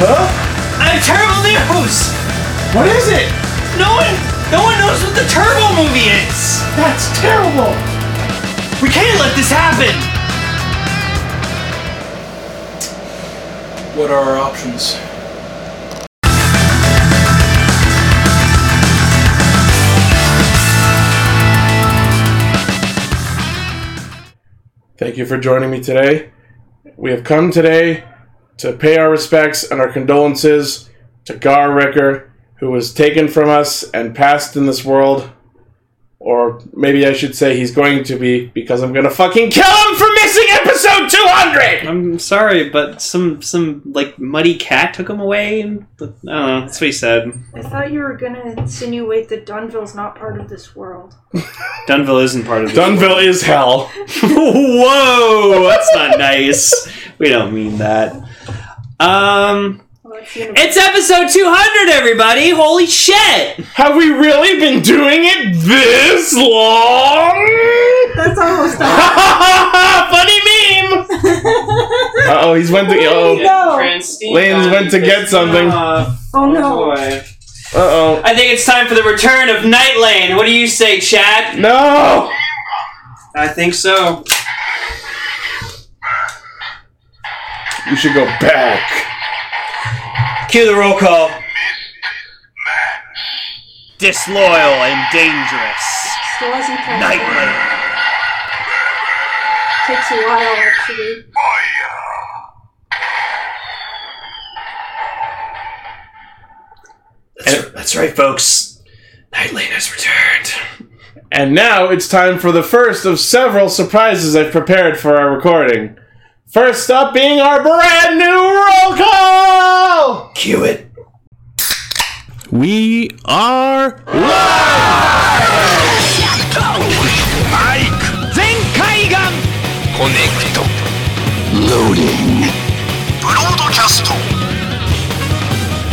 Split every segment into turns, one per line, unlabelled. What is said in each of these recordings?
Huh?
I have terrible news!
What is it?
No one, no one knows what the Turbo movie is.
That's terrible.
We can't let this happen.
What are our options?
Thank you for joining me today. We have come today to pay our respects and our condolences to Gar Ricker, who was taken from us and passed in this world. Or maybe I should say he's going to be, because I'm gonna fucking kill him for missing episode 200!
I'm sorry, but some some like muddy cat took him away. And, I don't know. That's what he said.
I thought you were gonna insinuate that Dunville's not part of this world.
Dunville isn't part of the.
Dunville is hell.
Whoa, that's not nice. We don't mean that. Um,
Well, that's universal.
it's episode 200, everybody. Holy shit!
Have we really been doing it this long?
That's almost done.
Funny meme! Uh oh, he's went to.
Wait,
Uh
No.
Lane's went to get something.
Uh,
Oh no.
boy.
oh.
I think it's time for the return of Night Lane. What do you say, Chad?
No!
I think so.
You should go back.
Cue the roll call.
Disloyal and dangerous.
Still hasn't come.
Nightwing.
Takes a while actually.
That's, that's right, folks. Night Lane has returned.
And now it's time for the first of several surprises I've prepared for our recording. First up being our brand new roll call!
Cue it.
We are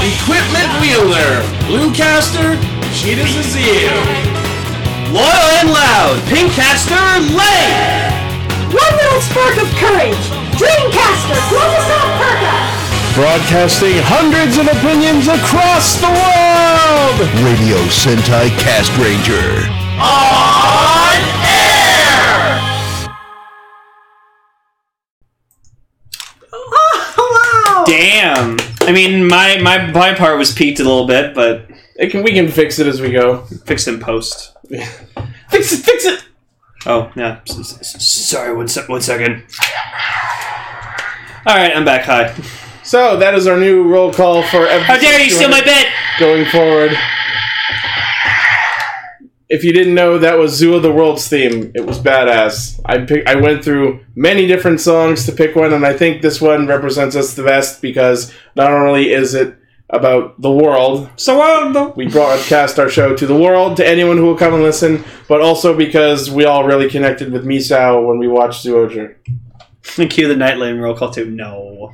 Equipment Wheeler, Bluecaster, Cheetah's Azir.
Loyal and loud, Pinkcaster Lane!
One little spark of courage! Dreamcaster! Globus Alpaca!
Broadcasting hundreds of opinions across the world!
Radio Sentai Cast Ranger.
Oh,
Damn. I mean, my, my my part was peaked a little bit, but
It can, we can fix it as we go.
fixed in post.
Fix it, fix it!
Oh yeah. S- s- s- Sorry. One sec. One second. All right, I'm back. Hi.
So that is our new roll call for episode
How dare you steal
200.
my bit?
going forward. If you didn't know, that was Zoo of the World's theme. It was badass. I pick, I went through many different songs to pick one, and I think this one represents us the best because not only is it about the world,
So um, the-
we broadcast our show to the world, to anyone who will come and listen, but also because we all really connected with Misao when we watched Zoolander.
and cue the night lane roll call too. No.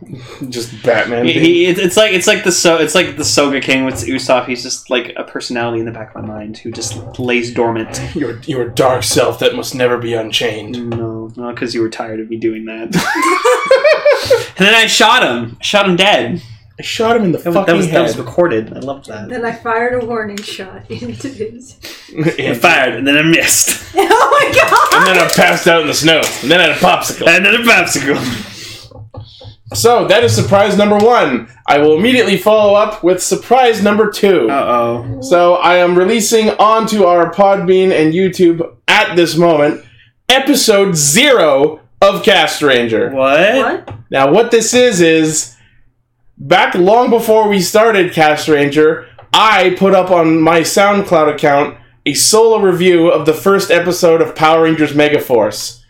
Just Batman.
He,
theme.
he, it- it's like it's like the so it's like the Soga King with Usopp. He's just like a personality in the back of my mind who just lays dormant.
your, your dark self that must never be unchained.
No, not because you were tired of me doing that. and then I shot him. I shot him dead.
I shot him in the
That was,
fucking
that was, that was
head.
recorded. I loved that.
Then I fired a warning shot into his.
I fired, and then I missed.
Oh my
And then I passed out in the snow. And then I had a popsicle.
And then a popsicle.
So that is surprise number one. I will immediately follow up with surprise number two.
Uh oh.
So I am releasing onto our Podbean and YouTube at this moment episode zero of Cast Ranger.
What?
god! What?
Now, what this is is back long before we started Cast Ranger, I put up on my SoundCloud account a solo review of the first episode of Power Rangers Megaforce.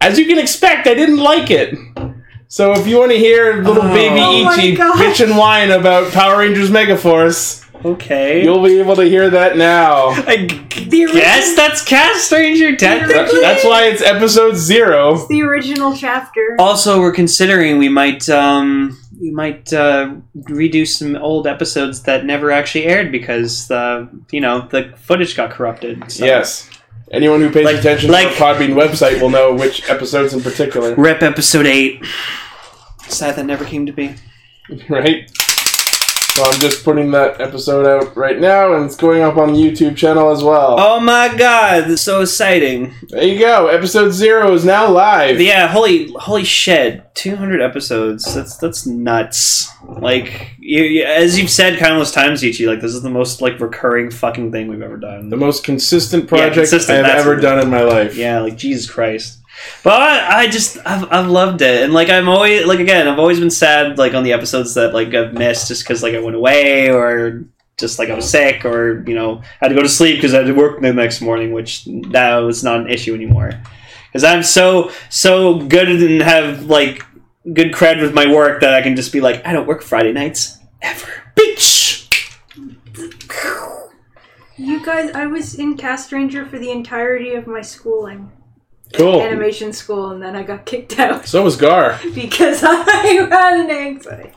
As you can expect, I didn't like it. So if you want to hear little baby
Oh my
Ichi
God.
bitch and whine about Power Rangers Megaforce,
Okay.
you'll be able to hear that now.
I g- guess that's Cast Ranger Death.
That- that's why it's episode zero.
The original chapter.
Also, we're considering we might um we might uh, redo some old episodes that never actually aired because the you know the footage got corrupted. So.
Yes. Anyone who pays
Like-
attention
like-
to the Podbean website will know which episodes in particular.
Rep episode eight. Sad that never came to be.
right? So I'm just putting that episode out right now, and it's going up on the YouTube channel as well.
Oh my god, that's so exciting.
There you go. Episode zero is now live.
Yeah, holy holy shit. 200 episodes. That's that's nuts. Like you, you- as you've said countless times Ichi, like this is the most like recurring fucking thing we've ever done.
the most consistent project I
consistent,
have
that's
ever
what-
done in my life.
Yeah, like Jesus Christ. But I, I just I've, I've loved it, and like I'm always like again I've always been sad like on the episodes that like I've missed just because like I went away or just like I was sick or you know had to go to sleep because I had to work the next morning, which now is not an issue anymore because I'm so so good and have like good cred with my work that I can just be like I don't work Friday nights ever, bitch.
You guys, I was in Cast Ranger for the entirety of my schooling,
Cool.
animation school, and then I got kicked out
So was Gar.
because I had an anxiety.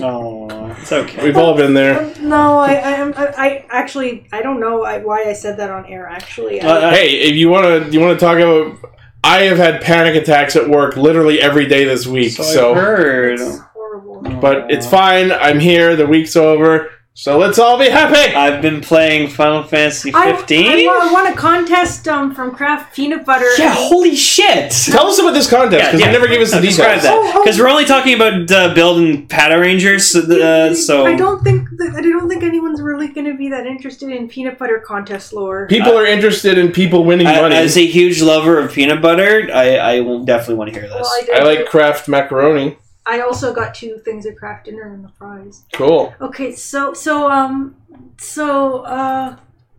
Oh, it's okay.
We've all been there.
No, I, I, am- I, I actually, I don't know I- why I said that on air. Actually, I,
Uh,
Hey, if you want to, you want to talk about. I have had panic attacks at work literally every day this week. So,
so, I heard.
it's horrible.
but it's fine. I'm here. The week's over. So let's all be happy.
I've been playing Final Fantasy
I, I,
15.
wa- I won a contest um, from Kraft Peanut Butter.
yeah, holy shit!
Tell us about this contest because
yeah.
you never gave us the
No, describe
details.
that because we're only talking about uh, building Pata Rangers. So, the- uh, so
I don't think that, I don't think anyone's really going to be that interested in peanut butter contest lore.
People are interested in people winning
I-
money.
as a huge lover of peanut butter, I, I will definitely want to hear
Well, I,
this.
did-
I like Kraft macaroni.
I also got two things of Kraft dinner and the prize.
Cool.
Okay, so so um so uh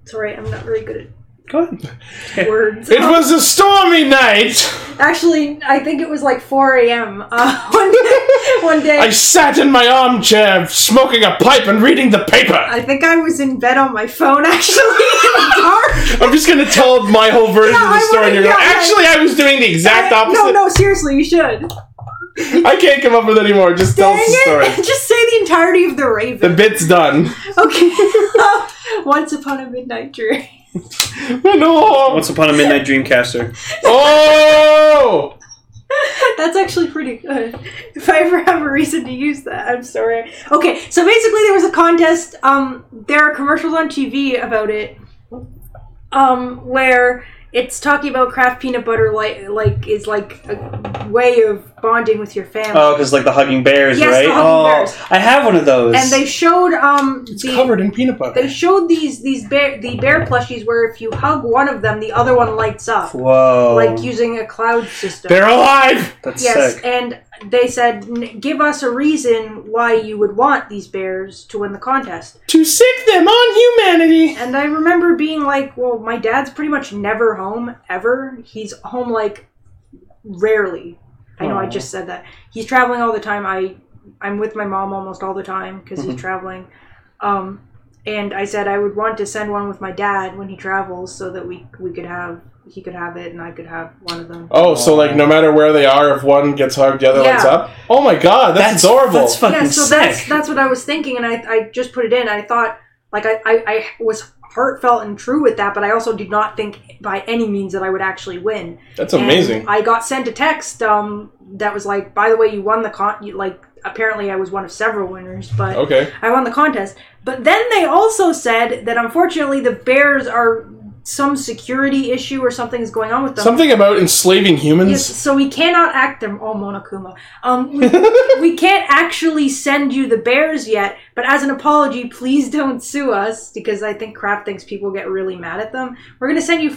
sorry, I'm not very good
Go ahead.
at words.
It was a stormy night.
Actually, I think it was like 4 a.m. Uh, one day. One day.
I sat in my armchair smoking a pipe and reading the paper.
I think I was in bed on my phone actually in the dark.
I'm just gonna tell my whole version
Yeah,
of the
I
story.
wanna
And you're going,
hear it.
actually, I was doing the exact opposite.
No, no, seriously, you should.
I can't come up with any more. Just tell
Dang
us the story.
it! Just say the entirety of the
The
Raven.
bit's done.
okay. Once upon a midnight dream.
No.
Once upon a midnight dreamcaster.
Oh.
That's actually pretty good. If I ever have a reason to use that, I'm sorry. Okay, so basically there was a contest. Um, there are commercials on TV about it, um, where it's talking about Kraft peanut butter, like like is like a way of bonding with your family.
Oh, because like the hugging bears,
Yes, the
right?
hugging
oh,
bears.
I have one of those.
and they showed um the,
Covered in peanut butter.
they showed these these bear the bear plushies where if you hug one of them, the other one lights up,
Whoa,
like using a cloud system.
They're alive.
that's
Yes,
sick.
and they said, "N- give us a reason why you would want these bears to win the contest.
To sick them on humanity.
And I remember being like, well, my dad's pretty much never home, ever. He's home like rarely. I know I
Aw.
just said that. He's traveling all the time. I, I'm with my mom almost all the time because
Mm-hmm.
he's traveling. Um, and I said I would want to send one with my dad when he travels so that we, we could have, he could have it and I could have one of them.
Oh, so like no matter where they are, if one gets hugged, the other
Yeah.
lights up. Oh my god, that's, adorable.
That's fucking
yeah, so
sick.
that's that's what I was thinking, and I, I just put it in. I thought like I, I, I was heartfelt and true with that, but I also did not think by any means that I would actually win.
That's amazing.
And I got sent a text um that was like, by the way, you won the con. You, like apparently I was one of several winners, but
Okay.
I won the contest. But then they also said that unfortunately the Bears are some security issue or something is going on with them.
Something about enslaving humans.
Yes, so we cannot act them. Oh, Monokuma. Um, we, we can't actually send you the bears yet, but as an apology, please don't sue us because I think Kraft thinks people get really mad at them. We're going to send you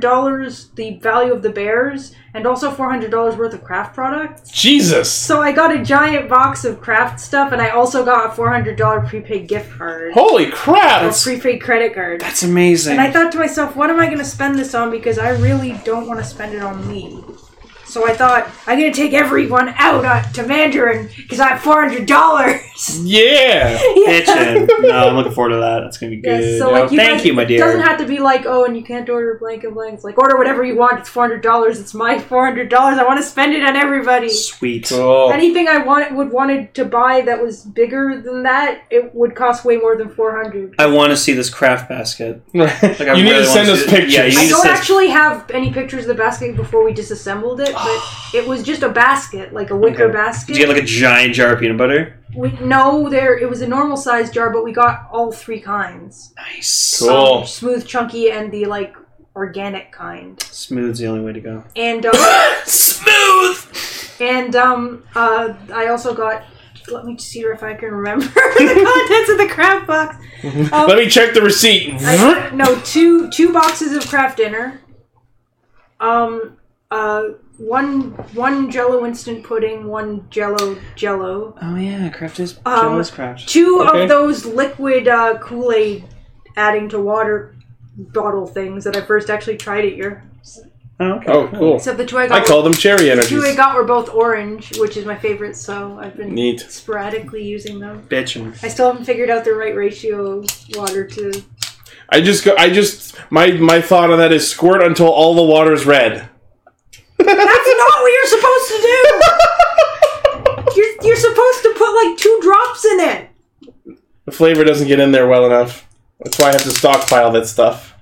$400, the value of the bears, and also $400 worth of Kraft products.
Jesus.
So I got a giant box of Kraft stuff, and I also got a $400 prepaid gift card.
Holy crap.
Or prepaid credit card.
That's amazing.
And I thought to myself, what am I going to spend this on? Because I really don't want to spend it on me. So I thought, I'm going to take everyone out uh, to Mandarin because I have $400.
yeah.
Bitchin'. No, I'm looking forward to that. That's gonna be good.
Yes, so like you
Thank
guys-
you, my
It doesn't
dear.
have to be like, oh, and you can't order blank and blank. It's like, order whatever you want. It's $400. It's my $400. I want to spend it on everybody.
Sweet.
Cool.
Anything I want, would wanted to buy that was bigger than that, it would cost way more than 400
I want to see this craft basket.
you need
really
to send
wanna
us
see it.
pictures.
Yeah, you
I
need
don't
says-
actually have any pictures of the basket before we disassembled it, but it was just a basket, like a wicker
Okay.
basket.
Did you get like a giant jar of peanut butter?
we no there it was a normal size jar, but we got all three kinds.
Nice.
Cool.
Um, smooth, chunky, and the like organic kind.
Smooth's the only way to go.
And um,
Smooth.
and um uh I also got let me see if I can remember the contents of the craft box. Um,
Let me check the receipt.
I, no, two two boxes of craft dinner. Um, uh, one one Jello instant pudding, one Jello Jello.
Oh yeah, craft is
Um,
jealous craft.
Two
Okay.
of those liquid uh, Kool Aid adding to water bottle things that I first actually tried at your.
Oh, okay.
Oh, cool.
Except the two I got,
I call them cherry
the two I
energies.
got were both orange, which is my favorite. So I've been
Neat.
sporadically using them.
Bitchin'.
I still haven't figured out the right ratio of water to.
I just go. I just my my thought on that is squirt until all the water's red.
That's not what you're supposed to do. You're, you're supposed to put like two drops in it.
The flavor doesn't get in there well enough. That's why I have to stockpile that stuff.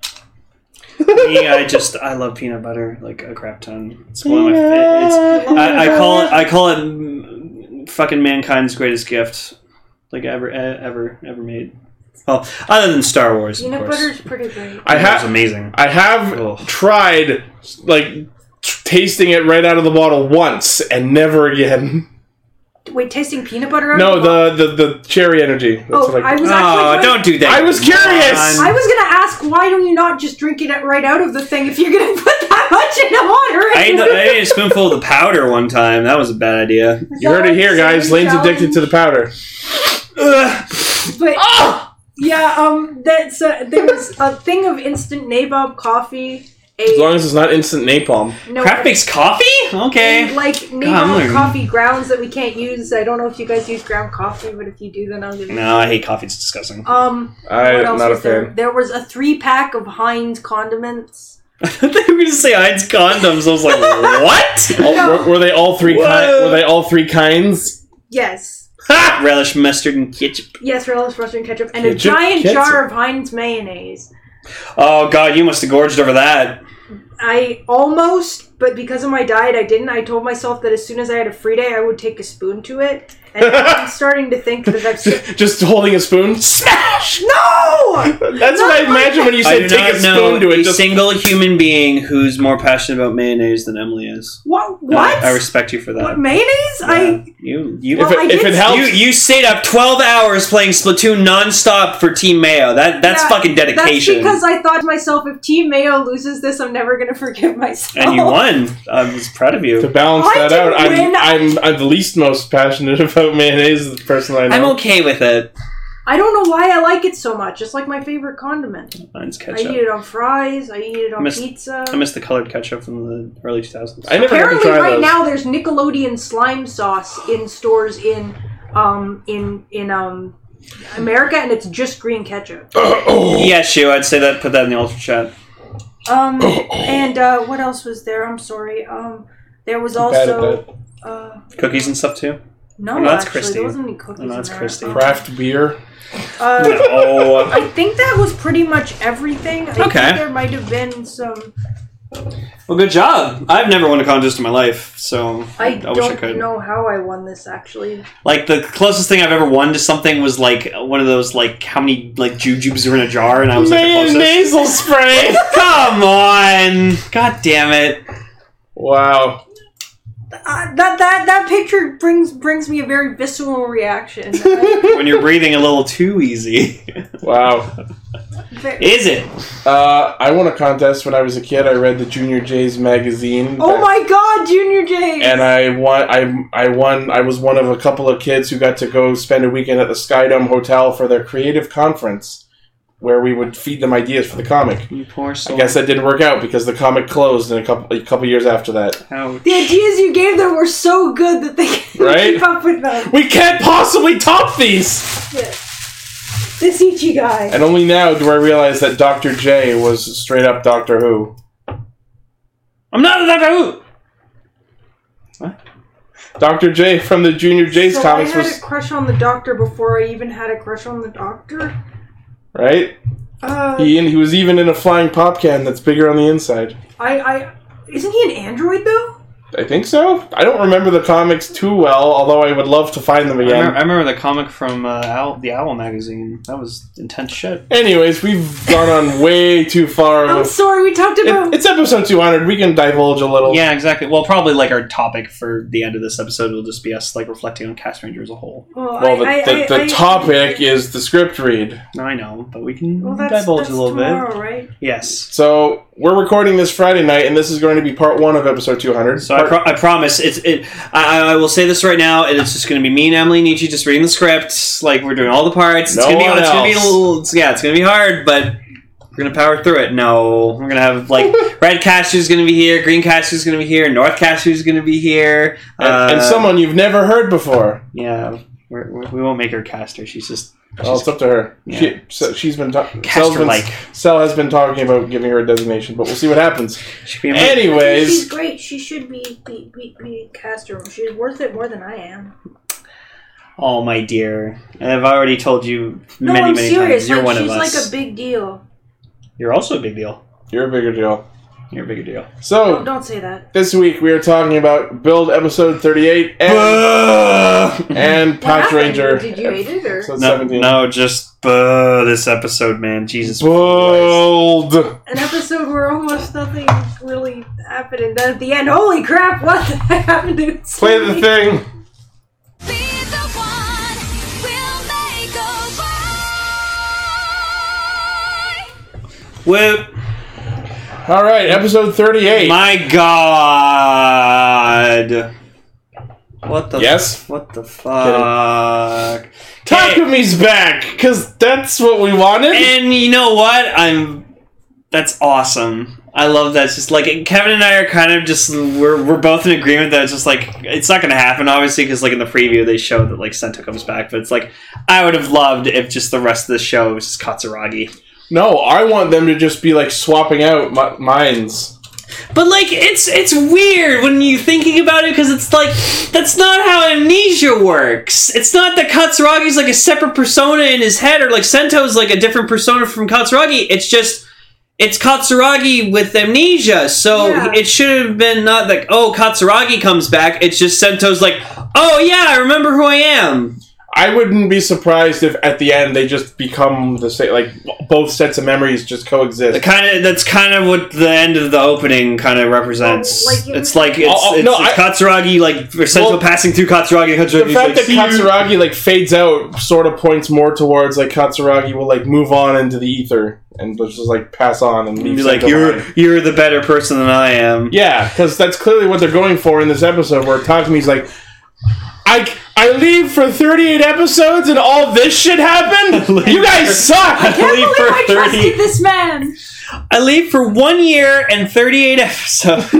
Me, I just I love peanut butter like a crap ton. It's one of my. fa- It's, I, I call it I call it mm, fucking mankind's greatest gift, like ever e- ever ever made. Well, other than Star Wars, of
Peanut
course.
butter's pretty great.
I
Peanut butter's
have
amazing.
I have
Ugh.
tried like t- tasting it right out of the bottle once and never again.
Wait, tasting peanut butter? out
No,
of bottle?
the the, the cherry energy. That's
Oh,
what I,
I was
Oh,
actually. going-
don't do that.
I was
you
curious!
moron.
I was gonna ask why don't you not just drink it right out of the thing if you're gonna put that much in the water?
I ate, the- I ate a spoonful of the powder one time. That was a bad idea.
you heard it here, guys. Lane's addicted to the powder.
Ugh.
But,
Ah!
Yeah, um, that's uh, there was a thing of instant nabob coffee. A
As long as it's not instant napalm.
no,
Kraft makes coffee?
and,
Okay.
like
I'm
nabob
learning.
coffee grounds that we can't use. I don't know if you guys use ground coffee, but if you do, then I'll give you.
No, I hate coffee. It's disgusting.
Oh.
Um, what
I'm
else
not a
was there?
fan.
There was a three pack of Heinz condiments.
I thought they were going to say Heinz condoms. I was like, what?
All- were, were they all three? Ki-
Whoa.
were they all three kinds?
Yes,
Relish, mustard, and ketchup.
yes, relish, mustard, ketchup, and a
Ketchup,
giant
ketchup.
jar of Heinz mayonnaise.
Oh, God, you must have gorged over that.
I almost, but because of my diet, I didn't. I told myself that as soon as I had a free day, I would take a spoon to it. And now I'm starting to think that that's
Just holding a spoon.
Smash!
no.
That's what I imagine when you
I
say
do
take a
not
spoon
know
to
a
it. Just,
single human being who's more passionate about mayonnaise than Emily is.
What?
And I-
What?
I, respect you for that.
what mayonnaise? I
you, you,
if
Well, I
it, if
did
it
say-
helps,
you, you stayed up 12 hours playing Splatoon nonstop for Team Mayo. That, that's
yeah,
fucking dedication.
That's because I thought to myself, if Team Mayo loses this, I'm never gonna forgive myself.
and you won. I was proud of you.
to balance
I
that out,
didn't
I'm,
win.
I'm I'm the least most passionate about mayonnaise. The person I know.
I'm okay with it.
I don't know why I like it so much. It's like my favorite condiment.
Mine's
I
ketchup.
eat it on fries. I eat it on
Miss-
pizza.
I miss the colored ketchup from the early 2000s.
I never had to
Apparently,
try
right
those.
now there's Nickelodeon slime sauce in stores in um in in um America, and it's just green ketchup.
yes, you. Oh. I'd say that. Put that in the ultra chat.
Um, and uh, what else was there? I'm sorry. Um, there was
I'm bad at
also uh,
Cookies and stuff too.
no.
Oh, no, that's
actually,
Christy.
there wasn't any cookies.
Oh, no,
in
that's
there.
Christy.
Um,
Craft beer.
Uh,
Oh,
I think that was pretty much everything. I think
Okay.
there might have been some.
well, good job. I've never won a contest in my life, so
I,
wish I could.
don't know how I won this actually.
Like the closest thing I've ever won to something was like one of those like how many like jujubes are in a jar, and I was like the closest.
nasal spray.
Come on! God damn it!
wow.
Uh, that that that picture brings brings me a very visceral reaction.
When you're breathing a little too easy,
Wow.
Ve-
is it?
Uh, I won a contest when I was a kid. I read the Junior J's magazine.
oh
back-
my god, Junior J.
And I won. I I won. I was one of a couple of kids who got to go spend a weekend at the Skydome Hotel for their creative conference, where we would feed them ideas for the comic.
You poor soul.
I guess that didn't work out because the comic closed in a couple a couple years after that.
Ouch.
the ideas you gave them were so good that they can't
Right?
keep up with them.
We can't possibly top these.
This Ichi guy.
And only now do I realize that Doctor J was straight up Doctor Who.
I'm not a Doctor Who.
Doctor J from the Junior J's
So I
comics
had
was
a crush on the Doctor before I even had a crush on the Doctor.
right.
Uh,
He he was even in a flying pop can that's bigger on the inside.
I I isn't he an android though?
I think so. I don't remember the comics too well, although I would love to find them
I remember, I
again.
remember the comic from uh, Owl, the Owl magazine. That was intense shit.
Anyways, we've gone on way too far.
I'm
With,
sorry, we talked about.
it, it's episode 200. We can divulge a little.
Yeah, exactly. Well, probably like our topic for the end of this episode will just be us like reflecting on Cast Ranger as a whole.
well,
Well, the,
I- I-
the,
I-
the
I-
topic is the script read.
No, I know, but we can
Well, that's,
divulge
that's
a little
tomorrow,
bit.
right?
Yes.
So we're recording this Friday night, and this is going to be part one of episode 200.
So I, pro- I promise it's it. I, I- I will say this right now, and it's just going to be me and Emily Nietzsche just reading the script. Like we're doing all the parts. It's
No
gonna be,
one
it's gonna be a
else.
little. It's, yeah, it's going to be hard, but we're going to power through it. No, we're going to have like red Cashew's going to be here, green Cashew's going to be here, north Cashew's going to be here,
and, and someone you've never heard before.
Uh, Yeah, we're, we're, we won't make her caster. She's just
Well, it's up to her.
Yeah.
She, so she's been ta- Sal's been-
caster-like.
Sal has been talking about giving her a designation, but we'll see what happens.
She'd be a-
Anyways,
She's great. She should be be, be, be Castro. She's worth it more than I am.
oh my dear, and I've already told you
No,
many,
I'm
many
serious.
times. You're
like,
one
she's
of us.
like a big deal.
You're also a big deal.
you're a bigger deal.
You're a bigger deal.
So
Oh, don't say that.
This week we are talking about build episode 38 and, and
What
Patch
happened?
Ranger.
Did you hate it or?
So it's
No,
17.
no, just uh, this episode, man. Jesus. Christ.
Build.
an episode where almost nothing really happened, and then at the end, holy crap, what the heck happened to
Play the thing.
Be the one, we'll make a way.
Well,
All right, episode 38.
my God. What the?
Yes?
What the fuck?
Takumi's back because that's what we wanted.
And you know what? I'm. That's awesome. I love that. It's just like Kevin and I are kind of just we're, we're both in agreement that it's just like it's not gonna happen obviously because like in the preview they show that like Sento comes back but it's like I would have loved if just the rest of the show was just Katsuragi
no, I want them to just be like swapping out mi- minds.
But like, it's it's weird when you're thinking about it because it's like that's not how amnesia works. It's not that Katsuragi's like a separate persona in his head, or like Sento's like a different persona from Katsuragi. It's just it's Katsuragi with amnesia. So
Yeah.
it should have been not like oh Katsuragi comes back. It's just Sento's like oh yeah I remember who I am.
I wouldn't be surprised if at the end they just become the same, like both sets of memories just coexist.
The kind of that's kind of what the end of the opening kind of represents.
Oh, like you-
it's like it's,
Oh, oh,
it's,
no,
it's
I-
Katsuragi like or Sento
Well,
passing through Katsuragi. and
the
Katsuragi's
fact
like,
that
"See you."
Katsuragi like fades out sort of points more towards like Katsuragi will like move on into the ether and just like pass on and
And
leave
be like
Senko
you're
behind.
you're the better person than I am.
yeah because that's clearly what they're going for in this episode where Takumi's like I I leave for 38 episodes and all this shit happened you guys suck
Can't
leave
believe
for
I
30.
trusted this man.
I leave for one year and 38 episodes,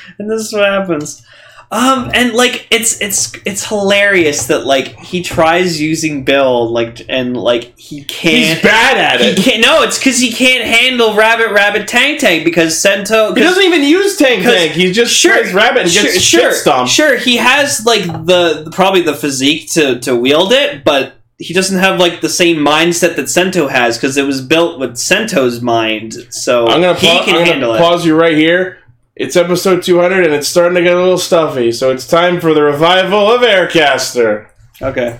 and this is what happens. Um, and like it's it's it's hilarious that like he tries using Bill like and like he
he's
can't.
bad at
he
it
can't, no, it's because he can't handle Rabbit Rabbit Tank Tank because Sento.
he doesn't even use Tank
'cause-
Tank he just
sure,
plays rabbit and gets
sure,
shit stomped
Sure, he has like the probably the physique to to wield it, but he doesn't have like the same mindset that Sento has because it was built with Sento's mind. So
I'm gonna,
he
pa-
can
I'm
handle
gonna
it.
pause you right here. It's episode 200, and it's starting to get a little stuffy. So it's time for the revival of Aircaster.
Okay.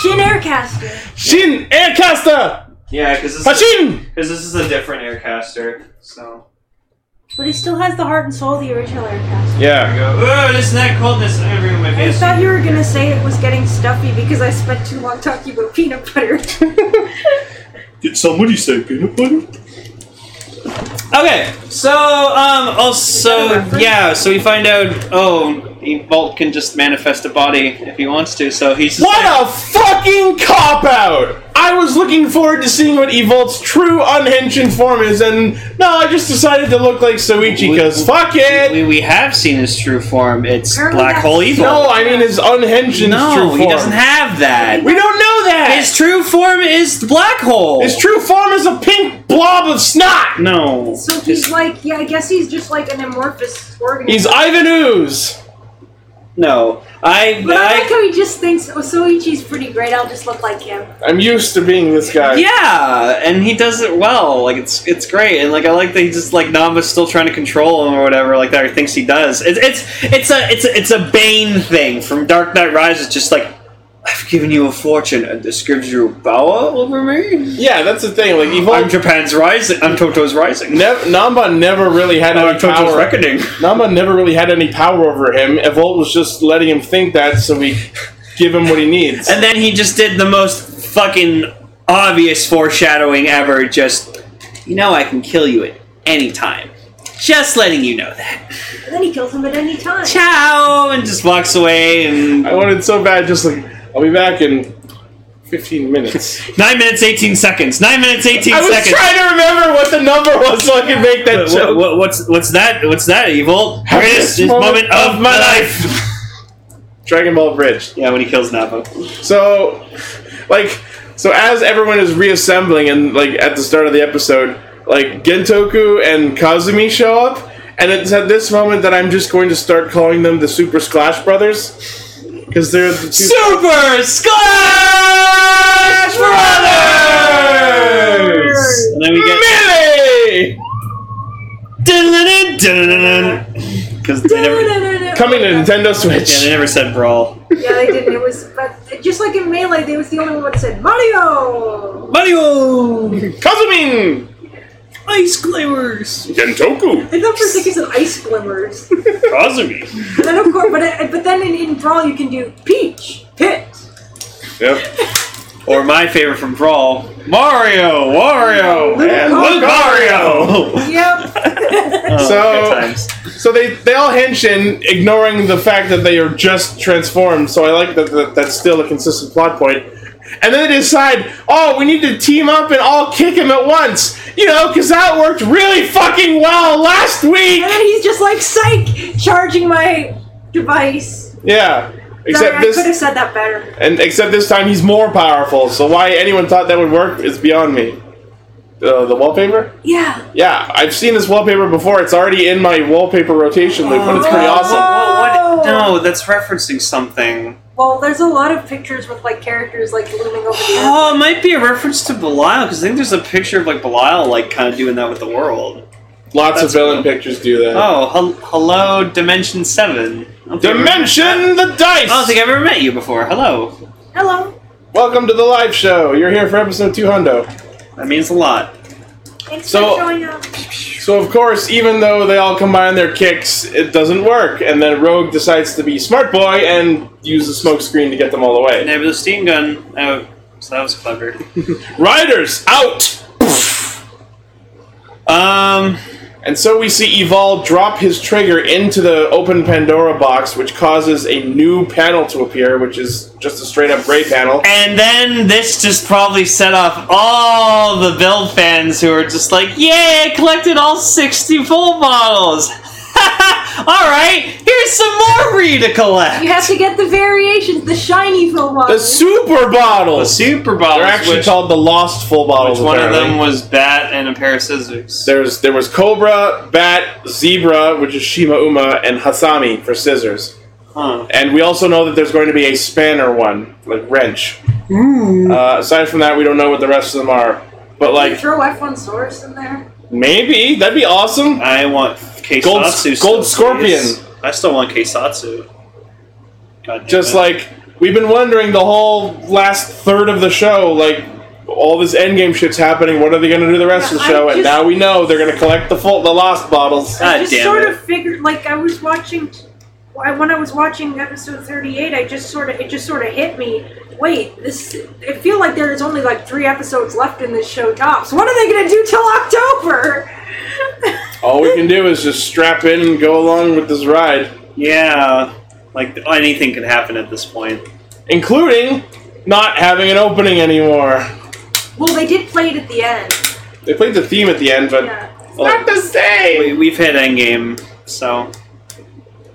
Shin Aircaster.
Shin Aircaster,
Yeah, because
Hashin.
because this is a different aircaster. So
But he still has the heart and soul of the original Aircaster.
Yeah,
go. Oh, this is that coldness. I'm gonna bring my
I thought you were gonna say it was getting stuffy because I spent too long talking about peanut butter.
Did somebody say peanut butter?
Okay, so um, also yeah, so we find out oh, he- Volt can just manifest a body if he wants to. So he's just like-
what a fucking cop out! I was looking forward to seeing what Evolt's true unhinged form is, and no, I just decided to look like Soichi because fuck it.
We, we have seen his true form. It's
Apparently
black
that's-
hole evil.
No, I mean his unhinged
No,
true form.
he doesn't have that.
We don't know that.
His true form is the black hole.
his true form is a pink blob of snot.
no.
so he's like, yeah, I guess he's just like an amorphous organism.
He's Ivan Ooze.
No, I.
But I like
I
how he just thinks Osoichi's pretty great. I'll just look like him.
I'm used to being this guy.
yeah, and he does it well. Like it's it's great, and like I like that he's just like Nama's still trying to control him or whatever. Like that, or thinks he does. It's it's it's a it's a, it's a Bane thing from Dark Knight Rises. Just like I've given you a fortune, and this gives you power over me.
Yeah, that's the thing. Like Evil
I'm Japan's rising. I'm Toto's rising.
Nev- Namba never really had
I'm
any
Toto's
power.
reckoning.
Namba never really had any power over him. Evolt was just letting him think that, so we give him what he needs.
And then he just did the most fucking obvious foreshadowing ever. Just, you know, I can kill you at any time. Just letting you know that.
And then he kills him at any time.
Ciao! And just walks away. And
I wanted so bad, just like I'll be back in 15 minutes.
nine minutes, eighteen seconds. Nine minutes, eighteen
I was
seconds.
trying to remember what the number was so I could make that
Wha- wha-
joke.
wha- what's what's that? What's that? Evil
Happiest
greatest
moment
moment, of
of
my
my
life.
Dragon Ball Bridge.
Yeah, when he kills Nappa.
So, like, so as everyone is reassembling and like at the start of the episode, like Gentoku and Kazumi show up, and it's at this moment that I'm just going to start calling them the Super Splash Brothers because they're the two
Super Splash Brothers. And then we get.
Millie
Because they never,
coming to Nintendo
yeah, they
Switch.
never said brawl.
Yeah, they didn't. It was but just like in Melee, they was the only one that said Mario.
Mario,
Kazumi,
ice glamours,
Gentoku!
I thought for a second you said ice glimmers. and
Kazumi!
then of course, but I, but then in, in Brawl you can do Peach, Pit.
Yep.
or my favorite from brawl, Mario, Wario, and
Lucario.
Oh.
Lucario.
Yep.
Oh,
So-
good times.
So they they all hench in, ignoring the fact that they are just transformed. So I like that, that that's still a consistent plot point. And then they decide, oh, we need to team up and all kick him at once. You know, because that worked really fucking well last week.
and then he's just like psych, charging my device.
Yeah.
Sorry,
Except
I could have
this,
said that better.
and except this time he's more powerful. So why anyone thought that would work is beyond me. Uh, the wallpaper.
Yeah.
Yeah, I've seen this wallpaper before. It's already in my wallpaper rotation loop, but it's pretty awesome.
Whoa, what? No, that's referencing something.
Well, there's a lot of pictures with like characters like looming over the earth.
Oh, it might be a reference to Belial because I think there's a picture of like Belial like kind of doing that with the world.
Lots
That's
of villain
cool.
pictures do that.
Oh, hel- hello, Dimension Seven. I don't think I've ever-
Dimension Mm, the
I don't think
dice.
I've ever met you before. Hello.
Hello.
Welcome to the live show. You're here for episode 200.
That means a lot.
Thanks
So-
for showing up.
So of course, even though they all combine their kicks, it doesn't work. And then Rogue decides to be smart boy and use the smoke screen to get them all
And
away.
they have the steam gun out, so that was clever.
Riders out.
Um,
And so we see Evol drop his trigger into the open Pandora box, which causes a new panel to appear, which is just a straight up gray panel.
and then this just probably set off all the Bill fans who are just like, "Yay! I collected all sixty full bottles. all right, here's some more for you to collect."
You have to get the variations, the shiny full
The
ones.
super
The
bottles.
super bottles.
They're actually
which,
called the lost full bottles.
which one of
apparently.
them was bat and a pair of scissors?
There's there was Cobra, Bat, Zebra, which is Shima Uma, and Hasami for scissors.
Huh.
And we also know that there's going to be a spanner one, like wrench. Uh, aside from that, we don't know what the rest of them are. But
Can you
like
throw F1 Source in there.
maybe that'd be awesome.
I want Keisatsu.
Gold-
still,
Gold Scorpion.
please. I still want Keisatsu. God damn
Just
it.
like we've been wondering the whole last third of the show, like all this endgame shit's happening. What are they going to do the rest of the
Yeah, I
show? and
just-
now we know they're going to collect the full, the lost bottles.
God
I just
damn
sort
it.
of figured, like I was watching, I- when I was watching episode thirty-eight, I just sort of it just sort of hit me. Wait, this. It feel like there is only like three episodes left in this show tops. What are they gonna do till October?
All we can do is just strap in and go along with this ride.
Yeah, like anything could happen at this point.
including not having an opening anymore.
well, they did play it at the end.
They played the theme at the end, but
Yeah.
not the same.
We, we've hit endgame, so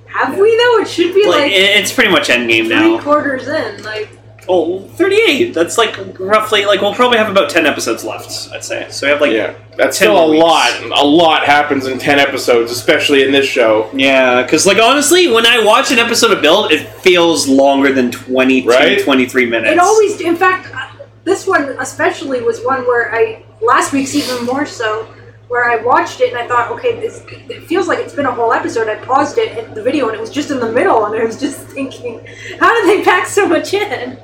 Have we though? It should be
like
like,
it, it's pretty much endgame
three
now.
quarters in. Like
oh, 38. That's like roughly like we'll probably have about 10 episodes left. I'd say. So we have like
yeah, that's
10
still a
weeks.
lot. A lot happens in ten episodes, especially in this show.
Yeah, because like honestly, when I watch an episode of Build, it feels longer than 22,
Right?
23 minutes.
It always, in fact, uh, this one especially was one where I last week's even more so, where I watched it and I thought, okay, this it feels like it's been a whole episode. I paused it at the video and it was just in the middle, and I was just thinking, how did they pack so much in?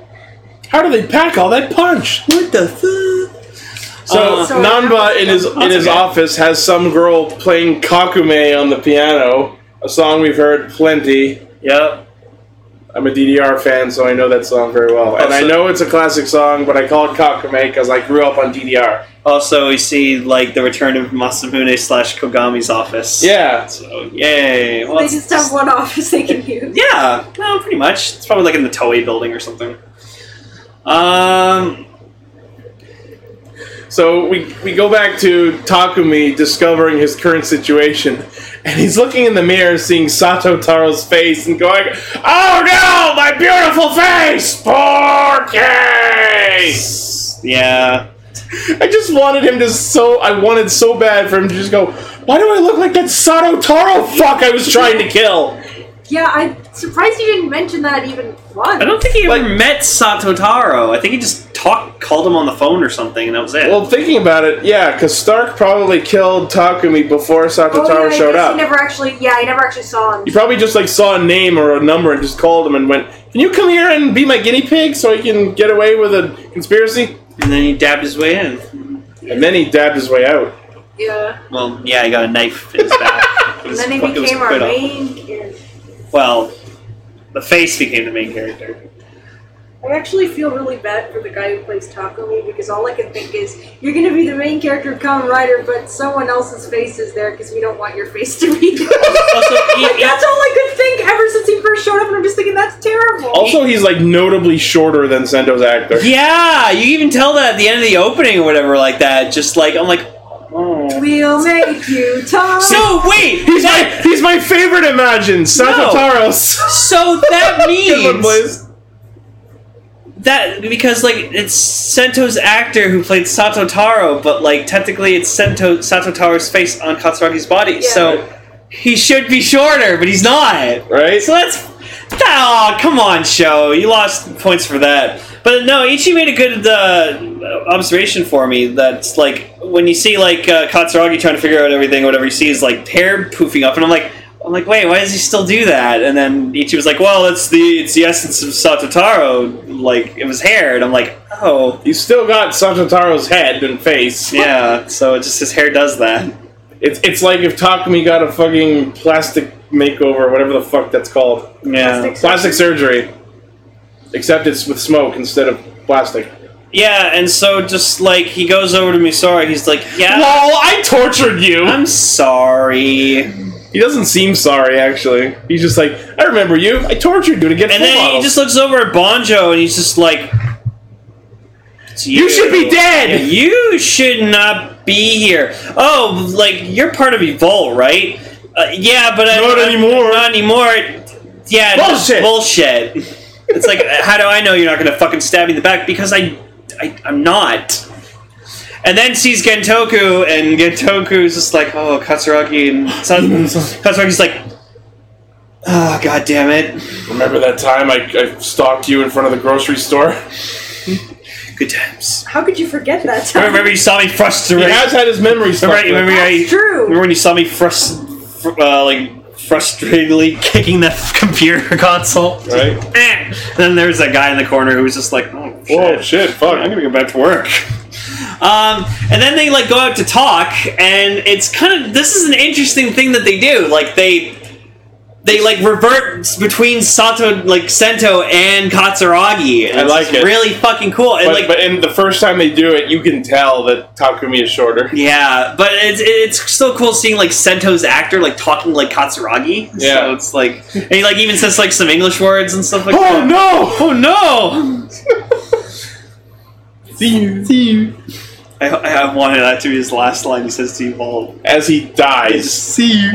How do they pack all that punch?
what the fuck?
So
Uh,
so-
Nanba in his in
That's
his
okay.
office has some girl playing kakume on the piano, a song we've heard plenty.
Yep.
I'm a DDR fan, so I know that song very well, and I
Also-
know it's a classic song, but I call it kakume because I grew up on DDR.
Also, we see like the return of Masamune slash Kogami's office.
Yeah,
So yay! Well,
They
it's-
just have one office they can use.
Yeah, no, pretty much. It's probably like in the Toei building or something. Um,
So we, we go back to Takumi discovering his current situation, and he's looking in the mirror, seeing Sato Taro's face, and going, "Oh no, my beautiful face, poor case!"
yeah.
I just wanted him to so I wanted so bad for him to just go, "Why do I look like that Sato Taro fuck I was trying to kill?"
Yeah, I'm surprised you didn't mention that even once.
I don't think he ever
Like-
met Sato Taro. I think he just talked, called him on the phone or something, and that was it.
Well, thinking about it, yeah, because Stark probably killed Takumi before Sato
Oh, yeah,
Taro
I
showed
guess
up.
He never actually, yeah, I never actually saw
You
him.
probably just like saw a name or a number and just called him and went, "Can you come here and be my guinea pig so I can get away with a conspiracy?"
and then he dabbed his way in.
And then he dabbed his way out.
Yeah,
Well, yeah, he got a knife in his back. It
and
was-
then he
it was
became our
quite awful.
main character.
Well, the face became the main character.
I actually feel really bad for the guy who plays Takumi because all I can think is you're going to be the main character of Kamen Rider, but someone else's face is there because we don't want your face to be there.
Also, he-
like, that's all I could think ever since he first showed up, and I'm just thinking that's terrible.
Also, he's like notably shorter than Sendo's actor.
Yeah, you even tell that at the end of the opening or whatever, like that. Just like I'm like, oh.
We'll make you talk.
So wait,
He's
that-
my he's my favorite. Imagine Sato
No.
Taro's.
So that
Give him,
means
please.
that because like it's Sento's actor who played Sato Taro, but like technically it's Sento Sato Taro's face on Katsuragi's body.
Yeah.
So he should be shorter, but he's not.
Right?
So that's oh come on, show you lost points for that. But no, Ichi made a good uh, observation for me. That's like when you see like uh, Katsuragi trying to figure out everything, whatever you see is like hair poofing up, and I'm like. I'm like, wait, why does he still do that? And then Ichi was like, well, it's the it's the essence of Satotaro. Like it was hair, and I'm like, oh,
He's still got Sato Taro's head and face.
yeah. So it just his hair does that.
It's it's like if Takumi got a fucking plastic makeover, whatever the fuck that's called,
Yeah,
plastic surgery. Except it's with smoke instead of plastic.
yeah. And so just like he goes over to Misara, he's like, yeah,
Lol, I tortured you.
I'm sorry.
he doesn't seem sorry, actually. He's just like, I remember you. I tortured you to get
And
full
then he
bottles."
just looks over at Bonjo and he's just like, "It's you.
should be dead!"
Yeah, You should not be here. Oh, like, you're part of Evolve, right? Uh, yeah, but I,
Not
I-
anymore.
Not anymore. Yeah,
Bullshit.
Bullshit. It's like, how do I know you're not going to fucking stab me in the back? Because I, I, I'm not. And then sees Gentoku, and Gentoku's just like, oh, Katsuragi, and San- Katsuragi's like, oh, god damn it.
remember that time I, I stalked you in front of the grocery store.
Good times.
How could you forget that?
Remember, remember you saw me frustrated.
He has had his memories.
remember,
fucked
remember,
up.
I,
That's true.
remember when you saw me frust- fr- uh, like frustratedly kicking the computer console?
Right?
Eh. Then there was that guy in the corner who was just like, "Oh shit,
Whoa, shit, fuck.
I'm gonna go back to work." Um, and then they like go out to talk, and it's kind of this is an interesting thing that they do. Like they they like revert between Sato, like Sento, and Katsuragi. And
I
it's
like
just
it.
Really fucking cool. And
But,
like
but in the first time they do it, you can tell that Takumi is shorter.
Yeah, but it's it's still cool seeing like Sento's actor like talking like Katsuragi.
Yeah.
so it's like and he like even says like some English words and stuff like
Oh
that.
no!
Oh no!
See you. See you.
I, I wanted that to be his last line. He says to Evolve,
As he dies.
"See you."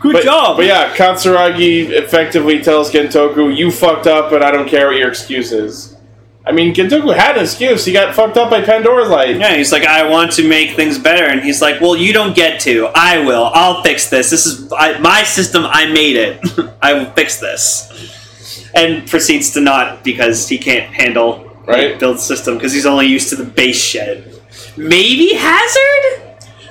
Good
But,
job.
but yeah, Katsuragi effectively tells Gentoku, "You fucked up, but I don't care what your excuse is." I mean, Gentoku had an excuse. He got fucked up by Pandora's light.
Yeah, he's like, I want to make things better, and he's like, Well, you don't get to. I will. I'll fix this. This is I, my system. I made it. I will fix this. And proceeds to not because he can't handle
Right.
build system because he's only used to the base shed. Maybe Hazard.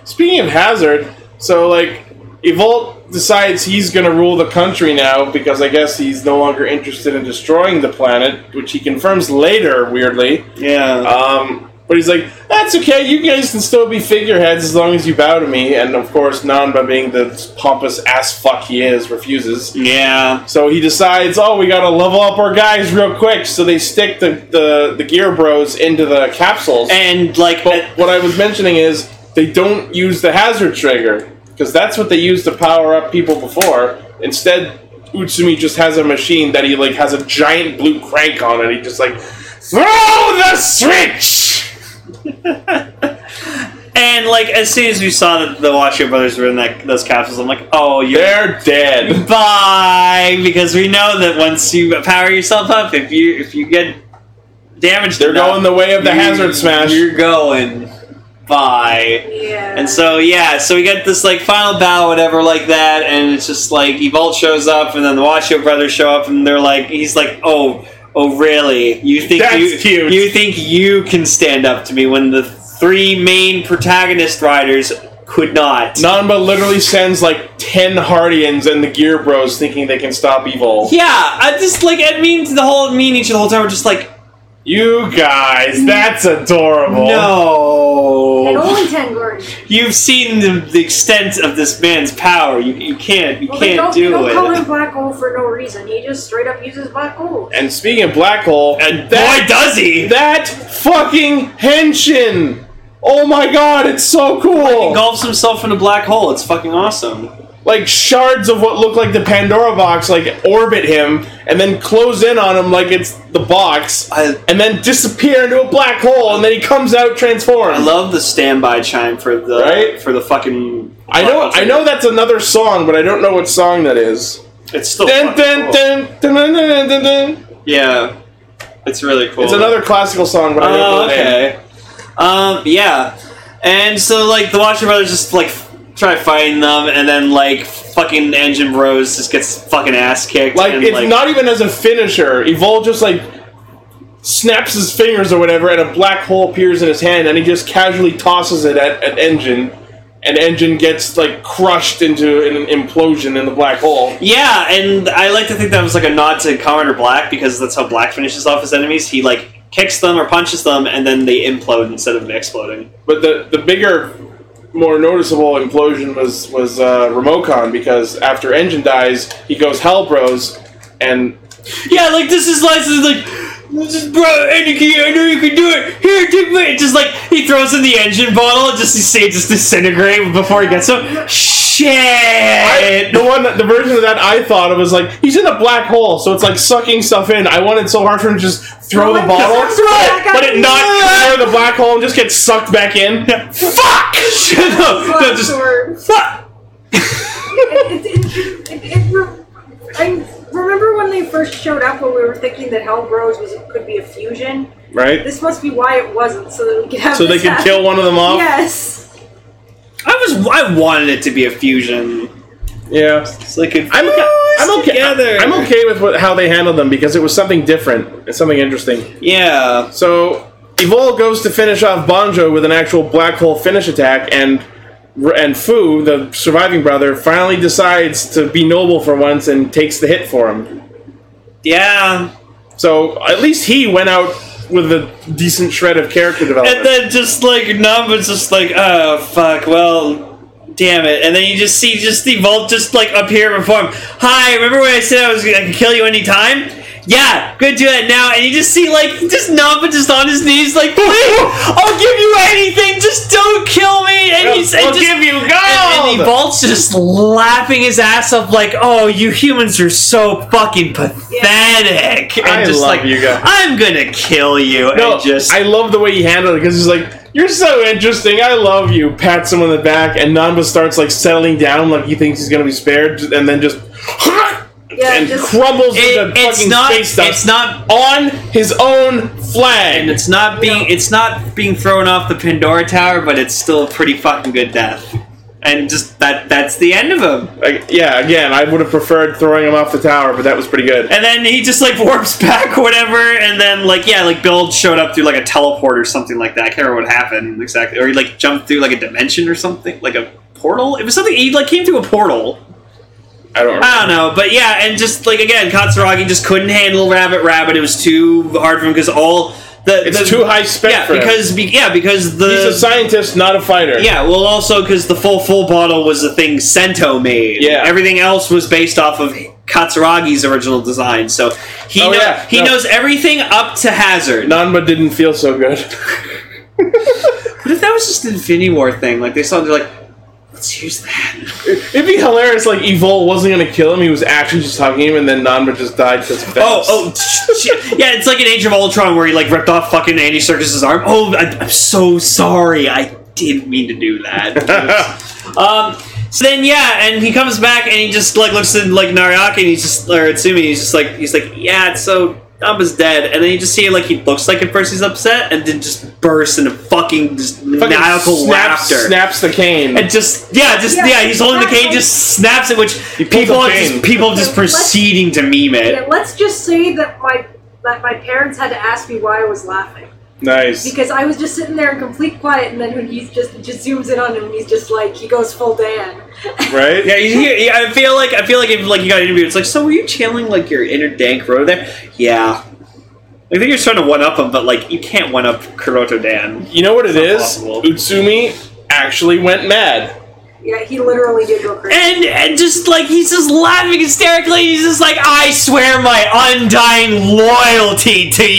Speaking of Hazard, so like Evolt decides he's going to rule the country now because I guess he's no longer interested in destroying the planet, which he confirms later, weirdly.
Yeah.
Um, but he's like, "That's okay. You guys can still be figureheads as long as you bow to me." And of course, Nanba, being the pompous ass fuck he is, refuses.
yeah.
So he decides, "Oh, we got to level up our guys real quick." So they stick the the, the gear bros into the capsules.
And like,
But what I was mentioning is they don't use the hazard trigger because that's what they used to power up people before. Instead, Utsumi just has a machine that he like has a giant blue crank on, and he just like throw the switch.
and like, as soon as we saw that the Washer brothers were in that those capsules, I'm like, Oh, you're
They're dead.
Bye, because we know that once you power yourself up, if you if you get damaged,
They're
enough,
going the way of the
you-
hazard smash.
You're going. Bye.
Yeah.
And so yeah, so we get this like final battle, whatever, like that, and it's just like Evolt shows up, and then the Washio brothers show up, and they're like, he's like, oh, oh, really? You think
That's
you
cute.
you think you can stand up to me when the three main protagonist riders could not?
Nanba literally sends like ten Hardians and the Gear Bros, thinking they can stop evil.
Yeah, I just like it means the whole me and each the whole time we're just like
You guys, that's adorable.
and
No.
only ten gorge.
You've seen the, the extent of this man's power. You, you can't you
Well, they
can't
don't, they
do
don't call him
it.
black hole for no reason. He just straight up uses black hole.
And speaking of black hole,
And
that-
boy does he!
That fucking henshin! Oh my god, it's so cool!
engulfs himself in a black hole. It's fucking awesome.
like shards of what look like the Pandora box like orbit him and then close in on him like it's the box
I-
and then disappear into a black hole and then he comes out transformed.
I love the standby chime for the
Right?
for the fucking.
I know I know that's another song, but I don't know what song that is.
It's still
Dun,
fucking
dun, dun,
cool.
dun, dun, dun, dun, dun.
Yeah, it's really cool.
It's another classical song, but I don't
Oh,
know the name.
okay. Um, yeah. And so, like, the Watcher Brothers just, like, f- try fighting them, and then, like, fucking Engine Bros just gets fucking ass kicked.
Like
and,
it's not even as a finisher. Evol just like snaps his fingers or whatever, and a black hole appears in his hand, and he just casually tosses it at an engine, and engine gets like crushed into an implosion in the black hole.
Yeah, and I like to think that was, like, a nod to Commander Black, because that's how Black finishes off his enemies. He, like, kicks them or punches them, and then they implode instead of exploding.
But the the bigger, more noticeable implosion was was uh, Remocon because after engine dies, he goes hell bros, and
Yeah, like, this is like, this is like. This is, bro, Anakin, I know you can do it. Here, take my. and Just like he throws in the engine bottle, and just you see it just disintegrate before he gets up. Shit!
I, the one the version of that I thought of was like he's in a black hole, so it's like sucking stuff in. I wanted so hard for him to just throw
Throw
the
it,
bottle,
just throw it back
but
out.
it not clear the black hole and just get sucked back in. Fuck! No, no,
Black
just-
sword.
Fuck!
it, it, it, it, it re- I remember when they first showed up when we were thinking that Hell Bros was could be a fusion.
right.
This must be why it wasn't, so that we could have.
So they
this
can
happen.
kill one of them off.
Yes.
I was I wanted it to be a fusion.
Yeah.
So they could
I'm okay. I'm okay.
together.
I'm okay with what, how they handled them because it was something different. It's something interesting.
Yeah.
So Evol goes to finish off Bonjo with an actual black hole finish attack, and and Fu, the surviving brother, finally decides to be noble for once and takes the hit for him.
Yeah.
So at least he went out with a decent shred of character
And
development.
then just like Namba's just like, oh fuck, well damn it. And then you just see just the vault just like appear before him. Hi, remember when I said I was I could kill you anytime? Yeah, good do that now. And you just see like just Namba just on his knees like, please, I'll give you anything, just don't kill me. And he's and
I'll
just,
give you gold.
And, and the Vault's just laughing his ass up, like, "Oh, you humans are so fucking pathetic." And
I
just
love
like,
you guys.
I'm gonna kill you.
no,
and just
I love the way he handled it because he's like, You're so interesting. I love you. Pat someone in the back, and Namba starts like settling down, like he thinks he's gonna be spared, and then just
Yeah,
and
just-
crumbles
It-
into
it's
fucking
not.
space dust
It's not.
on his own flag.
And it's not being. It's not being thrown off the Pandora Tower, but it's still a pretty fucking good death. And just that. That's the end of him.
Like, yeah, again, I would have preferred throwing him off the tower, but that was pretty good.
And then he just like warps back, or whatever. And then like yeah, like Bill showed up through like a teleport or something like that. I can't remember what happened exactly. Or he like jumped through like a dimension or something, like a portal. It was something. He like came through a portal.
I don't.
I don't know, Uh, but yeah, and just like again, Katsuragi just couldn't handle Rabbit Rabbit. It was too hard for him because all the
It's
the-
too high spec
Yeah,
for him.
because be, yeah, because the
He's a scientist, not a fighter.
yeah, well, also because the full full bottle was the thing Sento made.
Yeah.
everything else was based off of Katsuragi's original design. So he
Oh,
kno-
yeah,
he
no.
knows everything up to Hazard.
Nanba didn't feel so good.
What if that was just an Infinity War thing? Like they saw, they're like, let's use that.
It'd be hilarious, like, Evol wasn't gonna kill him, he was actually just hugging him, and then Nanba just died because of that.
Oh, oh, shit. yeah, it's like an Age of Ultron where he like ripped off fucking Andy Circus's arm. Oh, I, I'm so sorry. I didn't mean to do that. um, so then yeah, and he comes back and he just like looks at like Nariaki and he's just or Itsumi. He's just like he's like yeah, it's so. Namba's dead, and then you just see like he looks like at first he's upset, and then just bursts into fucking, just
Fucking
maniacal
snaps,
laughter.
snaps the cane.
And just yeah, just
Yeah,
yeah, he's holding the cane,
exactly.
just snaps it, which
pulls
people
the
are
cane.
just people are just
Okay, let's-
proceeding to meme it.
Yeah, let's just say that my that my parents had to ask me why I was laughing
nice.
because I was just sitting there in complete quiet, and then when he's just just zooms in on him, he's just like he goes full Dan.
Right?
Yeah, you hear, yeah, I feel like I feel like if like you got interviewed, it's like, so were you channeling like your inner dank road there? Yeah. I think you're trying to one up him, but like you can't one up Kuroto Dan.
You know what it
It's not
is?
possible.
Utsumi actually went mad.
Yeah, he literally did go crazy.
And and just like he's just laughing hysterically, he's just like, I swear my undying loyalty to
And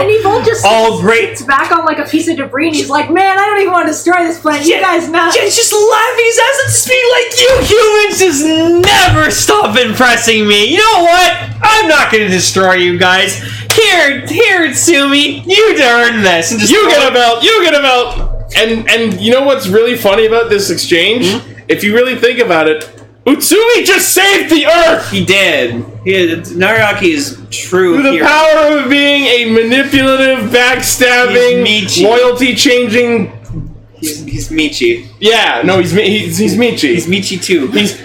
then
you.
Evil just
All great
sits back on like a piece of debris, and he's like, "Man, I don't even want to destroy this planet. You guys
Yeah,
not."
He's just laughing his ass off, just being like, you humans just never stop impressing me. You know what? I'm not gonna destroy you guys. Here, here, Sumi, you earn this. And just
You get a belt. You get a belt. And and you know what's really funny about this exchange?
Hmm?
If you really think about it, Utsumi just saved the Earth
He did. He, Naraki is true.
through the
hero.
power of being a manipulative,
He's
backstabbing,
Michi.
loyalty changing.
He's, he's Michi.
Yeah, no, he's Mi- he's he's Michi.
He's Michi too.
He's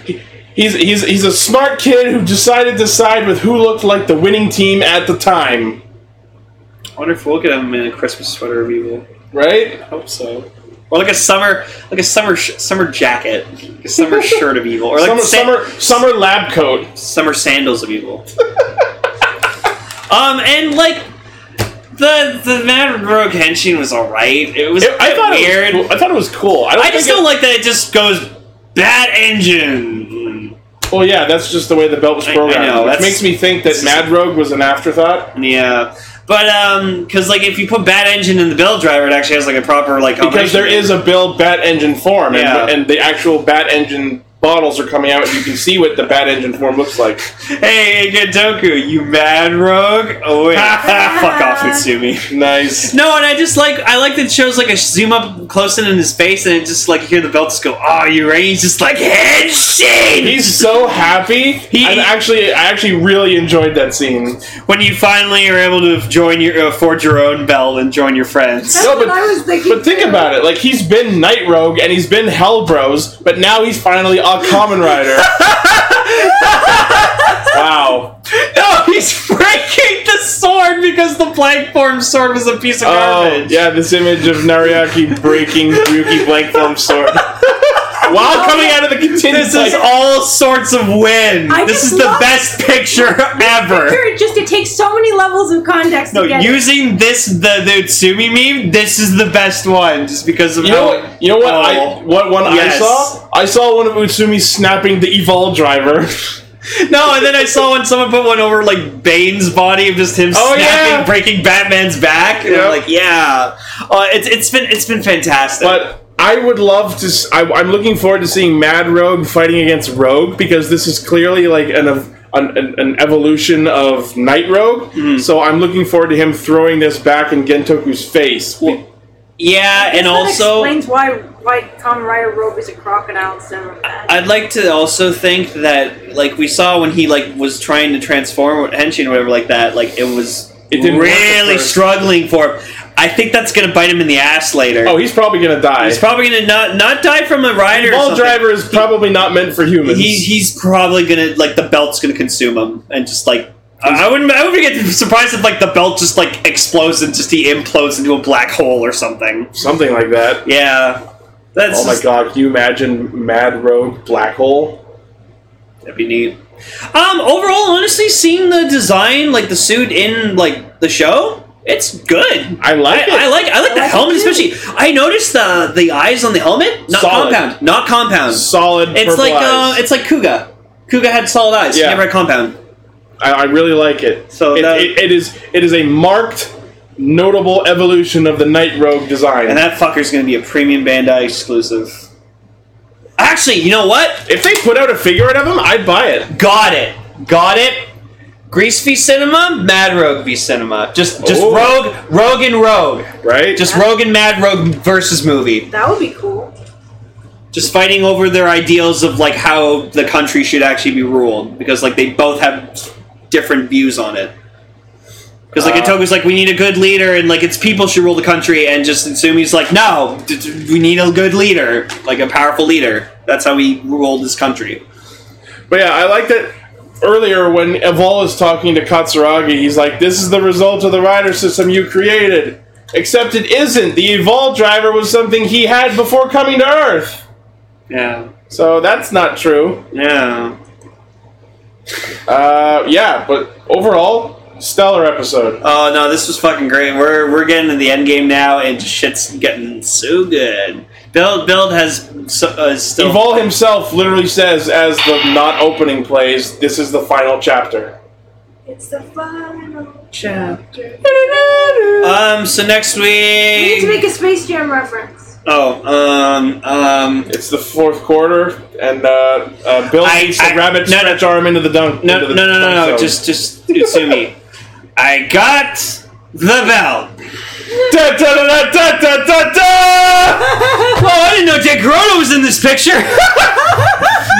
he's he's he's a smart kid who decided to side with who looked like the winning team at the time.
I wonder if we'll get him in a Christmas sweater review.
Right?
I hope so. Or like a summer, like a summer, sh- summer jacket, like a summer shirt of evil, or
summer,
like sa-
summer summer lab coat.
summer sandals of evil. um, and like the the Mad Rogue Henshin was all right. It was
I thought it
weird.
was cool. I thought it was cool. I, don't
I
think
just
it-
don't like that it just goes bad engine
Well, yeah, that's just the way the belt was
I- I
programmed.
know,
which
that's-
makes me think that Mad Rogue was an afterthought.
Yeah, but um, because like if you put bad engine in the bell driver, it actually has like a proper like
Because there is a Bill Bat Engine form, and,
Yeah.
and the actual Bat Engine bottles are coming out, and you can see what the Bat Engine form looks like.
hey Gendoku, you mad rogue? Oh wait, fuck off, Utsumi.
Nice.
No, and I just like I like that it shows like a zoom up close in in his face, and it just like you hear the belt just go, "Oh, you ready?" He's just like Henshin.
He's so happy.
He-
I actually, I actually really enjoyed that scene.
when you finally are able to join your uh, forge your own belt and join your friends.
That's
No,
what
but-
I was thinking.
But think
too.
about it. Like he's been Night Rogue and he's been Hell Bros, but now he's finally a Common Rider. wow.
No, he's breaking the sword because the blank form sword was a piece of
Oh,
garbage.
yeah, this image of Nariaki breaking Ryuki blank form sword. While coming out of the contingent
This is all sorts of win.
I
This
just
is the
love-
best picture ever.
Sure, it just it takes so many levels of context.
No,
to get it.
using this the the Utsumi meme, this is the best one just because of
You know what? You know what? I, what one I
Yes.
saw? I saw one of Utsumi snapping the Evol driver.
No, and then I saw when someone put one over like Bane's body of just him
Oh,
snapping,
yeah.
breaking Batman's back. And
Yep.
I'm like, yeah, uh, it's it's been it's been fantastic.
But I would love to. s- I, am looking forward to seeing Mad Rogue fighting against Rogue because this is clearly like an ev- an, an, an evolution of
Mm-hmm.
Night Rogue. So I'm looking forward to him throwing this back in Gentoku's face.
Yeah, and
That
also
explains why why Kamen Rider Robe is a crocodile instead of a bat.
I'd like to also think that like we saw when he like was trying to transform or henshin or whatever like that, like it was
It didn't work at
really
first.
struggling for him. I think that's gonna bite him in the ass later.
Oh, he's probably gonna die.
he's probably gonna not not die from a rider. or
Ball
something.
driver is probably not meant for humans.
He, he's probably gonna like the belt's gonna consume him and just like I I wouldn't I wouldn't get surprised if like the belt just like explodes and just he implodes into a black hole or something.
Something like that.
Yeah, that's
Oh my
just-
god, can you imagine Mad Rogue Black Hole?
That'd be neat. Um, overall, honestly, seeing the design, like the suit in like the show, it's good.
I like it.
I, I like I like the helmet especially. I noticed the the eyes on the helmet, not
Solid.
compound, not compound.
Solid
it's
purple
like uh,
eyes.
it's like Kuga. Kuga had solid eyes.
Yeah.
Never had compound.
I, I really like it.
So
it,
that-
it, it is it is a marked, notable evolution of the Night Rogue design.
And that fucker's gonna be a premium Bandai exclusive. Actually, you know what?
if they put out a figure out of him, I'd buy it.
Got it. Got it. Grease V Cinema, Mad Rogue V Cinema. Just just
Ooh.
Rogue, Rogue and Rogue.
Oh. Right?
Just Rogue and Mad Rogue versus movie.
that would be cool.
Just fighting over their ideals of like how the country should actually be ruled because like they both have different views on it. Because like
Uh,
Itoku's like we need a good leader and like its people should rule the country and just Natsumi's like no d- d- we need a good leader like a powerful leader that's how we rule this country.
But yeah, I like that earlier when Evol is talking to Katsuragi, he's like, This is the result of the rider system you created. Except it isn't. The Evol driver was something he had before coming to Earth.
Yeah,
So that's not true.
yeah.
Uh, yeah, but overall, stellar episode.
Oh no, this was fucking great. We're we're getting to the end game now, and shit's getting so good. Build build has so, uh, still
Evol himself literally says, as the not opening plays, this is the final chapter.
It's the final chapter.
Um. So next
We need to
week.
make a Space Jam reference.
Oh. Um. Um.
It's the fourth quarter, and uh, uh, Bill
I-
needs to
I-
grab it,
no, no.
stretch arm into the dunk.
No.
into the
No. No.
dunk
No. No.
zone.
Just. Just. Utsumi. I got the belt.
Da, da, da, da, da, da, da, da!
Oh, I didn't know Dick Grotto was in this picture.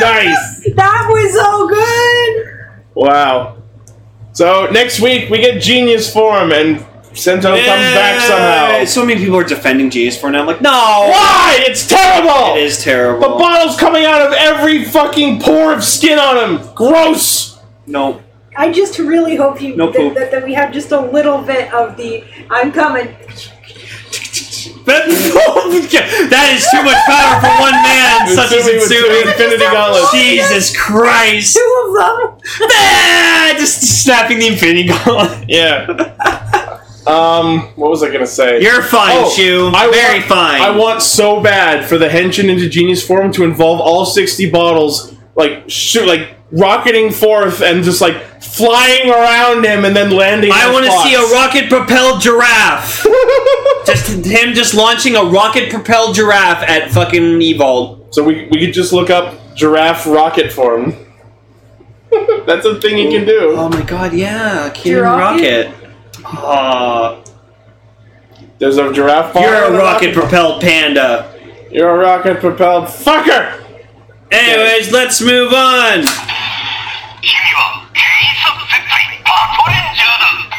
nice.
That was so good.
Wow. So next week we get Genius Form, and Sento comes back somehow.
Yay. So many people are defending Genius for now. I'm like, no.
Why? It's terrible.
It is terrible.
The bottle's coming out of every fucking pore of skin on him. Gross.
no.
I just really hope you
No poop.
that, that, that we have just a little bit of the I'm coming.
That, that is too much power for one man, such as
Utsumi with two
Utsumi.
Infinity Gauntlets.
Jesus Christ!
Two of them.
Ah, just snapping the Infinity Gauntlet.
Yeah. um, what was I gonna say?
You're fine,
Oh,
Shu.
I
Very
want-
fine.
I want so bad for the Henshin into Genius form to involve all sixty bottles, like shoot, like rocketing forth and just like flying around him and then landing.
I
on
want to
Fox.
see a rocket-propelled giraffe. just him, just launching a rocket-propelled giraffe at fucking Evold.
So we we could just look up giraffe rocket form. That's a thing you can do.
Oh my god, yeah, Kieran
Rocket?
Rocket. Aw,
There's a giraffe. bar
you're
with
a rocket-propelled panda.
You're a rocket propelled fucker.
Anyways, let's move on.
意味は変異作戦隊パトレンジャーだ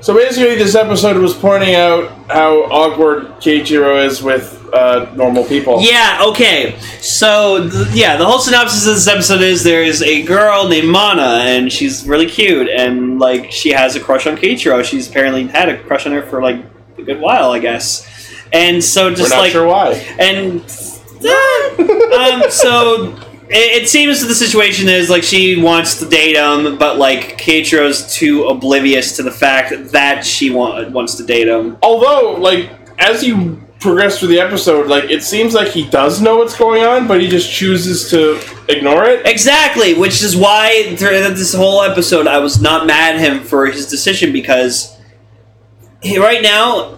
So basically, this episode was pointing out how awkward Keiichiro is with uh, normal people.
Yeah, okay. So, th- yeah, the whole synopsis of this episode is there is a girl named Mana, and she's really cute, and, like, she has a crush on Keiichiro. She's apparently had a crush on her for, like, a good while, I guess. And so,
we're
just
not
like.
sure why.
And. um, so. It, it seems that the situation is like she wants to date him, but like Keiichiro's too oblivious to the fact that she wa- wants to date him.
Although, like, as you progress through the episode, like, it seems like he does know what's going on, but he just chooses to ignore it.
Exactly, which is why throughout this whole episode I was not mad at him for his decision because he, right now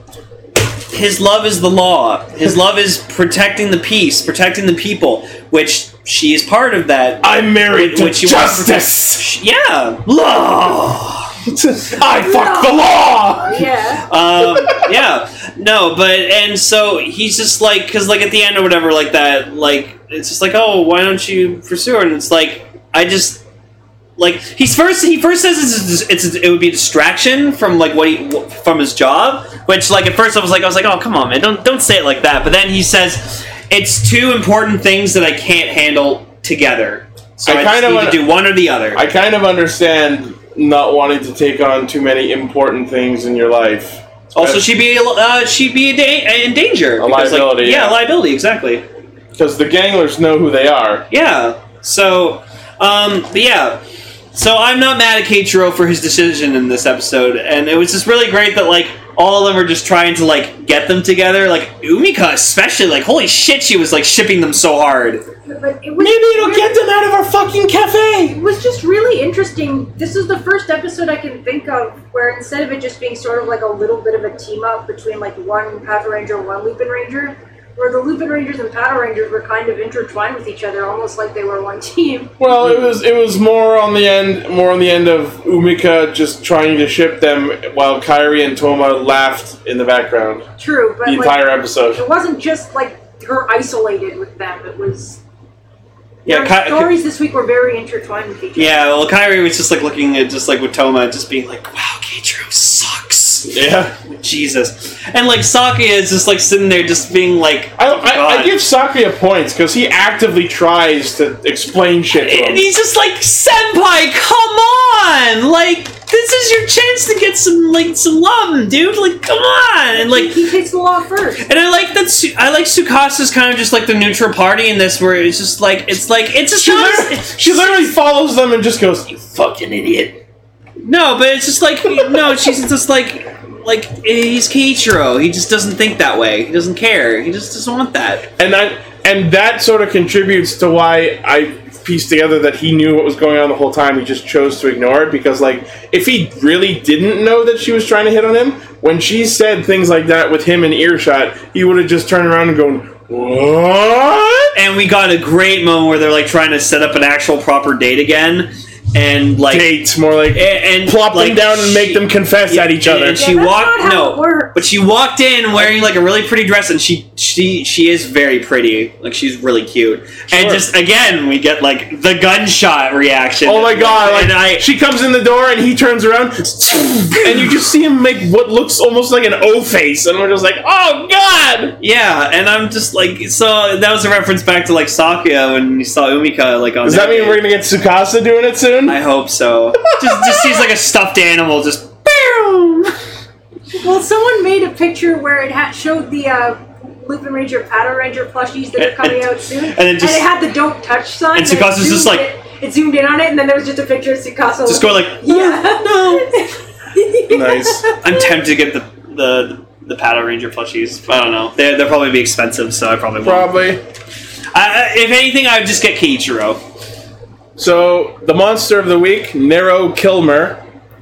his love is the law. His love is protecting the peace, protecting the people, which she is part of that.
I'm married
Wait,
to
what you want from-
justice.
Yeah, law.
I fucked the law.
Yeah.
um, yeah, no, but and so he's just like, because like at the end or whatever, like that, like it's just like, oh, why don't you pursue her? And it's like, I just like he's first he first says it's, it's, it's it would be a distraction from like what he from his job, which like at first I was like I was like, oh come on man, don't don't say it like that. But then he says it's two important things that I can't handle together. So
I
I, just
kinda
need
wanna-
to do one or the other.
I kind of understand not wanting to take on too many important things in your life.
also, she'd be uh, she'd be in da- in danger.
A
because, like-
liability,
yeah,
yeah.
liability. Exactly.
because the ganglers know who they are.
Yeah. So, um, but yeah. So I'm not mad at Keiichiro for his decision in this episode, and it was just really great that like all of them are just trying to like get them together. Like Umika especially, like holy shit, she was like shipping them so hard.
But it was
them out of our fucking cafe.
It was just really interesting. This is the first episode I can think of where instead of it just being sort of like a little bit of a team up between like one Power Ranger and one Lupin Ranger, where the Lupin Rangers and Power Rangers were kind of intertwined with each other, almost like they were one team.
Well, it was it was more on the end, more on the end of Umika just trying to ship them while Kairi and Toma laughed in the background
True, but
the
like,
entire episode.
it wasn't just like her isolated with them. It was
Yeah,
their
Kai-
stories this week were very intertwined with each other.
yeah. Well, Kyrie was just like looking at just like with Toma, just being like, "Wow, Keiichiro sucks."
Yeah,
Jesus. And like Saki is just like sitting there, just being like,
I, I, I
God.
give Sakuya points because he actively tries to explain shit to
And
him.
he's just like, Senpai, come on! Like, this is your chance to get some like some love, dude. Like, come on! And like
he takes the law first.
and I like that. Su- I like Sukasa's kind of just like the neutral party in this, where it's just like it's like it's just
She
not.
literally, she literally follows them and just goes, "You fucking idiot."
no, but it's just like no. She's just like like he's Keiichiro. He just doesn't think that way. He doesn't care. He just doesn't want that.
And I and that sort of contributes to why I pieced together that he knew what was going on the whole time. He just chose to ignore it because, like, if he really didn't know that she was trying to hit on him, when she said things like that with him in earshot, he would have just turned around and gone, "What?"
And we got a great moment where they're like trying to set up an actual proper date again, and like.
Dates more like
and, and
plop
like,
them down and make
she-
them confess at each other.
And she
Yeah, that's
walked
not how
no,
it works.
but she walked in wearing like a really pretty dress, and she she she is very pretty. Like she's really cute, and
Sure.
just again we get like the gunshot reaction.
Oh my god! Like
and I
she comes in the door and he turns around, and you just see him make what looks almost like an O face, and we're just like, "Oh god!"
yeah, and I'm just like so that was a reference back to like Sakuya when you saw Umika like on.
Does that
their
mean we're
date.
gonna get Tsukasa doing it soon?
I hope so. just just seems like a stuffed animal. Just boom.
Well, someone made a picture where it had showed the uh, Lupin Ranger, Power Ranger plushies that are coming out soon, and,
then just-
it had the "Don't Touch" sign.
And
it
Tsukasa's just
zoomed
like-
in- it zoomed in on it, and then there was just a picture of Tsukasa.
Just go
looking-
like "Oh,
yeah, no.
Nice.
I'm tempted to get the the. The Paddle Ranger plushies. I don't know. They're, they'll probably be expensive, so I probably won't.
Probably.
I, I- if anything, I would just get Keiichiro.
So the monster of the week, Nero Kilmer,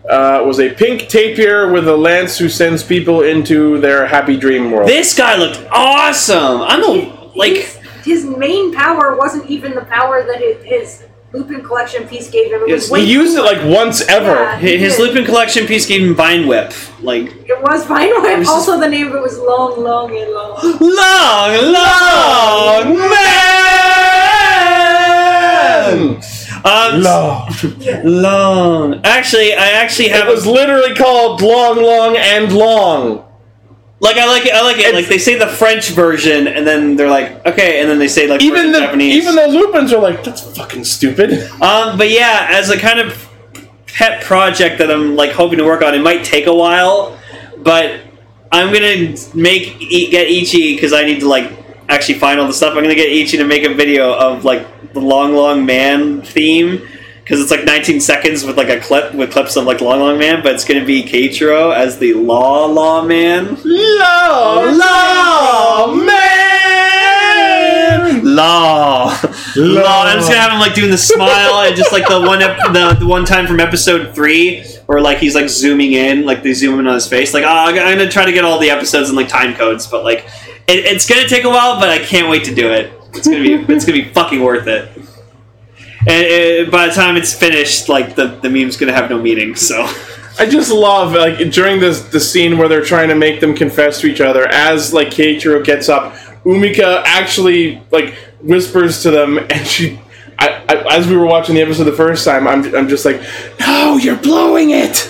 uh, was a pink tapir with a lance who sends people into their happy dream world.
This guy looked awesome. I'm a like
his, his main power wasn't even the power that his, his Lupin collection piece gave him. It was
Yes,
he
way-
used it like once ever.
Yeah.
hi- his Lupin collection piece gave him Vine Whip. Like
it was fine.
was
also, the name of it was long, long, and long.
long, long man. Um,
Long.
long. Actually, I actually
It
have
was literally called Long, Long, and Long.
like I like it. I like it. Like they say the French version, and then they're like okay, and then they say like
Even
version
the
Japanese.
even the Lupins are like, that's fucking stupid.
Um, but yeah, as a kind of pet project that I'm like hoping to work on, it might take a while, but I'm gonna make e- get Ichi because I need to like actually find all the stuff. I'm gonna get Ichi to make a video of like the long long man theme because it's like 19 seconds with like a clip with clips of like long long man, but it's gonna be Keiichiro as the law law man. Law law man. Law. Lol. I'm just gonna have him like doing the smile and just like the one ep- the, the one time from episode three where like he's like zooming in, like they zoom in on his face. Like, oh, I'm gonna try to get all the episodes and like time codes, but like it, it's gonna take a while, but I can't wait to do it. It's gonna be it's gonna be fucking worth it. And uh, by the time it's finished, like the, the meme's gonna have no meaning. So
I just love like during this the scene where they're trying to make them confess to each other as like Keiichiro gets up, Umika actually like whispers to them, and she. I, I, as we were watching the episode the first time, I'm, I'm just like, no, you're blowing it.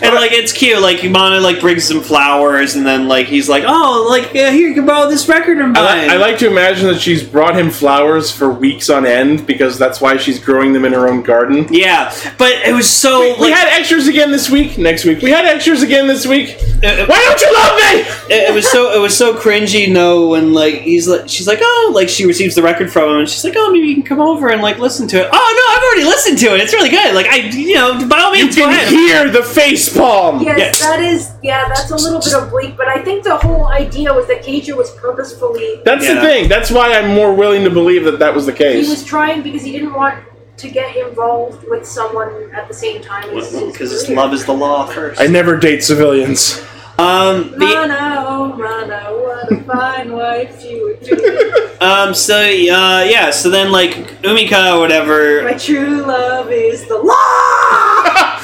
and like it's cute. Like Mana like brings some flowers, and then like he's like, oh, like yeah, here you can borrow this record of mine.
I, li- I like to imagine that she's brought him flowers for weeks on end because that's why she's growing them in her own garden.
Yeah, but it was so. like,
We had extras again this week. Next week, we had extras again this week.
uh,
Why don't you love me?
it, it was so it was so cringy. No, and like he's like she's like oh like she receives the record from him and she's like oh maybe you can come over and like listen to it. Oh no, I've already listened to it. It's really good. Like I you know by all
You
means go
can
ahead.
hear the face palm.
Yes,
Yes.
that is. Yeah, that's a little bit oblique, but I think the whole idea was that Geiger was purposefully.
That's the
Yeah.
thing. That's why I'm more willing to believe that that was the
He
case.
was trying because he didn't want to get involved with someone at the same time as his
Because it's
career.
love is the law first.
I never date civilians.
Um, the,
Mana, oh Mana, what a fine wife you would do.
um, so uh, yeah, so then like Umika or whatever.
My true love is the law.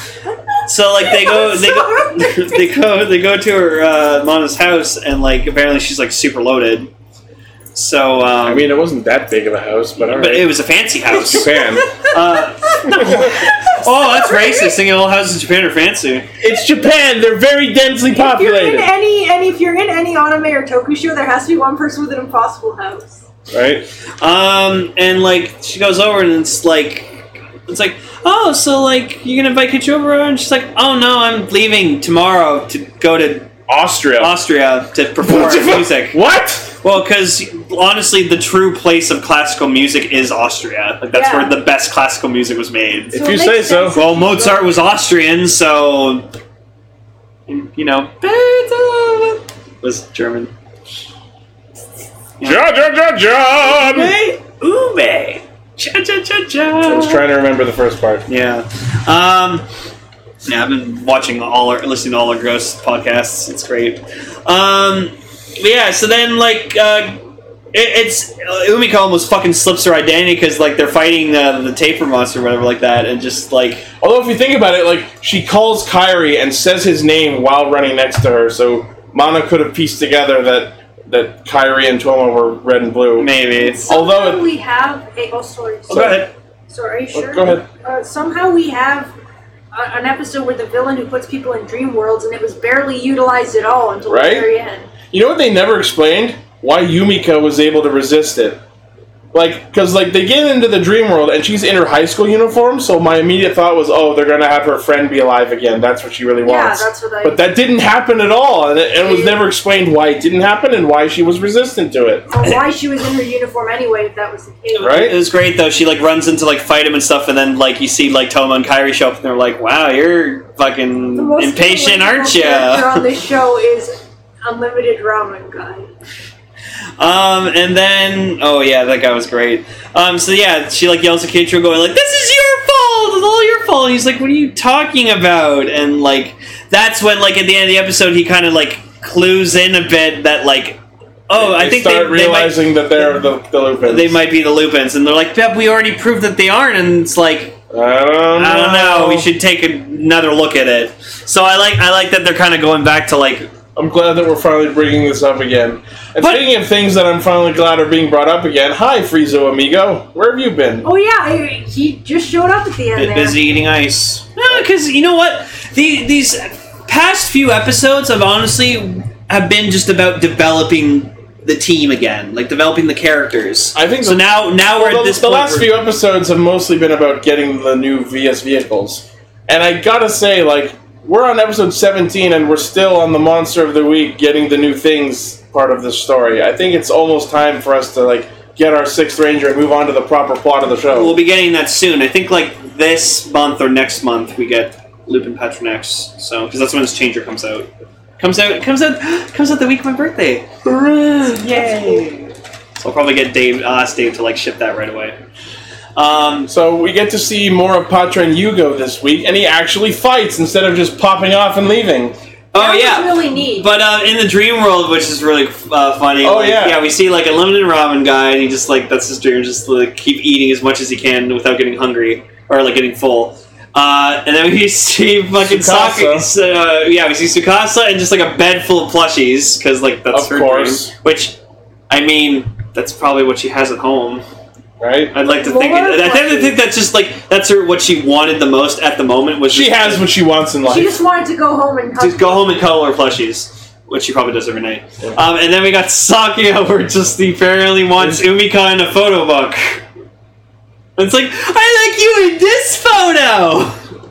So like they go, they go,
I'm sorry.
they go, they go to her uh, Mana's house, and like apparently she's like super loaded. So um,
I mean, it wasn't that big of a house, but all
but
right.
it was a fancy house.
Japan.
Uh, oh, that's racist. Thinking all houses in Japan are fancy.
it's Japan. They're very densely
If you're in
populated,
any, any, if you're in any anime or tokusho, there has to be one person with an impossible house.
right?
Um, and like she goes over and it's like, it's like, oh, so like you're gonna invite Kitch over, and she's like, oh no, I'm leaving tomorrow to go to
Austria.
Austria to
What the
perform
fuck?
music.
What?
Well, because honestly, the true place of classical music is Austria. Like that's where
Yeah.
the best classical music was made.
If
it
you
makes
say so.
sense.
Well, Mozart was Austrian, so you know Beethoven was German.
Ja, ja, ja, ja.
Ube. Cha cha cha
I was
cha.
trying to remember the first part.
Yeah. Um. Yeah, I've been watching all our, listening to all our gross podcasts. It's great. Um. but yeah. So then, like, uh, it, it's uh, Umiko almost fucking slips her identity because like they're fighting uh, the taper monster, or whatever, like that, and just like
Although, if you think about it, like she calls Kyrie and says his name while running next to her, so Mana could have pieced together that that Kyrie and Toma were red and blue.
maybe. it's-
Although
Somehow
it-
we have a oh sorry,
Oh, go ahead.
sorry, are you
Oh,
sure?
go ahead.
Uh, somehow we have a, an episode with the villain who puts people in dream worlds, and it was barely utilized at all until
Right?
the very end.
You know what they never explained? Why Yumika was able to resist it. Like, because, like, they get into the dream world and she's in her high school uniform, so my immediate thought was, oh, they're going to have her friend be alive again. That's what she really
Yeah,
wants.
that's what I-
But that didn't happen at all, and it, and it was
Yeah.
never explained why it didn't happen and why she was resistant to it.
Or why she was in her uniform anyway, if that was the case.
Right?
It was great though. She like runs into like fight him and stuff, and then like you see like Toma and Kyrie show up, and they're like, "Wow, you're fucking
The most
impatient,
relatable
aren't you?"
character on this show is unlimited ramen guy.
Um, and then oh yeah, that guy was great. Um, so yeah, she like yells at Keitro, going like, "This is your fault! It's all your fault!" And he's like, "What are you talking about?" And like that's when like at the end of the episode, he kind of like clues in a bit that like, oh, I
They
think
start
they, they might
realizing that they're the, the Lupins.
they might be the Lupins, and they're like, "Beb, we already proved that they aren't," and it's like.
I don't know.
I don't know. We should take another look at it. So I like I like that they're kind of going back to like
I'm glad that we're finally bringing this up again. And
But-
speaking of things that I'm finally glad are being brought up again, hi, Frizo Amigo. Where have you been?
Oh yeah, I, he just showed up at the end
bit
there.
busy eating ice. No, because you know what? The, these past few episodes have honestly have been just about developing the team again, like developing the characters.
I think
so.
the-
now now we're
Well,
at
the,
this.
the
point
last
where-
few episodes have mostly been about getting the new VS vehicles, and I gotta say, like, we're on episode seventeen, and we're still on the monster of the week, getting the new things part of the story. I think it's almost time for us to like get our sixth ranger and move on to the proper plot of the show.
we'll be getting that soon. I think like this month or next month we get Lupin Patronex. So because that's when his changer comes out. Comes out comes out comes out the week of my birthday.
Yay.
I'll probably get Dave, uh, I'll ask Dave to like ship that right away. Um,
So we get to see more of Patran Yugo this week, and he actually fights instead of just popping off and leaving.
oh
That was
yeah,
really neat.
But uh, in the dream world, which is really uh, funny,
Oh,
like,
yeah.
we see like a limited ramen guy, and he just like that's his dream, just like keep eating as much as he can without getting hungry or like getting full. Uh, and then we see fucking
Tsukasa.
Saki. Uh, yeah, we see Sukasa and just like a bed full of plushies because like that's
Of
her
course.
dream. Which, I mean, that's probably what she has at home.
Right?
I'd like to think.
More
I think, I think that's just like that's her what she wanted the most at the moment was
She
just-
has what she wants in life.
she just wanted to go home and
just go home and cuddle her plushies, which she probably does every night. Um, and then we got Sakia, where just he apparently wants Umika in a photo book. It's like I like you in this photo.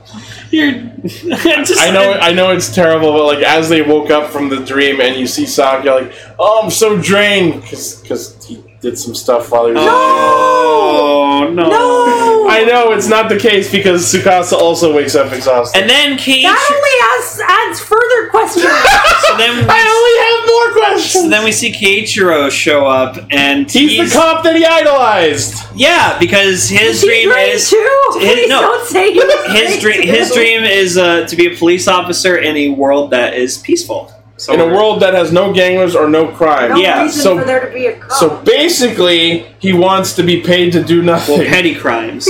You're I just
I know, I know it's terrible, but like as they woke up from the dream and you see Saki, like, oh, I'm so drained because he did some stuff while he was.
No, no,
No!
I know it's not the case because Sukasa also wakes up exhausted.
And then Kate.
That only adds, adds further questions.
so then,
I only have more questions.
so then we see Keiichiro show up, and
he's, the cop that he idolized.
Yeah, because his
She
dream
dreamed
is
too.
his-
Please
no.
don't say you
his dream his dream is uh, to be a police officer in a world that is peaceful. So
in a world that has no ganglers or no crime.
No
Yeah,
reason
so-
for there to be a cop.
So basically, he wants to be paid to do nothing.
well, petty crimes,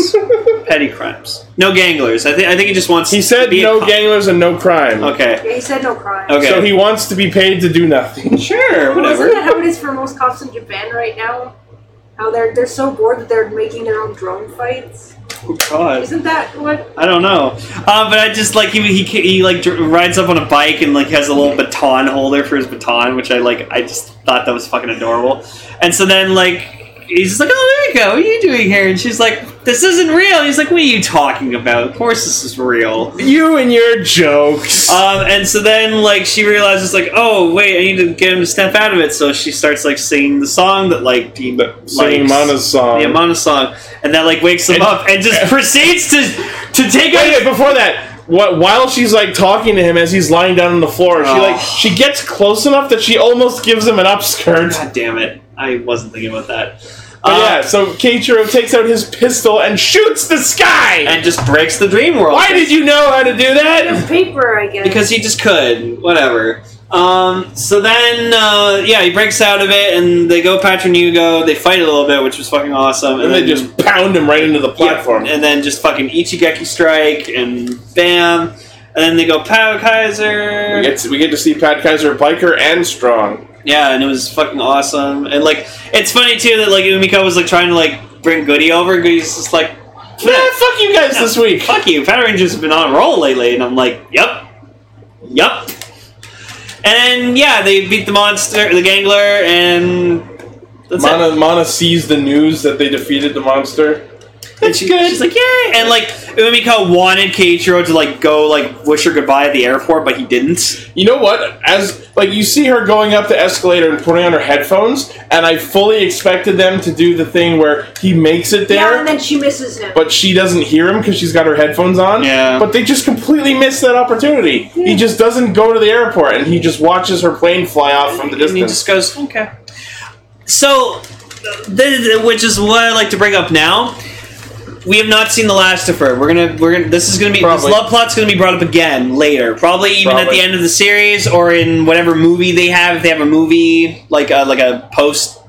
petty crimes, no ganglers. I think I think he just wants.
he
to
said
be a
no
cop.
ganglers and no crime.
Okay,
yeah, he said no crime.
okay.
So he wants to be paid to do nothing.
sure,
Well,
whatever.
Isn't that how it is for most cops in Japan right now? How they're they're so bored that they're making their own drone fights.
Oh, God.
Isn't that what?
I don't know, uh, but I just like he, he he like dr- rides up on a bike and like has a little baton holder for his baton, which I like. I just thought that was fucking adorable. And so then like he's just like, "Oh, there you go. What are you doing here?" And she's like, "This isn't real." And he's like, "What are you talking about? Of course this is real."
You and your jokes.
Um, and so then, like, she realizes, like, oh wait, I need to get him to snap out of it. So she starts like singing the song that like he
Singing
likes,
Mana's song.
the Amana song, and that like wakes him
And-
up and just proceeds to to take
Wait, wait,
out.
before that, what, while she's like talking to him as he's lying down on the floor, she like
Oh.
she gets close enough that she almost gives him an upskirt.
God damn it! I wasn't thinking about that.
But yeah,
Uh,
so Keiichiro takes out his pistol and shoots the sky.
and just breaks the dream world.
Why did you know how to do that?
There's paper, I guess.
because he just could whatever um, so then uh, yeah he breaks out of it and they go patronugo they fight a little bit which was fucking awesome
And they
then
just pound him right into the platform.
Yeah, and then just fucking Ichigeki strike and bam. And then they go Power Kaiser.
We get, to, we get to see Pat Kaiser biker and strong.
Yeah, and it was fucking awesome. And like it's funny too that like Umiko was like trying to like bring Goody over. Goody's just like
Yeah, fuck you guys this week.
fuck you, Power Rangers have been on a roll lately, and I'm like, yep, yep. And yeah, they beat the monster, the gangler, and that's it.
Mana, Mana sees the news that they defeated the monster.
And she, she's like, yay! And like Umiko wanted Keiichiro to like go like wish her goodbye at the airport, but he didn't.
You know what? As like you see her going up the escalator and putting on her headphones, and I fully expected them to do the thing where he makes it there,
yeah, and then she misses him.
but she doesn't hear him because she's got her headphones on.
Yeah.
But they just completely missed that opportunity. He just doesn't go to the airport, and he just watches her plane fly off from the
And he
distance.
just goes, okay. So, th- th- which is what I like to bring up now. We have not seen the last of her. We're gonna, we're gonna. This is gonna be
Probably.
this love plot's gonna be brought up again later, probably even at
Probably.
the end of the series or in whatever movie they have. If they have a movie like a, like a post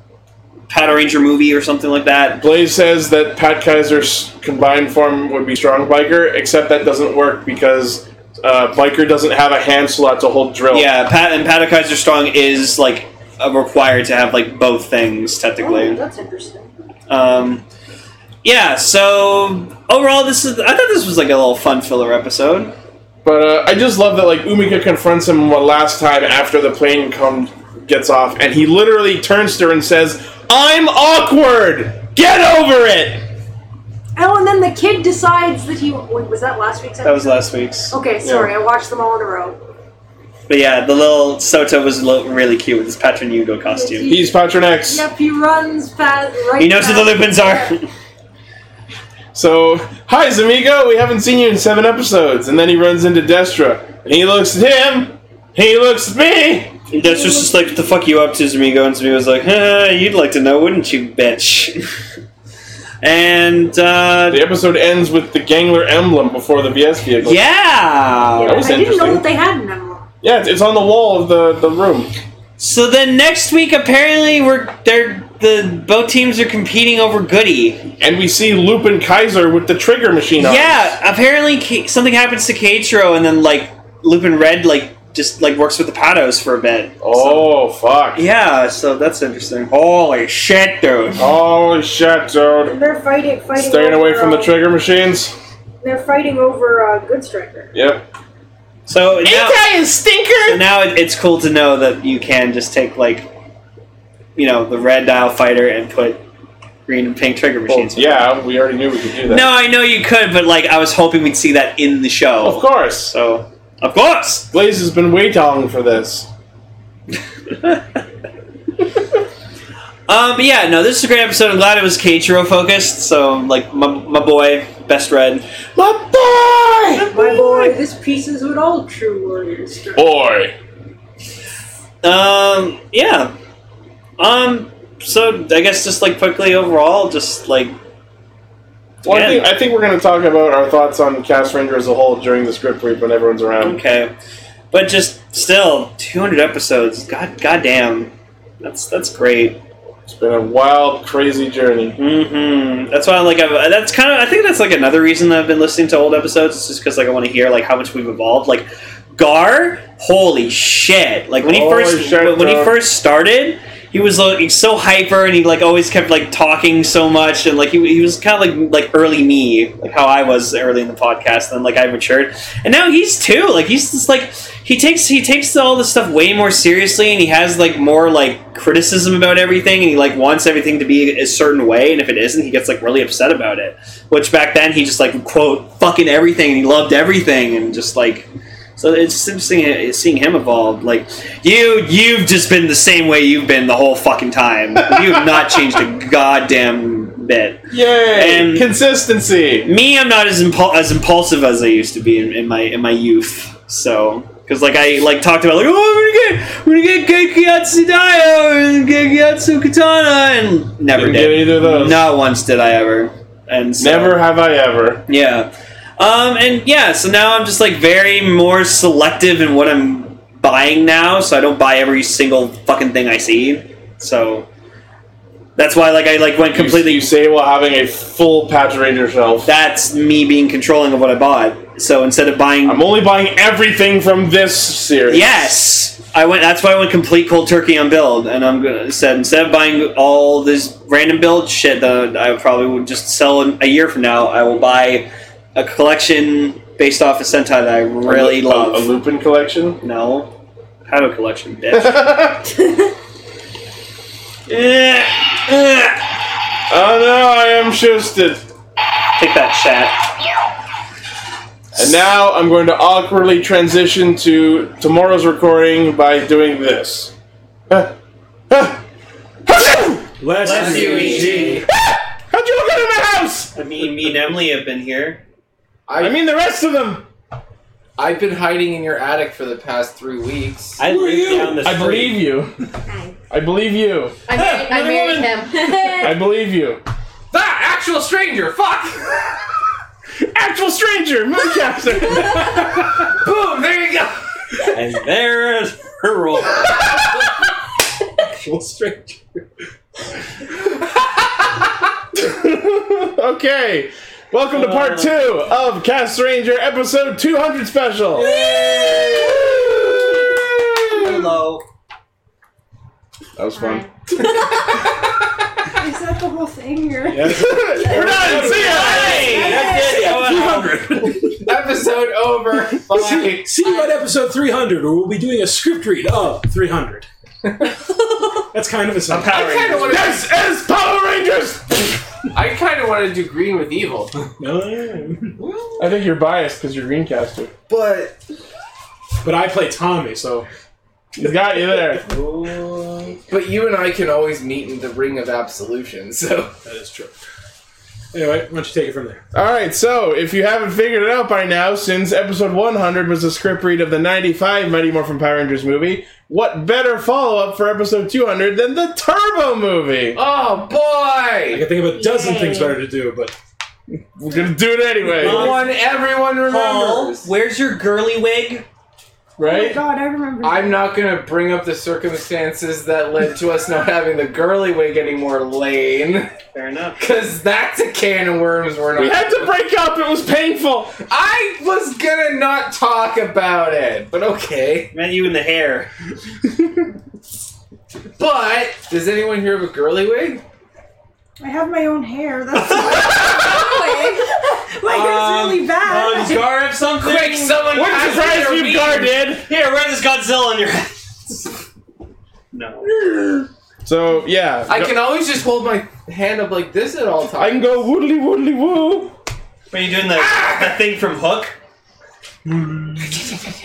Power Ranger movie or something like that.
Blaze says that Pat Kaiser's combined form would be strong biker, except that doesn't work because uh, biker doesn't have a hand slot to hold drill.
Yeah, Pat and Pat Kaiser Strong is like uh, required to have like both things technically.
oh, that's interesting.
Um, yeah, so overall, this is. I thought this was like a little fun filler episode.
But uh, I just love that like Umika confronts him one last time after the plane come gets off, and he literally turns to her and says, "I'm awkward. Get over it."
Oh, and then the kid decides that he wait, was that last week's.
That was last week's.
Okay, sorry, I watched them all in a row.
But yeah, the little Soto was lo- really cute with his Patron Hugo costume.
He's Patron X.
Yep, he runs fast. Right
He knows who
past
the Lupins are.
So, hi Zamigo, we haven't seen you in seven episodes. And then he runs into Destra, and he looks at him, he looks at me,
That's just like, what the fuck you up to, Zamigo? And Zamigo's like, huh, you'd like to know, wouldn't you, bitch? and, uh,
The episode ends with the Gangler emblem before the VS vehicle. That
yeah!
was
I didn't know
interesting.
that they had an emerald.
Yeah, it's- it's on the wall of the, the room.
So then next week, apparently, we're, they're, the, both teams are competing over Goody.
And we see Lupin Kaiser with the trigger machine on.
Yeah, apparently K- something happens to Katro, and then like Lupin Red like just like works with the Patos for a bit.
Oh, fuck.
So- yeah, so that's interesting. Holy shit, dude!
Holy shit, dude.
They're fighting, fighting.
Staying away
over,
from the
um,
trigger machines.
They're fighting over uh, Good Striker.
Yep.
So now,
and Stinker!
now it, it's cool to know that you can just take like you know the red dial fighter and put green and pink trigger
Well,
machines.
yeah, we already knew we could do that.
No, I know you could, but like I was hoping we'd see that in the show.
Of course.
So of course.
Blaze has been waiting for this.
Um, but yeah, no, this is a great episode. I'm glad it was Keiichiro focused. So, like, my, my boy, best red.
My
My boy, this piece is what all true warriors do.
boy! Boy.
Um, yeah. Um, so I guess just like quickly overall, just like
Well, I
Yeah.
think, I think we're going to talk about our thoughts on Cast Ranger as a whole during the script read when everyone's around.
okay, but just still 200 episodes. God, goddamn, that's that's great.
It's been a wild, crazy journey.
hmm That's why, like, I've, that's kind of. I think that's like another reason that I've been listening to old episodes. It's just because like I want to hear like how much we've evolved. Like, Gar, holy shit! Like when he
Holy
first
shit,
when he
dog.
first started, he was like so hyper and he like always kept like talking so much and like he, he was kind of like like early me, like how I was early in the podcast. And then like I matured, and now he's too. Like he's just like he takes he takes all this stuff way more seriously and he has like more like criticism about everything and he like wants everything to be a certain way and if it isn't he gets like really upset about it which back then he just like would quote fucking everything and he loved everything and just like so it's just interesting uh, seeing him evolve like you you've just been the same way you've been the whole fucking time you have not changed a goddamn bit
Yay!
And-
Consistency!
me i'm not as, impul- as impulsive as i used to be in, in my in my youth so because like i like talked about like oh i'm gonna get i'm gonna get gekiatsu daio and gekiatsu katana and never
Didn't
did
get either of those.
not once did i ever and so,
Never have I ever.
yeah um and yeah so now i'm just like very more selective in what i'm buying now so i don't buy every single fucking thing i see so that's why like i like went completely
You, you say while having a full Patch Ranger shelf.
that's me being controlling of what I bought. So instead of buying,
I'm only buying everything from this series.
yes, I went. That's why I went complete cold turkey on build, and I'm gonna said instead of buying all this random build shit that I probably would just sell in a year from now, I will buy a collection based off of Sentai that I
A-
really
a-
love.
A, Lupin collection.
no, Pato collection, bitch. Eh, eh.
Oh no, Uh, I am shusted.
Take that, chat.
And now I'm going to awkwardly transition to tomorrow's recording by doing this. Huh. Huh. How'd
Bless you, E EG.
you all get in my house?
I mean, me and Emily have been here.
I mean the rest of them.
I've been hiding in your attic for the past three weeks.
I live down the street.
I believe you. I believe you.
I, married- I married him.
I believe you.
That actual stranger. Fuck.
Actual stranger, Mooncaster.
Boom. There you go.
and there is her roll.
Actual stranger.
okay. Welcome to
Uh.
part two of Cast Ranger episode 200 special.
Hello.
That was fun.
Is that the whole thing? Or?
We're done. See ya.
Episode over. Bye.
See you at episode 300, where we'll be doing a script read of 300. That's kind of a sign.
I kind of want to.
This is Power Rangers.
I kind of want to do green with evil.
No.
I think you're biased because you're Greencaster.
But
But I play Tommy, so
He's got you there.
but you and I can always meet in the ring of absolution. So
that is true. Anyway, why don't you take it from there?
All right, so if you haven't figured it out by now, since episode 100 was a script read of the 95 Mighty Morphin Power Rangers movie, what better follow up for episode 200 than the Turbo movie?
Oh
I
boy!
can think of a dozen
Yay.
things better to do, but
We're gonna do it
The
anyway,
one everyone
Paul,
remembers.
where's your girly wig?
Oh my
right?
god, I remember.
I'm not gonna bring up the circumstances that led to us not having the girly wig anymore, Lane,
Fair enough.
because that's a can of worms we're not.
We had to break up, it was painful!
I was gonna not talk about it, but okay.
Meant you in the hair.
But does anyone hear of a girly wig?
I have my own hair. That's my hair's really bad.
Um, Gar have something?
Quick, someone
We're
pass me
surprised
their
you
weed.
guarded!
Here, wear this Godzilla on your head. no.
So, yeah.
I can always just hold my hand up like this at all times.
I can go woodly woodly woo!
Are you doing the, the thing from Hook?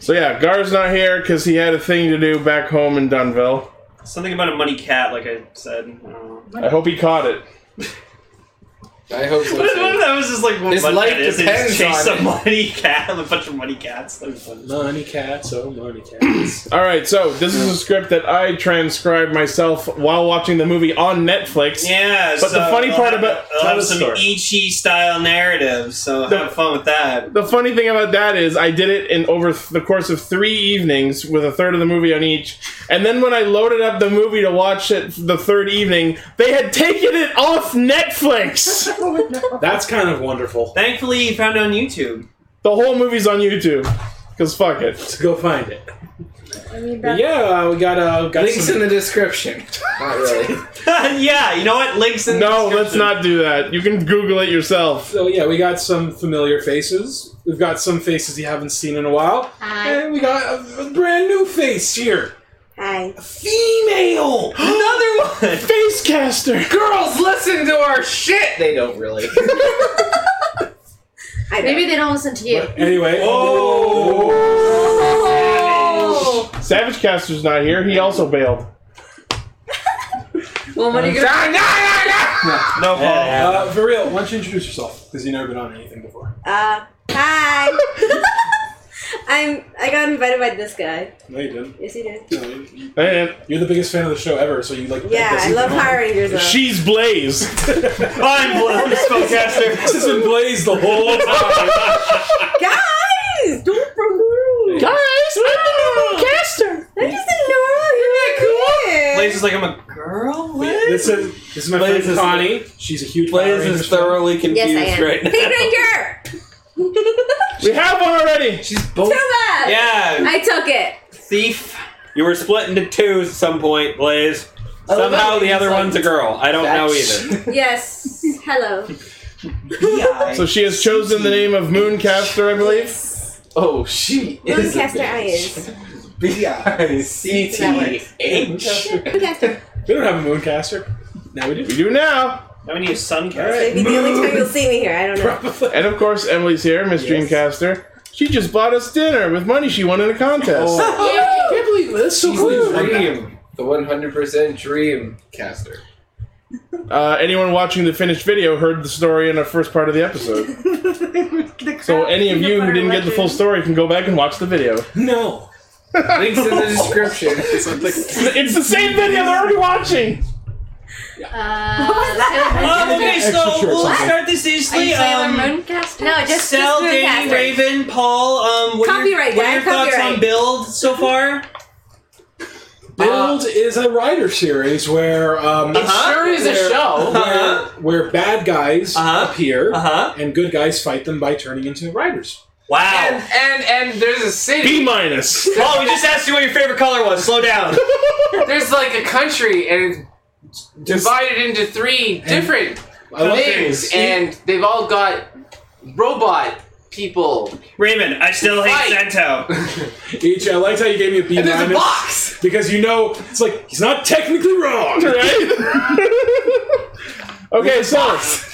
So, yeah, Gar's not here because he had a thing to do back home in Dunville.
Something about a money cat, like I said. I don't know.
I hope he caught it.
I hope so.
What if
too.
that was just like what
His
money
life
cat is? They just
depends
chase
on
some
it.
money cat, a bunch of money cats. That'd be fun.
money cats, oh money cats.
All right, so this is a script that I transcribed myself while watching the movie on Netflix.
Yeah,
But the
so
funny
they'll
part
uh,
have-
about-
they'll
tell
have
the
some
story.
Ichi style narrative, so
The-
have fun with that.
The funny thing about that is I did it in over th- the course of 3 evenings with a third of the movie on each. And then when I loaded up the movie to watch it the third evening, they had taken it off Netflix.
That's kind of wonderful.
Thankfully, you found it on YouTube.
the whole movie's on YouTube cuz fuck it.
So go find it.
I mean,
But
that,
yeah, we got uh, got
Links
some-
in the description. Not really.
yeah, you know what? Links in the
No,
description.
let's not do that. You can google it yourself.
So yeah, we got some familiar faces. We've got some faces you haven't seen in a while,
Hi.
and we got a, a brand new face here.
Hi.
Female
Another one.
Facecaster.
Girls, listen to our shit. They don't really.
Maybe they don't listen to you.
Anyway, oh,
Oh.
Savage Caster's not here. He also bailed.
Well, what are you gonna?
Ah, nah, nah, nah.
No, Paul.
uh, for real, why don't you introduce yourself? Because you've never been on anything before.
Uh, hi. I'm. I got invited by this guy.
No, you didn't.
Yes, he did.
No, you- you-
And
You're the biggest fan of the show ever, so you like.
Yeah, I love Power Rangers. Though.
she's Blaze.
I'm Blaze Spellcaster.
This has been Blaze the whole time.
Guys, don't promote.
Guys, I'm the new caster.
That is adorable. You're not cool.
Blaze is like, I'm a girl? What?
this is this is my
Blaze
friend
is-
Connie. She's a huge Power
Blaze
Rangers
is
fan.
thoroughly confused
Yes, I am.
right now.
Pink Ranger.
We have one already.
She's both.
Tuba.
Yeah,
I took it.
thief. You were split into two at some point, Blaze.
I love
Somehow
how
the
he's
other
like-
one's a girl. I don't know
That's-
either.
Yes. Hello.
So she has chosen the name of Mooncaster, I believe.
Oh, she is.
Mooncaster I is.
B I C T H.
Mooncaster.
We don't have a Mooncaster. Now we do.
We do now.
Now we need a sun
All
cat.
right.
Maybe the only time you'll see me here. I don't know.
And of course, Emily's here, Miss Dreamcaster. She just bought us dinner with money she won in a contest.
Oh.
I can't believe that's so
She's the
cool.
dream. The 100% dream caster.
Uh, anyone watching the finished video heard the story in the first part of the episode.
the
So
crap
any of
peanut
you who
butter
didn't get the full
legend.
story can go back and watch the video.
No.
Links in the description.
It's the same video they're already watching.
Uh,
Um, okay, so
Extra
we'll
shorts on.
start this
Are
seriously.
you Sailor
Um,
Moon caster?
No, just
Sell,
just
Danny,
Mooncaster.
Raven, Paul. Um, what are your,
Copyright,
what are your
guys,
thoughts on
copyright.
Build so far? Uh,
Build is a writer series where um,
Uh-huh.
Sure is a
There-
show.
Uh-huh.
where bad guys
Uh-huh.
appear
Uh-huh.
and good guys fight them by turning into riders.
And,
Wow.
and and there's a
B
city.
minus.
Paul, we just asked you what your favorite color was. Slow down.
There's like a country and it's divided into three different
I love things.
things, and they've all got robot people.
Raven, I still hate
Fight.
Sento.
Each I liked how you gave me a B
And there's a
minus
box.
because you know it's like he's not technically wrong.
right? okay, so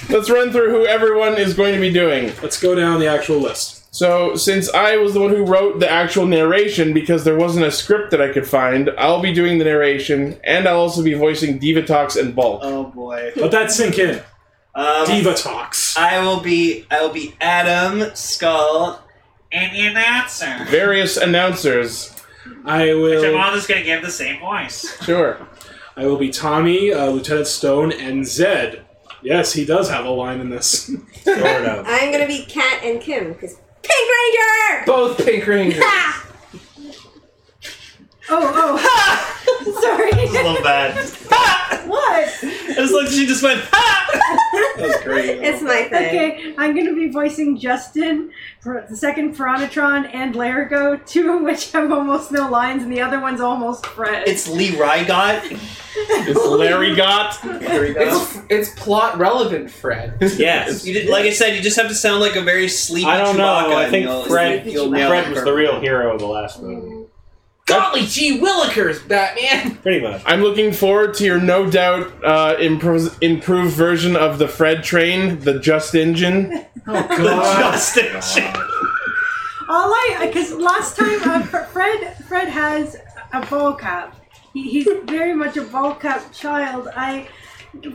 let's run through who everyone is going to be doing.
Let's go down the actual list.
So, since I was the one who wrote the actual narration because there wasn't a script that I could find, I'll be doing the narration and I'll also be voicing Divatox and Bulk.
Oh boy.
Let that sink in.
Um,
Diva talks.
I will be I will be Adam Skull and the announcer.
Various announcers.
I
Which I'm
will.
all just gonna give the same voice.
Sure.
I will be Tommy, uh, Lieutenant Stone, and Zed. Yes, he does have a line in this.
Sort of.
I'm gonna be Kat and Kim because Pink Ranger.
Both Pink Rangers.
Ha!
oh, ha! Sorry.
I love that.
What?
It's like she just went.
That was great.
It's my thing.
Okay, I'm going to be voicing Justin, for the second Piranatron, and Larigo, two of which have almost no lines, and the other one's almost Fred.
It's Lee Rygot.
It's Larry Got.
It's, it's plot relevant, Fred.
Yes. You did, like I said, you just have to sound like a very sleepy.
I don't know.
Chewbacca
I
and
think
you'll-
Fred,
you'll nail
Fred
it
was the
perfectly.
real hero of the last movie.
Golly gee willikers, Batman!
Pretty much.
I'm looking forward to your no doubt uh, improved, improved version of the Fred train, the Just Engine.
Oh
The Justin.
All I, because last time uh, Fr- Fred Fred has a ball cap. He, he's very much a ball cap child. I,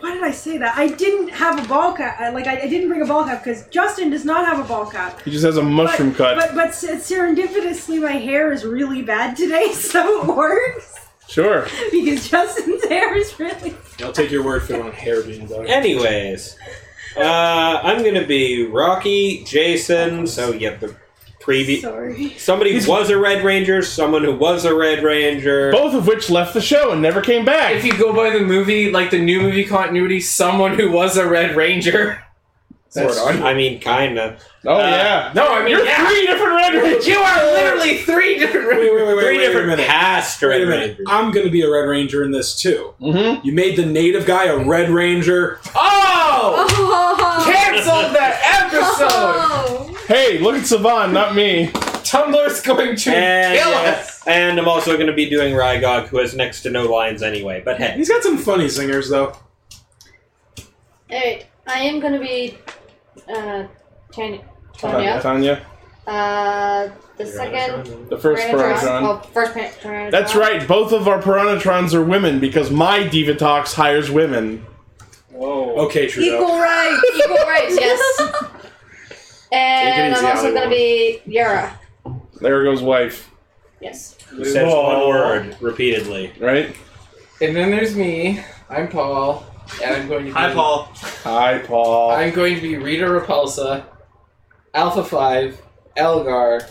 why did I say that? I didn't have a ball cap. I, like I, I didn't bring a ball cap because Justin does not have a ball cap.
He just has a mushroom
but,
cut.
But but s- serendipitously, my hair is really bad today, so it works
sure.
because Justin's hair is really.
I'll take your word for it on hair being done.
Anyways, uh, I'm gonna be Rocky Jason. So yeah, the previous
Sorry.
somebody was a Red Ranger. Someone who was a Red Ranger.
Both of which left the show and never came
If
back.
you go by the movie, like the new movie continuity, someone who was a Red Ranger.
That's-
Sort of.
I mean, kinda.
Oh
Uh,
yeah.
No, I mean,
You're
yeah.
three different Red Rangers.
You are literally three different Red
Wait, wait, wait, wait,
Three
wait, wait a
different
minute.
past
Wait
Red
a minute.
Rangers.
I'm going to be a Red Ranger in this too.
Mm-hmm.
You made the native guy a Red Ranger.
Oh!
Oh.
Cancel that episode!
Oh.
Hey, look at Savan, not me.
Tumblr's going to
And,
kill us!
and I'm also going to be doing Rygog, who has next to no lines anyway. But hey,
He's got some funny singers though.
Alright, I am gonna be uh Tanya.
Tanya.
Tanya. Uh the second
The first
Piranatron-
Piranatron.
Oh, first Piranatron.
That's right. Both of our Piranatrons are women because my Divatox hires women.
Whoa.
Okay, Trudeau.
Equal rights.
Equal rights, yes. And
easy,
I'm also
Ollie
gonna
Wong.
be Yara.
There goes wife,
Yes.
who says
Whoa.
one word repeatedly.
right?
And then there's me. I'm Paul. And I'm going to be.
Hi, Paul.
Hi, Paul.
I'm going to be Rita Repulsa, Alpha 5, Elgar,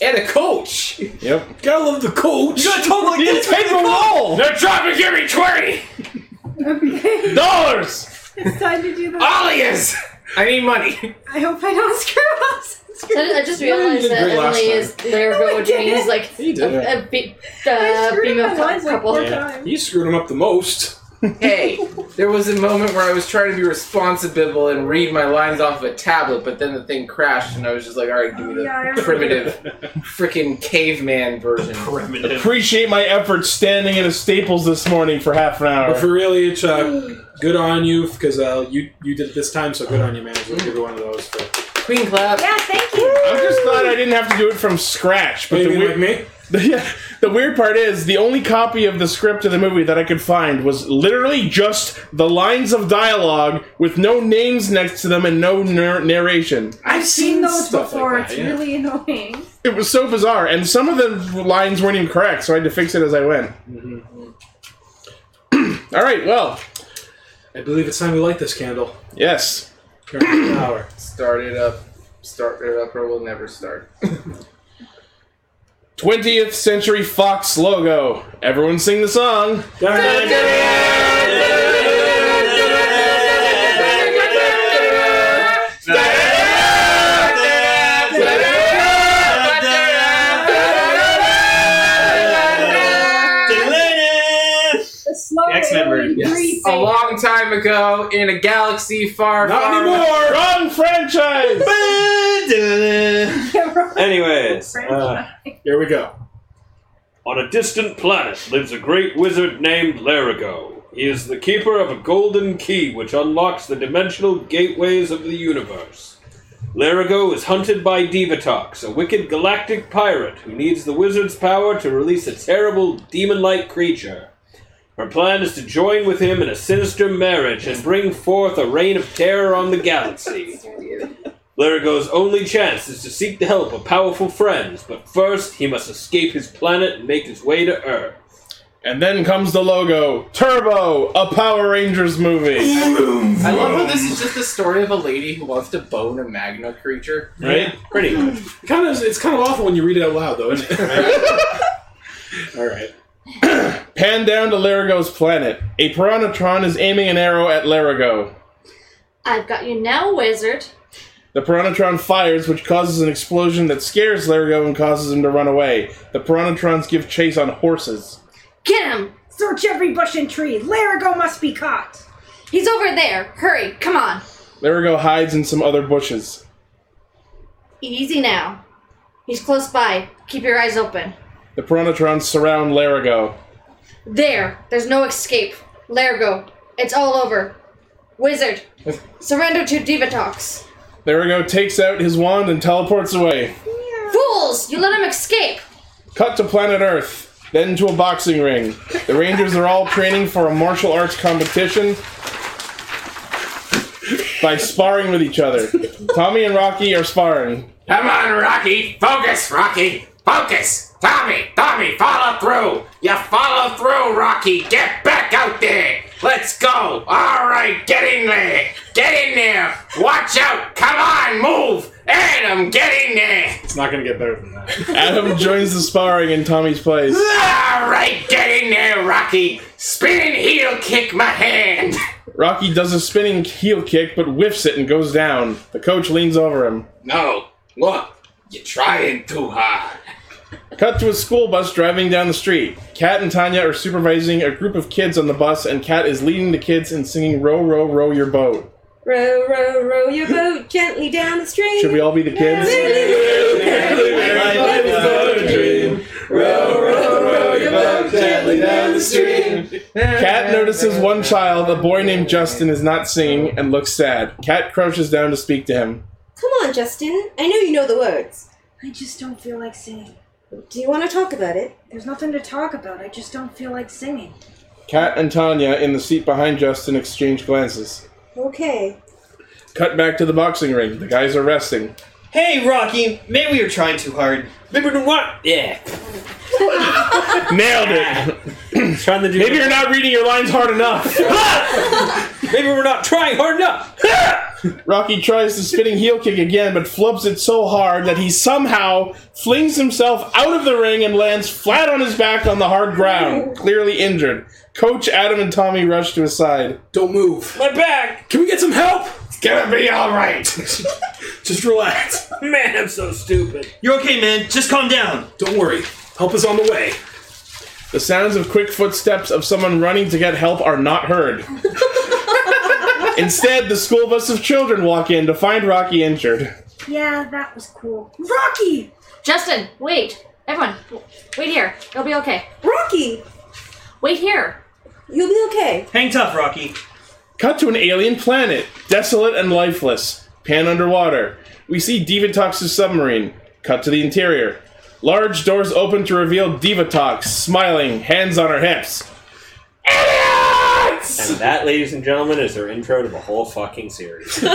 and a coach! You
Yep.
Gotta love the coach.
gotta talk like this!
Take the roll.
They're trying to give me 20!
Okay,
Dollars.
it's time to do the.
Alias! I need money.
I hope I don't screw up.
So I just realized
did
that
great last
Emily is Lyrical, which
did.
means like
He did.
a, a be-
I
uh,
screwed
female
up my lines
cou-
like
couple.
four
Yeah.
times.
You screwed him up the most.
Hey, there was a moment where I was trying to be responsible and read my lines off of a tablet, but then the thing crashed, and I was just like, alright, give me
Oh, Yeah, I
the
remember.
primitive, freaking caveman version.
Primitive.
Appreciate my efforts standing in a Staples this morning for half an
But for
hour.
real, Leach, uh, good on you because uh, you you did it this time, so good on you, man. We'll give you one of those. For,
Queen clap.
Yeah, thank you.
I'm just glad I didn't have to do it from scratch.
but
But
you
the
mean like
weird,
me?
yeah, the weird part is the only copy of the script of the movie that I could find was literally just the lines of dialogue with no names next to them and no nar- narration.
I've
seen those before.
Like that,
it's
yeah.
really annoying.
It was so bizarre, and some of the lines weren't even correct, so I had to fix it as I went. All right, well,
I believe it's time we light this candle.
yes.
Turn on the power.
Start it up. Start it up, or we'll never start.
20th Century Fox logo. Everyone sing the song.
The slow
X-Men version.
three
A long time ago, in a galaxy far,
Not
far
anymore.
Run franchise!
Anyways, uh,
Here we go.
On a distant planet lives a great wizard named Larigo. He is the keeper of a golden key which unlocks the dimensional gateways of the universe. Larigo is hunted by Divatox, a wicked galactic pirate who needs the wizard's power to release a terrible demon like creature. Her plan is to join with him in a sinister marriage and bring forth a reign of terror on the galaxy. Lerigo's only chance is to seek the help of powerful friends, but first he must escape his planet and make his way to Earth.
And then comes the logo Turbo, a Power Rangers movie.
I love how this is just the story of a lady who wants to bone a magna creature.
Right?
Pretty much.
Kind of, it's kind of awful when you read it out loud, though. Isn't it?
All right. Pan down to Larigo's planet. A Piranatron is aiming an arrow at Larigo.
I've got you now, wizard.
The Piranatron fires, which causes an explosion that scares Larigo and causes him to run away. The Piranatrons give chase on horses.
Get him!
Search every bush and tree. Larigo must be caught.
He's over there. Hurry, come on.
Larigo hides in some other bushes.
Easy now. He's close by. Keep your eyes open.
The Piranatrons surround Larigo.
There. There's no escape. Largo. It's all over. Wizard. Surrender to Divatox.
Larigo takes out his wand and teleports away.
Fools! You let him escape!
Cut to planet Earth, then to a boxing ring. The Rangers are all training for a martial arts competition by sparring with each other. Tommy and Rocky are sparring.
Come on, Rocky! Focus, Rocky! Focus! Tommy! Tommy, follow through! You follow through, Rocky! Get back out there! Let's go! Alright, get in there! Get in there! Watch out! Come on, move! Adam, get in there!
It's not going to get better than that.
Adam joins the sparring in Tommy's place.
Alright, get in there, Rocky! Spin heel kick my hand!
Rocky does a spinning heel kick but whiffs it and goes down. The coach leans over him.
No, look, you're trying too hard.
Cut to a school bus driving down the street. Kat and Tanya are supervising a group of kids on the bus, and Kat is leading the kids in singing Row, Row, Row Your Boat.
Row, row, row your boat gently down the stream.
Should we all be the kids? Kat notices one child, a boy named Justin, is not singing and looks sad. Kat crouches down to speak to him.
Come on, Justin. I know you know the words.
I just don't feel like singing.
Do you want to talk about it?
There's nothing to talk about. I just don't feel like singing.
Kat and Tanya, in the seat behind Justin, exchange glances.
Okay.
Cut back to the boxing ring. The guys are resting.
Hey, Rocky, maybe we were trying too hard. Maybe we what? Yeah.
Nailed it!
Trying to do
Maybe you're not reading your lines hard enough.
Maybe we're not trying hard enough.
Rocky tries the spinning heel kick again, but flubs it so hard that he somehow flings himself out of the ring and lands flat on his back on the hard ground, clearly injured. Coach Adam and Tommy rush to his side.
Don't move.
My back.
Can we get some help? It's
gonna be alright.
Just relax.
Man, I'm so stupid.
You're okay, man. Just calm down.
Don't worry. Help is on the way.
The sounds of quick footsteps of someone running to get help are not heard. Instead, the school bus of children walk in to find Rocky injured.
Yeah, that was cool. Rocky!
Justin, wait. Everyone, w- wait here. It'll be okay.
Rocky,
Wait here.
you'll be okay.
Hang tough, Rocky.
Cut to an alien planet, desolate and lifeless. Pan underwater. We see Divatox's submarine. Cut to the interior. Large doors open to reveal Divatox, smiling, hands on her hips.
And that, ladies and gentlemen, is their intro to the whole fucking series.
The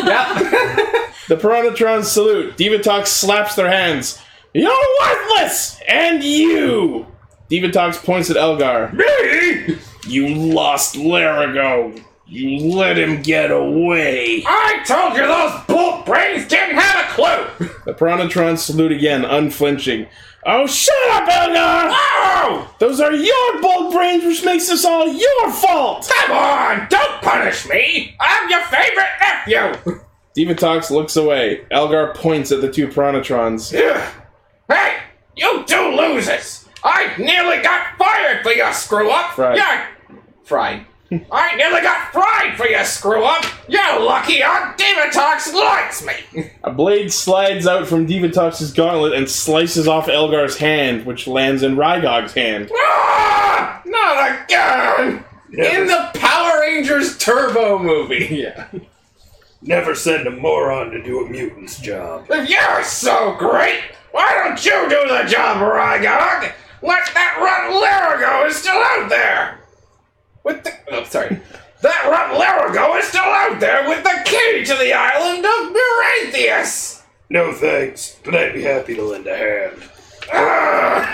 Piranatrons salute. Divatox slaps their hands. You're worthless! And you! Divatox points at Elgar. Me? You lost Larigo. You let him get away.
I told you those bull brains didn't have a clue!
The Piranatrons salute again, unflinching. Oh, shut up, Elgar!
Oh!
Those are your bold brains, which makes this all your fault!
Come on! Don't punish me! I'm your favorite nephew!
Divatox looks away. Elgar points at the two Piranatrons.
Ugh. hey! You two losers! I nearly got fired for your screw up!
Fried.
Yeah! Fried. I nearly got fried for your screw up! You're lucky our Dematox likes me!
A blade slides out from Divatox's gauntlet and slices off Elgar's hand, which lands in Rygog's hand.
Ah, not again!
In the Power Rangers Turbo movie.
Yeah.
Never send a moron to do a mutant's job.
If you're so great, why don't you do the job, Rygog? Let that rotten Larigo is still out there!
with the. Oh, sorry. That Rut Larigo is still out there with the key to the island of Miratheus!
No thanks, but I'd be happy to lend a hand.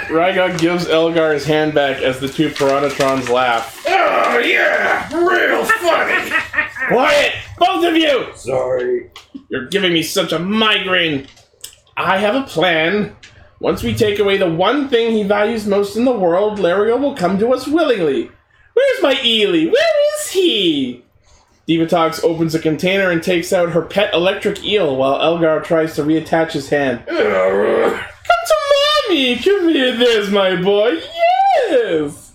Rygog gives Elgar his hand back as the two Piranatrons laugh.
Oh, yeah! Real funny!
Quiet! Both of you!
Sorry.
You're giving me such a migraine. I have a plan. Once we take away the one thing he values most in the world, Lario will come to us willingly. Where's my Ely? Where is he? Divatox opens a container and takes out her pet electric eel while Elgar tries to reattach his hand.
Ugh.
Come to mommy! Come here, there's my boy! Yes!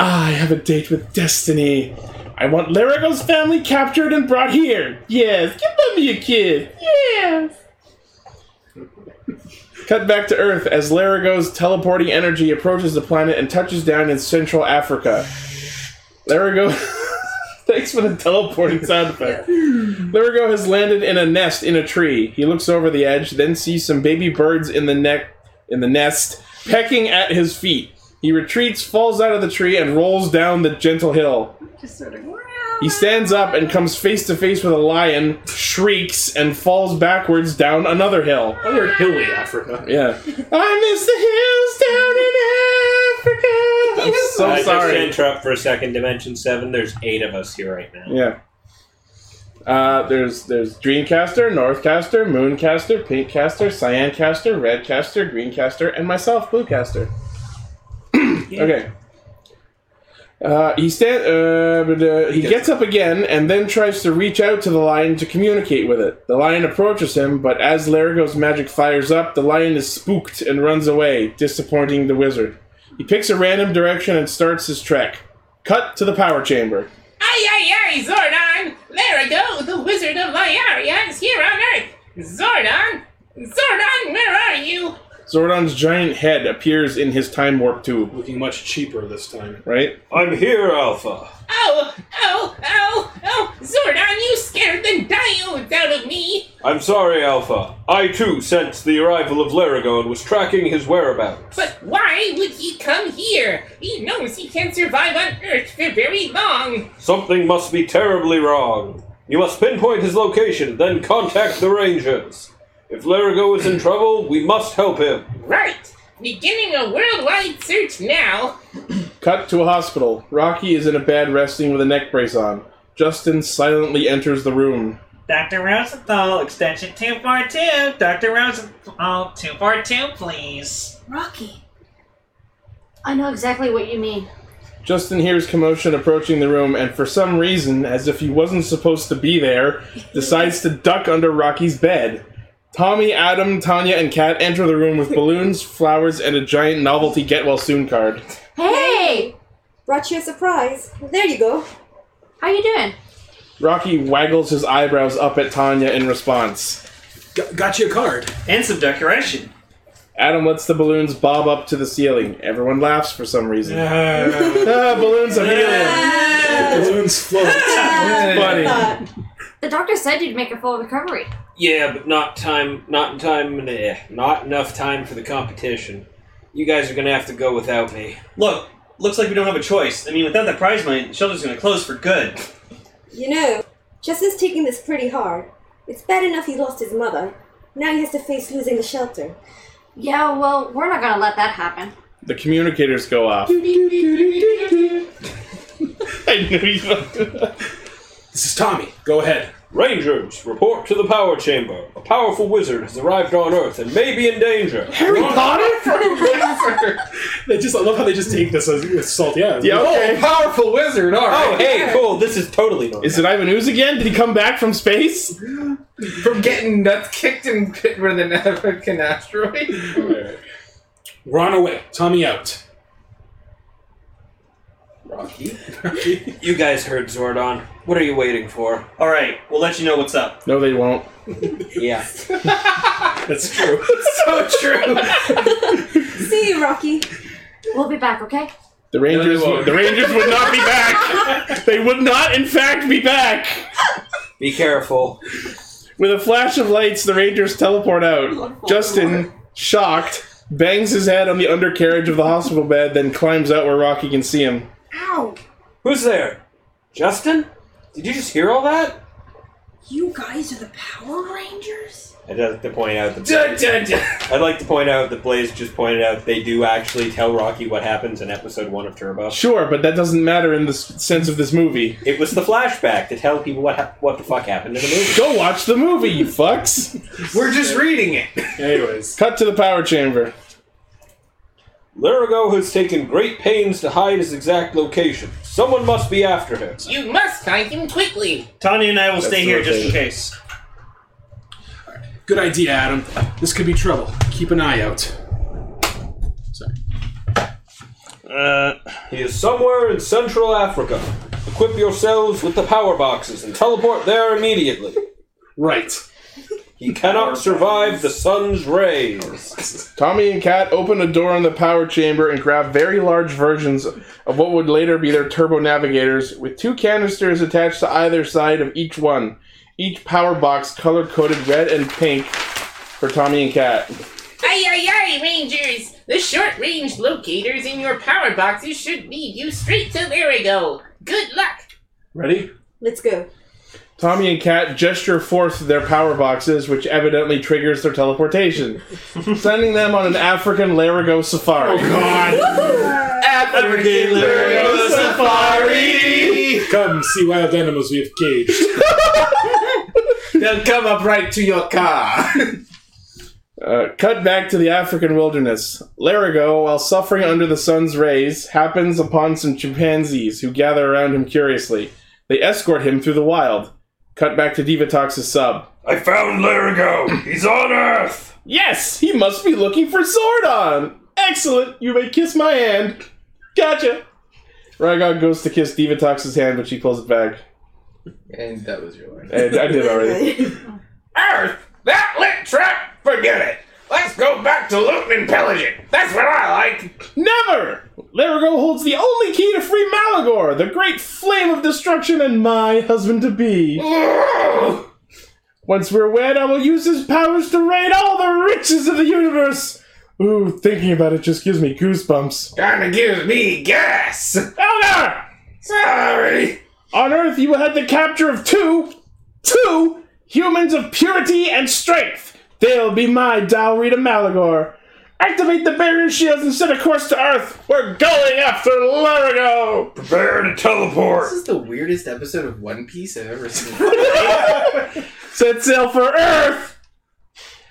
Ah, I have a date with destiny. I want Larigo's family captured and brought here. Yes, give mommy a kiss. Yes! Cut back to Earth as Larigo's teleporting energy approaches the planet and touches down in Central Africa. Larigo. Thanks for the teleporting sound effect. Lurigo has landed in a nest in a tree. He looks over the edge, then sees some baby birds in the neck in the nest pecking at his feet. He retreats, falls out of the tree, and rolls down the gentle hill.
Just sort of.
He stands up and comes face to face with a lion, shrieks, and falls backwards down another hill.
Another hilly Africa.
Yeah. I miss the hills down in Africa. I'm so
I
sorry.
Just interrupt for a second. Dimension seven. There's eight of us here right now.
Yeah. Uh, there's there's Dreamcaster, Northcaster, Mooncaster, Pinkcaster, Cyancaster, Redcaster, Greencaster, and myself, Bluecaster. okay. Uh, he stand, uh, but, uh, he gets up again and then tries to reach out to the lion to communicate with it. The lion approaches him, but as Larigo's magic fires up, the lion is spooked and runs away, disappointing the wizard. He picks a random direction and starts his trek. Cut to the power chamber.
Aye, aye, aye, Zordon! Larigo, the wizard of Lyaria, is here on Earth! Zordon! Zordon, where are you?
Zordon's giant head appears in his time warp tube.
Looking much cheaper this time.
Right?
I'm here, Alpha.
Oh, oh, oh, oh! Zordon, you scared the diodes out of me!
I'm sorry, Alpha. I too sensed the arrival of Larigo and was tracking his whereabouts.
But why would he come here? He knows he can't survive on Earth for very long!
Something must be terribly wrong. You must pinpoint his location, then contact the Rangers. If Larigo is in trouble, we must help him.
Right! Beginning a worldwide search now!
Cut to a hospital. Rocky is in a bed resting with a neck brace on. Justin silently enters the room.
Dr. Rosenthal, extension 242. Dr. Rosenthal, 242, please.
Rocky. I know exactly what you mean.
Justin hears commotion approaching the room and, for some reason, as if he wasn't supposed to be there, decides to duck under Rocky's bed. Tommy, Adam, Tanya, and Kat enter the room with balloons, flowers, and a giant novelty get well soon card.
Hey! Brought you a surprise. There you go.
How you doing?
Rocky waggles his eyebrows up at Tanya in response.
got you a card.
And some decoration.
Adam lets the balloons bob up to the ceiling. Everyone laughs for some reason. ah, balloons of helium.
Balloons float.
Funny.
The doctor said you'd make a full recovery.
Yeah, but not time. Not in time. eh, not enough time for the competition. You guys are gonna have to go without me.
Look, looks like we don't have a choice. I mean, without that prize money, the shelter's going to close for good.
You know, Justin's taking this pretty hard. It's bad enough he lost his mother. Now he has to face losing the shelter.
Yeah, well, we're not gonna let that happen.
The communicators go off. I knew you
This is Tommy. Go ahead.
Rangers, report to the power chamber. A powerful wizard has arrived on Earth and may be in danger.
Harry Potter? they just, I love how they just take this as, as salt. Yeah.
Yeah, oh, okay.
powerful wizard,
Oh,
alright.
hey, cool. This is totally normal.
Is it Ivan Ooze again? Did he come back from space?
From getting nuts kicked and hit with an African asteroid?
We're on our way. Tommy out.
Rocky? you guys heard Zordon. What are you waiting for?
All right, we'll let you know what's up.
No, they won't.
Yeah.
That's true.
so true.
See you, Rocky.
We'll be back, okay?
The Rangers,
won't.
the Rangers would not be back. they would not, in fact, be back.
Be careful.
With a flash of lights, the Rangers teleport out. Justin, shocked, bangs his head on the undercarriage of the hospital bed, then climbs out where Rocky can see him.
Ow!
Who's there? Justin? Did you just hear all that?
You guys are the Power Rangers?
I'd like to point out that
Dun, dun, dun.
I'd like to point out that Blaze just pointed out they do actually tell Rocky what happens in episode one of Turbo.
Sure, but that doesn't matter in the s- sense of this movie.
It was the flashback to tell people what hap what the fuck happened in the movie.
Go watch the movie, you fucks.
We're just reading it.
Anyways, cut to the power chamber.
Larigo has taken great pains to hide his exact location. Someone must be after him.
You must find him quickly.
Tanya and I will
That's
stay here just in
rotated.
case.
Good idea, Adam. This could be trouble. Keep an eye out.
Uh, he is somewhere in Central Africa. Equip yourselves with the power boxes and teleport there immediately.
Right.
He cannot survive the sun's rays.
Tommy and Kat open a door in the power chamber and grab very large versions of what would later be their turbo navigators, with two canisters attached to either side of each one. Each power box color coded red and pink for Tommy and Kat.
Aye, aye, aye, Rangers! The short range locators in your power boxes should lead you straight to Larigo. Good luck!
Ready?
Let's go.
Tommy and Kat gesture forth their power boxes, which evidently triggers their teleportation, sending them on an African Larigo safari. Oh
God.
African
Larigo
safari!
Come see wild animals we have caged.
They'll come up right to your car.
Uh, cut back to the African wilderness. Larigo, while suffering under the sun's rays, happens upon some chimpanzees who gather around him curiously. They escort him through the wild. Cut back to Divatox's sub.
I found Larigo. He's on Earth.
Yes, he must be looking for Zordon. Excellent. You may kiss my hand. Gotcha. Rygon goes to kiss Divatox's hand, but she pulls it back.
And that was your line.
And I did already.
Earth, that lit trap, forget it. Let's go back to looting and pillaging. That's what I like.
Never! Larigo holds the only key to free Malagor, the great flame of destruction and my husband to be. Once we're wed, I will use his powers to raid all the riches of the universe. Ooh, thinking about it just gives me goosebumps.
Kinda gives me gas.
Elder!
Sorry.
On Earth, you will have the capture of two, two humans of purity and strength. They'll be my dowry to Malagor. Activate the barrier shields and set a course to Earth. We're going after Larigo.
Prepare to teleport.
This is the weirdest episode of One Piece I've ever seen.
Set sail for Earth.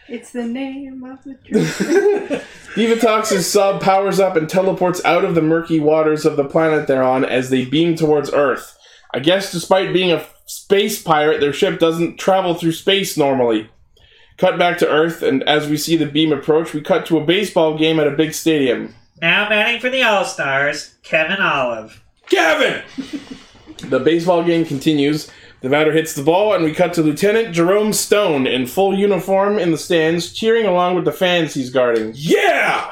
It's the name of the drink.
Divatox's sub powers up and teleports out of the murky waters of the planet they're on as they beam towards Earth. I guess despite being a space pirate, their ship doesn't travel through space normally. Cut back to Earth, and as we see the beam approach, we cut to a baseball game at a big stadium.
Now batting for the All Stars, Kevin Olive.
Kevin! the baseball game continues. The batter hits the ball, and we cut to Lieutenant Jerome Stone in full uniform in the stands, cheering along with the fans he's guarding. Yeah!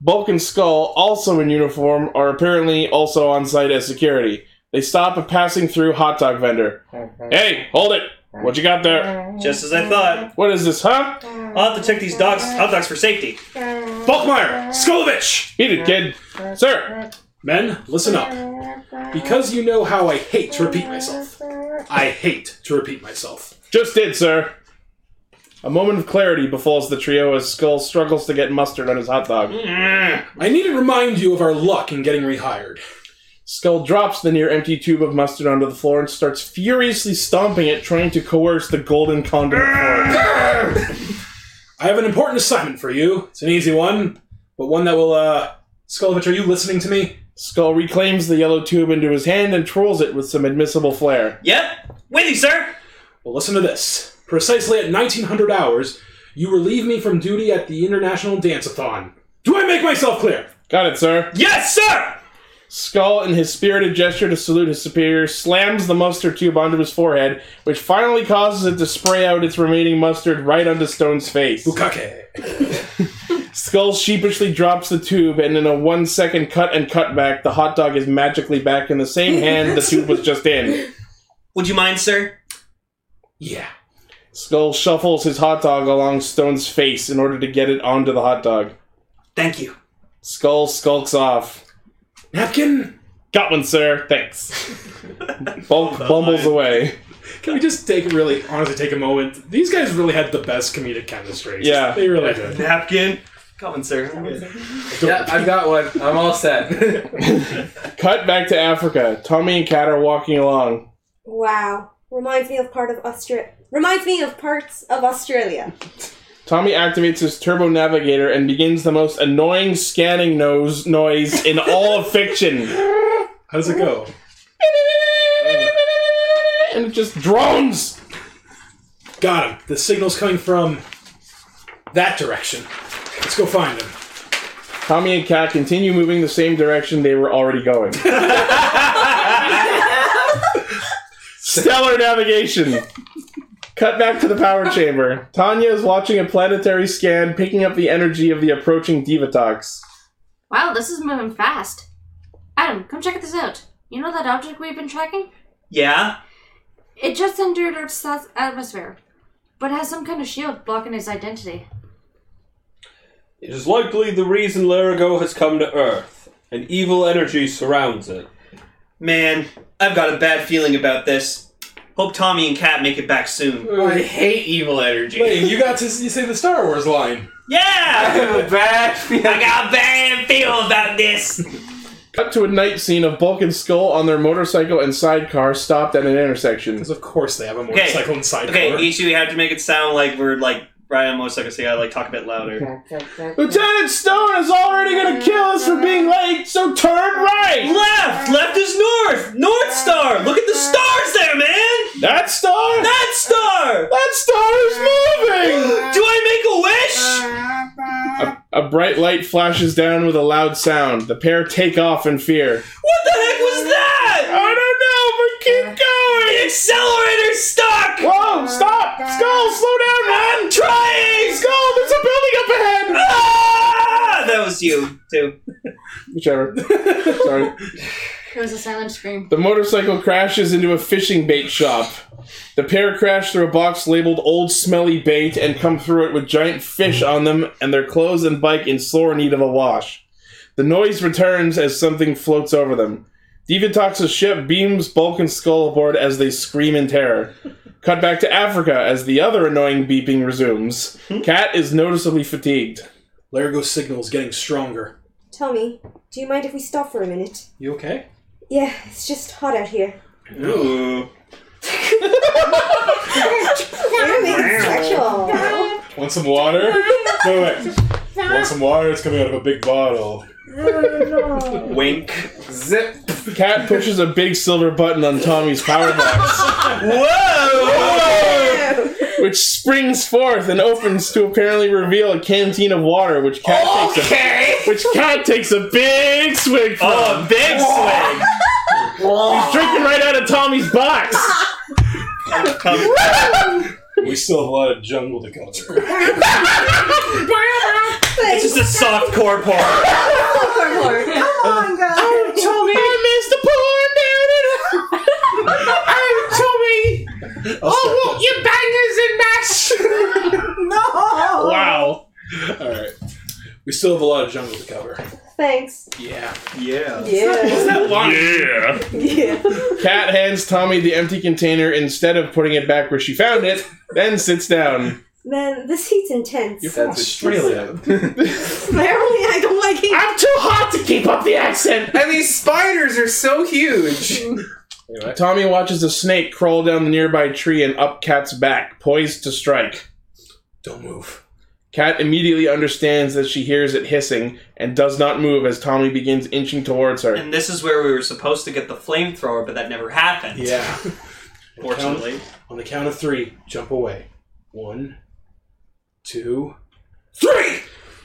Bulk and Skull, also in uniform, are apparently also on site as security. They stop a passing through hot dog vendor. Hey, hold it! What you got there?
Just as I thought.
What is this, huh?
I'll have to check these dogs, hot dogs for safety.
Bulkmeyer! Skolovich! Eat it, kid. Sir!
Men, listen up. Because you know how I hate to repeat myself. I hate to repeat myself.
Just did, sir. A moment of clarity befalls the trio as Skull struggles to get mustard on his hot dog.
I need to remind you of our luck in getting rehired.
Skull drops the near empty tube of mustard onto the floor and starts furiously stomping it, trying to coerce the golden condiment form.
I have an important assignment for you. It's an easy one, but one that will, uh. Skolovich, are you listening to me?
Skull reclaims the yellow tube into his hand and twirls it with some admissible flair.
Yep. With you, sir.
Well, listen to this. Precisely at 1900 hours, you relieve me from duty at the International Dance-a-thon. Do I make myself clear?
Got it, sir.
Yes, sir!
Skull, in his spirited gesture to salute his superior, slams the mustard tube onto his forehead, which finally causes it to spray out its remaining mustard right onto Stone's face.
Bukake.
Skull sheepishly drops the tube, and in a one second cut and cut back, the hot dog is magically back in the same hand the tube was just in.
Would you mind, sir?
Yeah.
Skull shuffles his hot dog along Stone's face in order to get it onto the hot dog.
Thank you.
Skull skulks off.
Napkin?
Got one, sir. Thanks. Bum- bumbles away.
Can we just take really honestly take a moment? These guys really had the best comedic chemistry.
Yeah.
they really did.
Napkin. Come on, sir.
Yeah, I've got one. I'm all set.
Cut back to Africa. Tommy and Kat are walking along.
Wow. Reminds me of part of Australia. Reminds me of parts of Australia.
Tommy activates his turbo navigator and begins the most annoying scanning nose noise in all of fiction. How
does it go?
And it just drones.
Got him. The signal's coming from that direction. Let's go find him.
Tommy and Kat continue moving the same direction they were already going. Stellar navigation. Cut back to the power chamber. Tanya is watching a planetary scan, picking up the energy of the approaching Divatox.
Wow, this is moving fast. Adam, come check this out. You know that object we've been tracking?
Yeah.
It just entered Earth's atmos- atmosphere, but has some kind of shield blocking its identity.
It is likely the reason Larigo has come to Earth. An evil energy surrounds it.
Man, I've got a bad feeling about this. Hope Tommy and Kat make it back soon.
I hate
evil energy.
Wait, you got to you say the Star Wars line.
Yeah!
bad.
I got a bad feel about this.
Cut to a night scene of Bulk and Skull on their motorcycle and sidecar stopped at an intersection. Because
of course they have a
Okay. okay, Ishi, we have to make it sound like we're like riding a motorcycle, so you gotta like talk a bit louder.
Lieutenant Stone is already gonna kill us for being late, so turn right!
Left! Left is north! North Star! Look at the stars there, man!
That star?
That star!
That star is moving!
Do I make a wish?
A bright light flashes down with a loud sound. The pair take off in fear.
What the heck was that?
I don't know, but keep going.
The accelerator's stuck.
Whoa! Stop! Skull, slow down, man.
I'm trying.
Skull, there's a building up ahead.
Ah, that was you too.
Whichever. Sorry.
It was a silent scream.
The motorcycle crashes into a fishing bait shop. The pair crash through a box labeled Old Smelly Bait and come through it with giant fish on them and their clothes and bike in sore need of a wash. The noise returns as something floats over them. Divatox's ship beams Bulk and Skull aboard as they scream in terror. Cut back to Africa as the other annoying beeping resumes.
Hmm?
Cat is noticeably fatigued.
Largo's signal is getting stronger.
Tommy, do you mind if we stop for a minute?
You okay?
Yeah, it's just hot out here.
Ooh.
We're being sexual.
Ah!
Want some water? No, wait. Want some water? It's coming out of a big bottle.
Wink.
Zip. Cat pushes a big silver button on Tommy's power box.
Whoa!
Which springs forth and opens to apparently reveal a canteen of water, which cat
Okay.
takes a which cat takes a big swig from.
Oh, a big swig.
He's drinking right out of Tommy's box.
we still have a lot of jungle to go through.
It's just a soft core porn.
Come on, guys.
Oh, Tommy.
I
missed the porn, oh, Tommy. oh, what? Your bangers and mash. no.
Wow. Alright. We still have a lot of jungle to cover.
Thanks.
Yeah.
Yeah.
Yeah.
Yeah.
Yeah.
Cat hands Tommy the empty container instead of putting it back where she found it, then sits down.
Man, this heat's intense.
Apparently, I don't like it.
I'm too hot to keep up the accent.
And these spiders are so huge.
Tommy watches a snake crawl down the nearby tree and up Cat's back, poised to strike.
Don't move.
Cat immediately understands that she hears it hissing and does not move as Tommy begins inching towards her.
And this is where we were supposed to get the flamethrower, but that never happened.
Yeah.
Fortunately.
Count- on the count of three, jump away. One, two.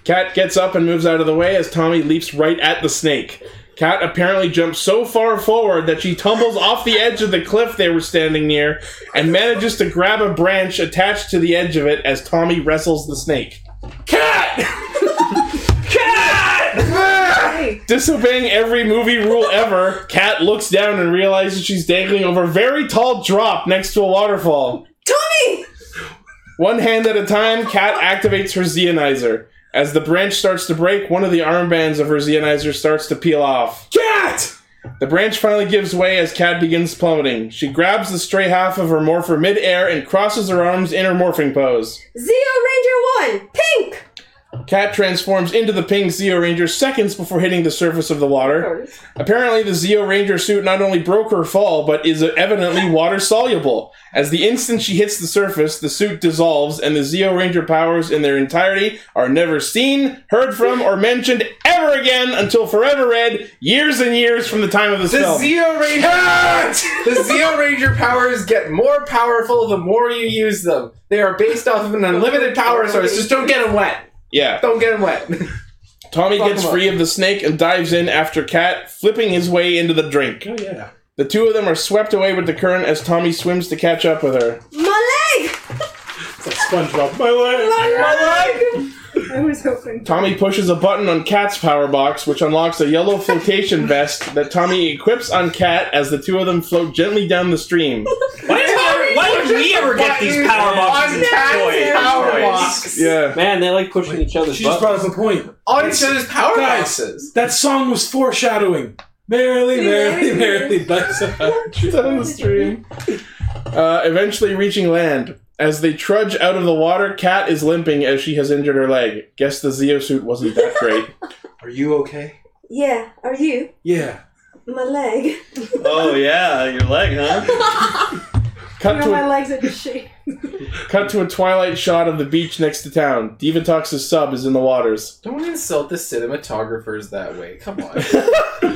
Cat gets up and moves out of the way as Tommy leaps right at the snake. Cat apparently jumps so far forward that she tumbles off the edge of the cliff they were standing near and manages to grab a branch attached to the edge of it as Tommy wrestles the snake. Disobeying every movie rule ever, Cat looks down and realizes she's dangling over a very tall drop next to a waterfall.
Tommy!
One hand at a time, Cat activates her Xeonizer. As the branch starts to break, one of the armbands of her Xeonizer starts to peel off.
Cat!
The branch finally gives way as Cat begins plummeting. She grabs the stray half of her morpher midair and crosses her arms in her morphing pose.
Zeo Ranger 1, pink!
Cat transforms into the pink Zeo Ranger seconds before hitting the surface of the water. Apparently, the Zeo Ranger suit not only broke her fall, but is evidently water soluble. As the instant she hits the surface, the suit dissolves, and the Zeo Ranger powers in their entirety are never seen, heard from, or mentioned ever again until Forever Red, years and years from the time of the
The
film.
Zeo Ranger, the Zeo Ranger powers get more powerful the more you use them. They are based off of an unlimited power source. Just don't get them wet.
yeah.
Don't get them wet.
Tommy
Fuck
gets
him up.
free of the snake and dives in after Cat, flipping his way into the drink.
Oh, yeah.
The two of them are swept away with the current as Tommy swims to catch up with her.
My leg!
It's like SpongeBob. My leg.
I was hoping.
Tommy pushes a button on Cat's power box, which unlocks a yellow flotation vest that Tommy equips on Cat as the two of them float gently down the stream.
Why did, we, why did we ever get these power boxes? as toys?
Yeah.
Man, they like pushing each other's
She just brought
buttons.
up a point.
On each other's power
Guys,
boxes.
That song was foreshadowing. Merrily, merrily, merrily, that's
down the stream. Uh, eventually reaching land. As they trudge out of the water, Cat is limping as she has injured her leg. Guess the Zeo suit wasn't that great.
Are you okay?
Yeah, are you?
Yeah.
My leg.
Oh yeah, your leg, huh?
Cut to,
my
a,
legs are just shaking.
cut to a twilight shot of the beach next to town. Divatox's sub is in the waters.
Don't insult the cinematographers that way. Come on.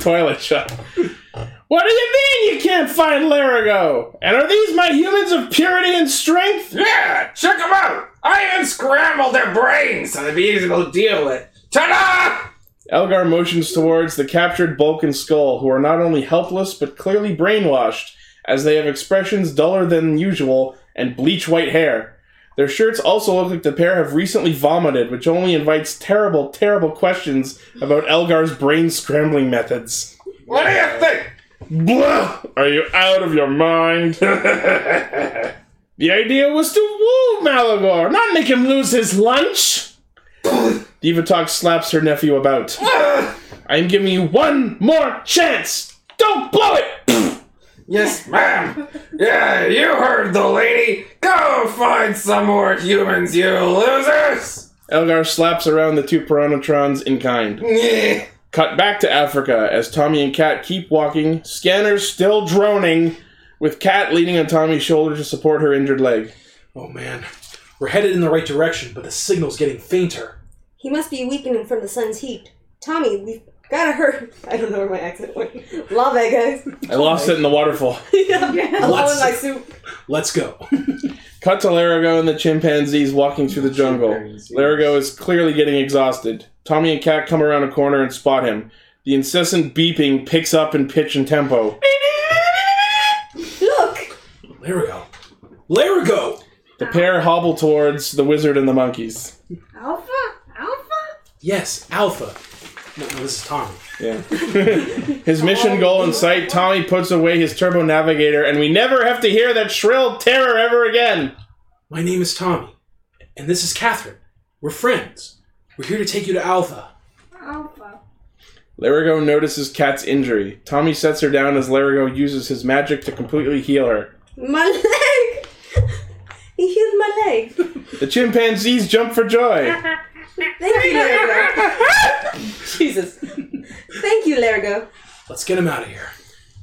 twilight shot. What do you mean you can't find Larigo? And are these my humans of purity and strength?
Yeah, check them out. I even scrambled their brains so they'd be easy to deal with. Ta-da!
Elgar motions towards the captured Bulk and Skull, who are not only helpless but clearly brainwashed, as they have expressions duller than usual and bleach white hair. Their shirts also look like the pair have recently vomited, which only invites terrible, terrible questions about Elgar's brain scrambling methods.
What do you think?
Blah! Are you out of your mind? the idea was to woo Malagor, not make him lose his lunch! Divatox slaps her nephew about. I'm giving you one more chance! Don't blow it!
Yes,
ma'am. Yeah, you heard the lady. Go find some more humans, you losers.
Elgar slaps around the two Piranatrons in kind.
Yeah.
Cut back to Africa as Tommy and Kat keep walking, scanners still droning, with Kat leaning on Tommy's shoulder to support her injured leg.
Oh man, we're headed in the right direction, but the signal's getting fainter.
He must be weakening from the sun's heat. Tommy, we've gotta hurt. I don't know where my accent went. Love it, guys.
I lost it in the waterfall.
Alone in my soup.
Let's go.
Cut to Larigo and the chimpanzees walking through the jungle. Larigo is clearly getting exhausted. Tommy and Cat come around a corner and spot him. The incessant beeping picks up in pitch and tempo.
Look!
Larigo. Larigo!
The pair hobble towards the wizard and the monkeys.
Alpha? Alpha?
Yes, Alpha. No, no, this is Tommy.
Yeah. his mission goal in sight, Tommy puts away his turbo navigator, and we never have to hear that shrill terror ever again.
My name is Tommy, and this is Catherine. We're friends. We're here to take you to Alpha.
Alpha.
Larigo notices Cat's injury. Tommy sets her down as Larigo uses his magic to completely heal her.
My leg! He healed my leg.
The chimpanzees jump for joy.
Thank you, Larigo. Jesus. Thank you, Larigo.
Let's get him out of here.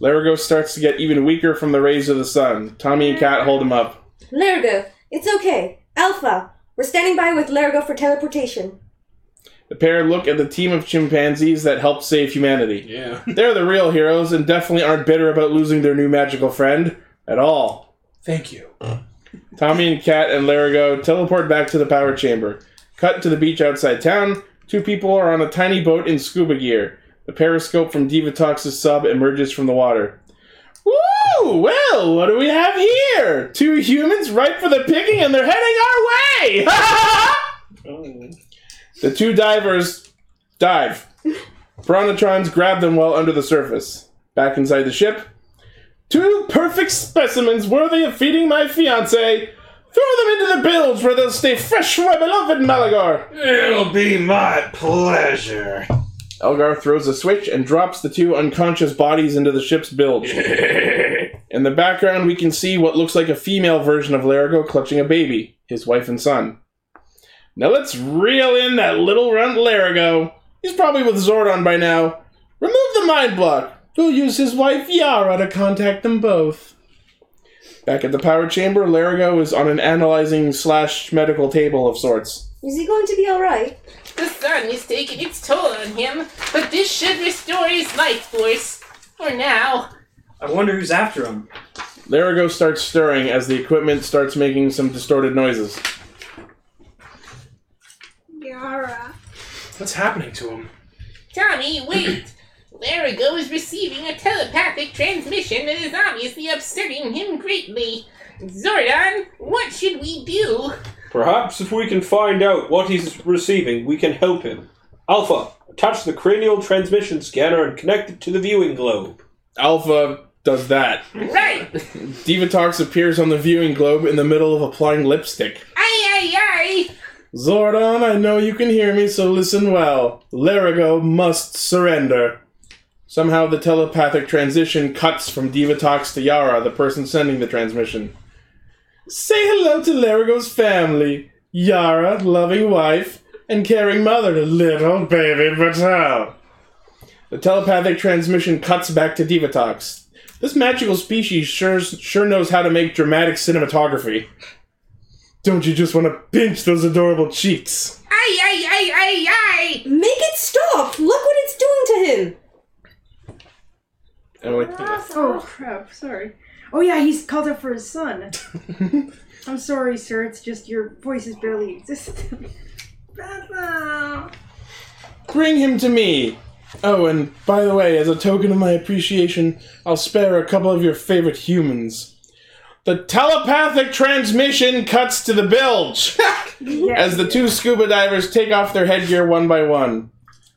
Larigo starts to get even weaker from the rays of the sun. Tommy and Cat hold him up.
Larigo, it's okay. Alpha, we're standing by with Larigo for teleportation.
The pair look at the team of chimpanzees that helped save humanity.
Yeah.
They're the real heroes and definitely aren't bitter about losing their new magical friend at all.
Thank you.
Tommy and Cat and Larigo teleport back to the power chamber. Cut to the beach outside town. Two people are on a tiny boat in scuba gear. The periscope from Divatox's sub emerges from the water. Woo! Well, what do we have here? Two humans ripe for the picking and they're heading our way! the two divers dive. Piranatrons grab them while under the surface. Back inside the ship, Two perfect specimens worthy of feeding my fiance. Throw them into the bilge where they'll stay fresh for my beloved Malagor.
It'll be my pleasure.
Elgar throws a switch and drops the two unconscious bodies into the ship's bilge. In the background, we can see what looks like a female version of Larigo clutching a baby, his wife and son. Now let's reel in that little runt Larigo. He's probably with Zordon by now. Remove the mind block. We'll use his wife Yara to contact them both. Back at the power chamber, Larigo is on an analyzing slash medical table of sorts.
Is he going to be alright?
The sun is taking its toll on him, but this should restore his life force. For now.
I wonder who's after him. Larigo starts stirring as the equipment starts making some distorted noises.
Yara.
What's happening to him?
Tommy, wait! Larigo is receiving a telepathic transmission that is obviously upsetting him greatly. Zordon, what should we do?
Perhaps if we can find out what he's receiving, we can help him. Alpha, attach the cranial transmission scanner and connect it to the viewing globe.
Alpha does that.
Right!
Divatox appears on the viewing globe in the middle of applying lipstick.
Aye, aye, aye!
Zordon, I know you can hear me, so listen well. Larigo must surrender. Somehow the telepathic transition cuts from Divatox to Yara, the person sending the transmission. Say hello to Larigo's family. Yara, loving wife, and caring mother to little baby Batal. The telepathic transmission cuts back to Divatox. This magical species sure, sure knows how to make dramatic cinematography. Don't you just want to pinch those adorable cheeks?
Aye, aye, aye, aye, aye!
Make it stop! Look what it's doing to him!
Emily.
Oh crap! Sorry. Oh yeah, he's called up for his son. I'm sorry, sir. It's just your voices barely exist. Baba.
Bring him to me! Oh, and by the way, as a token of my appreciation, I'll spare a couple of your favorite humans. The telepathic transmission cuts to the bilge as the two scuba divers take off their headgear one by one.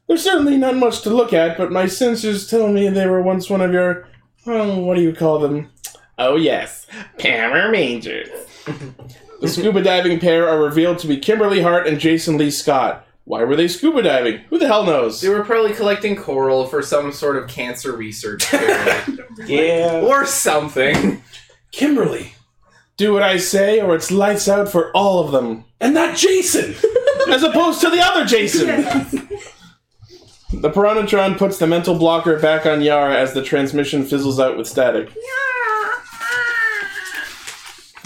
There's certainly not much to look at, but my sensors tell me they were once one of your. Oh, what do you call them? Oh, yes, Power Rangers. The scuba diving pair are revealed to be Kimberly Hart and Jason Lee Scott. Why were they scuba diving? Who the hell knows?
They were probably collecting coral for some sort of cancer research.
Yeah.
Or something.
Kimberly.
Do what I say, or it's lights out for all of them.
And that Jason!
As opposed to the other Jason! The Piranatron puts the mental blocker back on Yara as the transmission fizzles out with static.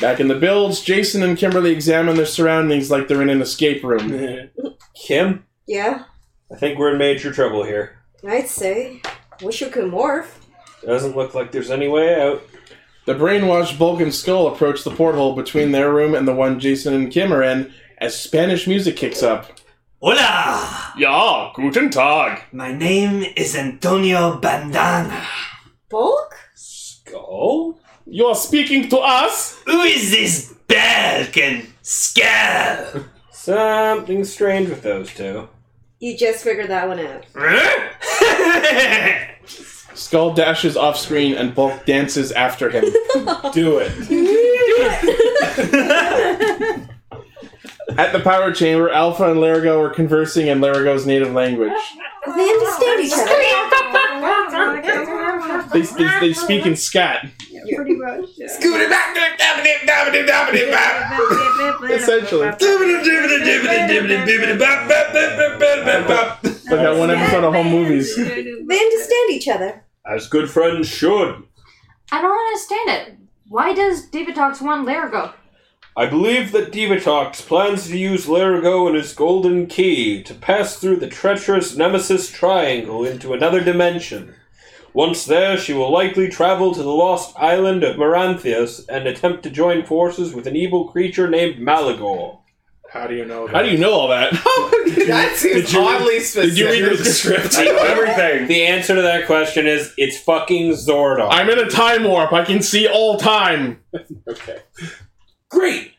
Back in the builds, Jason and Kimberly examine their surroundings like they're in an escape room.
Kim,
Yeah,
I think we're in major trouble here.
I'd say. Wish you could morph.
Doesn't look like there's any way out.
The brainwashed Bulk and Skull approach the porthole between their room and the one Jason and Kim are in as Spanish music kicks up.
Hola!
Ja, guten Tag!
My name is Antonio Bandana.
Bulk?
Skull?
You are speaking to us?
Who is this Belkin Skull?
Something strange with those two.
You just figured that one out.
Skull dashes off screen and Bulk dances after him. Do it. At the power chamber, Alpha and Larigo are conversing in Larigo's native language.
They understand each
other.
They, they, they speak in scat.
Pretty much. Yeah.
Scooty back there, dabbity, dabbity, dabbity, bop.
Essentially.
Dibbity, dibbity, dibbity, dibbity, dibbity, bop, bop, bop, bop, bop, bop, bop.
It's Like that one episode of Home Movies.
They understand each other.
As good friends should.
I don't understand it. Why does Divatox want Larigo?
I believe that Divatox plans to use Larigo and his golden key to pass through the treacherous Nemesis Triangle into another dimension. Once there, she will likely travel to the lost island of Maranthius and attempt to join forces with an evil creature named Malagor.
How do you know
How do you know all that?
that seems oddly specific.
Everything. The answer to that question is it's fucking Zordon.
I'm in a time warp. I can see all time.
okay.
Great!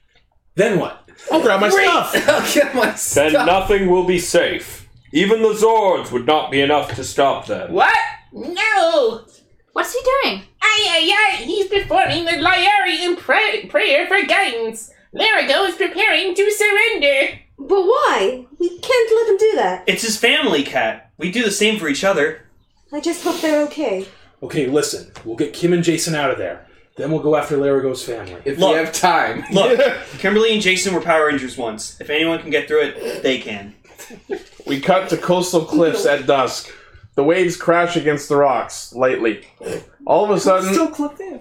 Then what?
I'll grab my
Great.
stuff.
I'll get my
Then
stuff.
nothing will be safe. Even the Zords would not be enough to stop them.
What? No!
What's he doing?
Aye, aye, aye! He's performing the Lyarian pra- prayer for guidance. Larigo is preparing to surrender.
But why? We can't let him do that.
It's his family cat. We do the same for each other.
I just hope they're okay.
Okay, listen. We'll get Kim and Jason out of there. Then we'll go after Larigo's family.
If
Look.
we have time.
Look, Kimberly and Jason were Power Rangers once. If anyone can get through it, they can.
We cut to coastal cliffs at dusk. The waves crash against the rocks lightly. All of a sudden,
Still clipped in.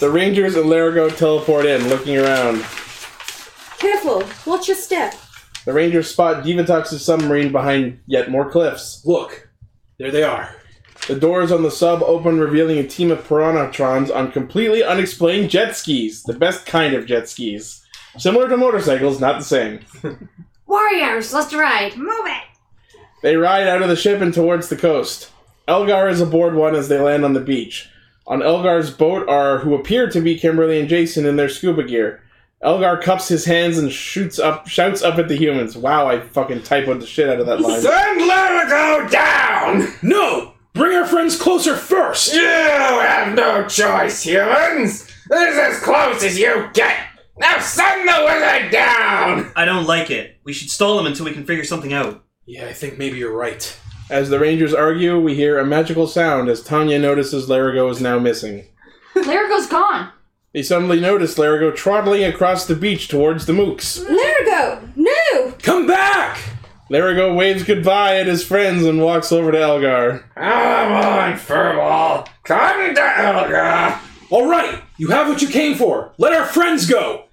the Rangers and Larigo teleport in, looking around.
Careful, watch your step.
The Rangers spot Divatox's submarine behind yet more cliffs.
Look, there they are.
The doors on the sub open, revealing a team of Piranatrons on completely unexplained jet skis. The best kind of jet skis. Similar to motorcycles, not the same.
Warriors, let's ride. Move it.
They ride out of the ship and towards the coast. Elgar is aboard one as they land on the beach. On Elgar's boat are who appear to be Kimberly and Jason in their scuba gear. Elgar cups his hands and shoots up, shouts up at the humans. Wow, I fucking typoed the shit out of that line.
Send Larigo down!
No! Bring our friends closer first!
You have no choice, humans! This is as close as you get! Now send the wizard down!
I don't like it. We should stall them until we can figure something out.
Yeah, I think maybe you're right.
As the Rangers argue, we hear a magical sound as Tanya notices Larigo is now missing.
Larigo's gone.
They suddenly notice Larigo trotting across the beach towards the mooks.
Larigo, no!
Come back!
Larigo waves goodbye at his friends and walks over to Elgar.
Come on, furball! Come to Elga!
All right, you have what you came for. Let our friends go.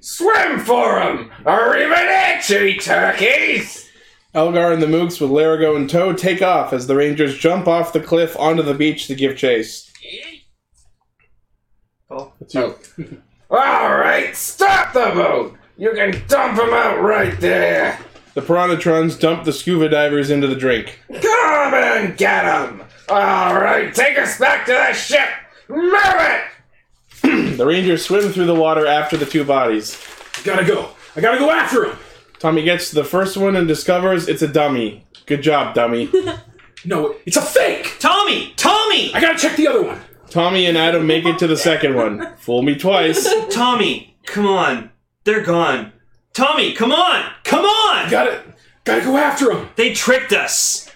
Swim for 'em! Arrivederci, turkeys!
Elgar and the mooks with Larigo in tow take off as the Rangers jump off the cliff onto the beach to give chase.
Oh.
That's you.
Alright, stop the boat! You can dump 'em out right there!
The Piranatrons dump the scuba divers into the drink.
Come and get 'em! Alright, take us back to the ship! Move it!
The Rangers swim through the water after the two bodies.
Gotta go. I gotta go after him.
Tommy gets to the first one and discovers it's a dummy. Good job, dummy.
No, it's a fake.
Tommy! Tommy!
I gotta check the other one.
Tommy and Adam make it to the second one. Fool me twice.
Tommy, come on. They're gone. Tommy, come on! Come on!
Got it. Gotta go after him.
They tricked us!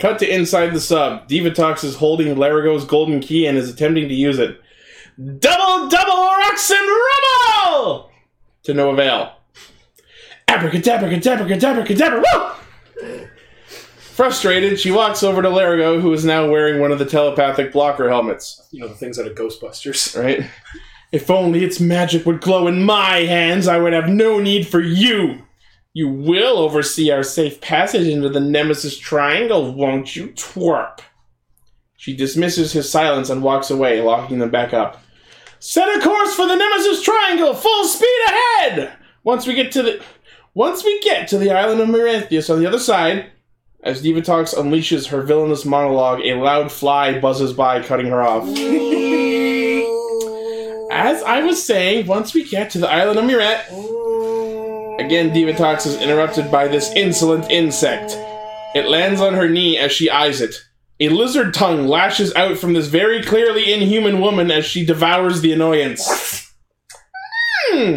Cut to inside the sub. Divatox is holding Larigo's golden key and is attempting to use it. Double, double, rocks and rubble! To no avail. Abracadabra, cadabra, cadabra, woo! Frustrated, she walks over to Larigo, who is now wearing one of the telepathic blocker helmets.
You know the things out of Ghostbusters.
Right? If only its magic would glow in my hands, I would have no need for you! You will oversee our safe passage into the Nemesis Triangle, won't you, twerp? She dismisses his silence and walks away, locking them back up. Set a course for the Nemesis Triangle, full speed ahead! Once we get to the once we get to the island of Meranthius on the other side, as Divatox unleashes her villainous monologue, a loud fly buzzes by, cutting her off. As I was saying, once we get to the island of Murat. Again, Divatox is interrupted by this insolent insect. It lands on her knee as she eyes it. A lizard tongue lashes out from this very clearly inhuman woman as she devours the annoyance. Hmm.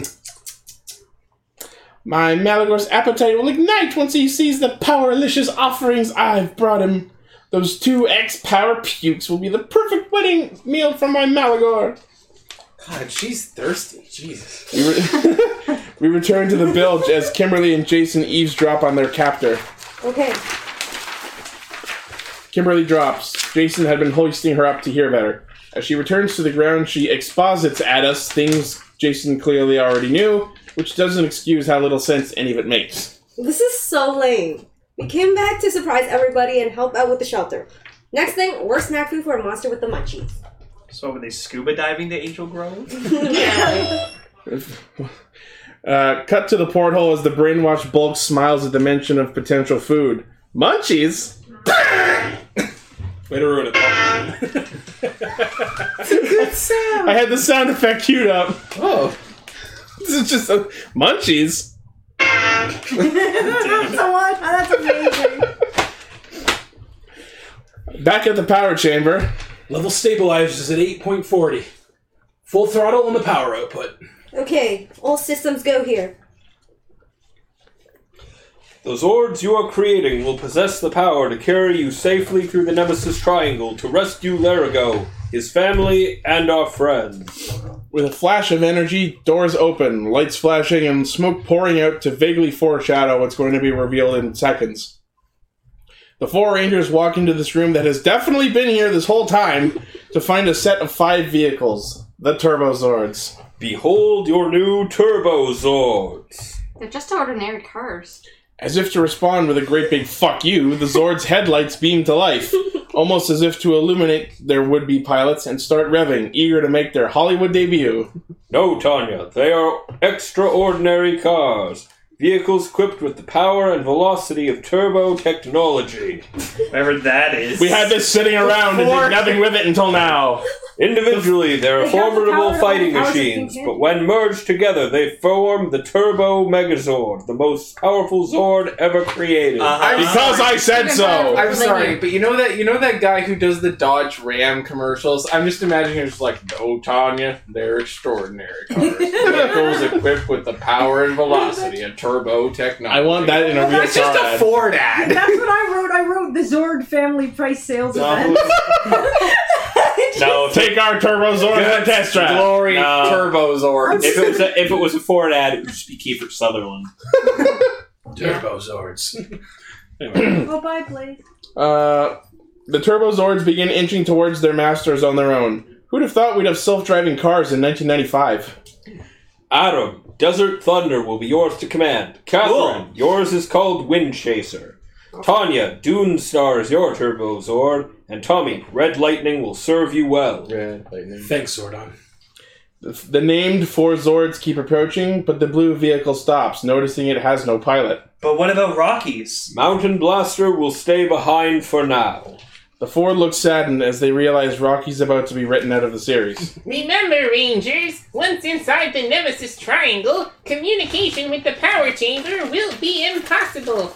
My Malagor's appetite will ignite once he sees the powerlicious offerings I've brought him. Those two ex power pukes will be the perfect wedding meal for my Malagor.
God, she's thirsty. Jesus.
We, re- we return to the bilge as Kimberly and Jason eavesdrop on their captor.
Okay,
Kimberly drops. Jason had been hoisting her up to hear better. As she returns to the ground, she exposits at us things Jason clearly already knew, which doesn't excuse how little sense any of it makes.
this is so lame. We came back to surprise everybody and help out with the shelter. Next thing, we're snack food for a monster with the munchies.
So were they scuba diving to Angel Grove?
Uh, cut to the porthole as the brainwashed bulk smiles at the mention of potential food. Munchies?
Way to ruin it. Paul.
Good sound.
I had the sound effect queued up.
Oh.
This is just a- munchies.
that's a lot. oh, That's amazing.
Back at the power chamber.
Level stabilized is at 8.40. Full throttle on the power output.
Okay, all systems go here.
Those orbs you are creating will possess the power to carry you safely through the Nemesis Triangle to rescue Larigo, his family, and our friends.
With a flash of energy, doors open, lights flashing, and smoke pouring out to vaguely foreshadow what's going to be revealed in seconds. The four Rangers walk into this room that has definitely been here this whole time to find a set of five vehicles the Turbozords.
Behold your new Turbozords!
They're just ordinary cars.
As if to respond with a great big fuck you, the Zord's headlights beam to life, almost as if to illuminate their would be pilots and start revving, eager to make their Hollywood debut.
No, Tanya, they are extraordinary cars. Vehicles equipped with the power and velocity of turbo technology.
Whatever that is.
We had this sitting around and did nothing with it until now.
Individually, they are
They have the power
formidable
of
fighting
a thousand
machines,
people.
but when merged together, they form the Turbo Megazord, the most powerful Zord ever created.
Uh-huh.
Because I said so.
I'm sorry, but you know that you know that guy who does the Dodge Ram commercials. I'm just imagining him just like, no, Tanya, they're extraordinary cars. Vehicles equipped with the power and velocity of turbo technology. I
want that in a real
That's just
car
a
ad.
Ford ad.
That's what I wrote. I wrote the Zord family price sales event.
No,
take our Turbozord on a test drive.
Glory
No.
Turbozords.
If it was a, if it was a Ford ad, it would just be Kiefer Sutherland.
Turbozords.
Well, bye, Blaze.
Uh, the Turbozords begin inching towards their masters on their own. Who'd have thought we'd have self-driving cars in 1995?
Adam, Desert Thunder will be yours to command. Catherine, yours is called Wind Chaser. Tanya, Dune Star is your Turbo Zord, and Tommy, Red Lightning will serve you well.
Red Lightning.
Thanks, Zordon.
The, the named four Zords keep approaching, but the blue vehicle stops, noticing it has no pilot.
But what about Rockies?
Mountain Blaster will stay behind for now.
The four look saddened as they realize Rocky's about to be written out of the series.
Remember, Rangers, once inside the Nemesis Triangle, communication with the power chamber will be impossible.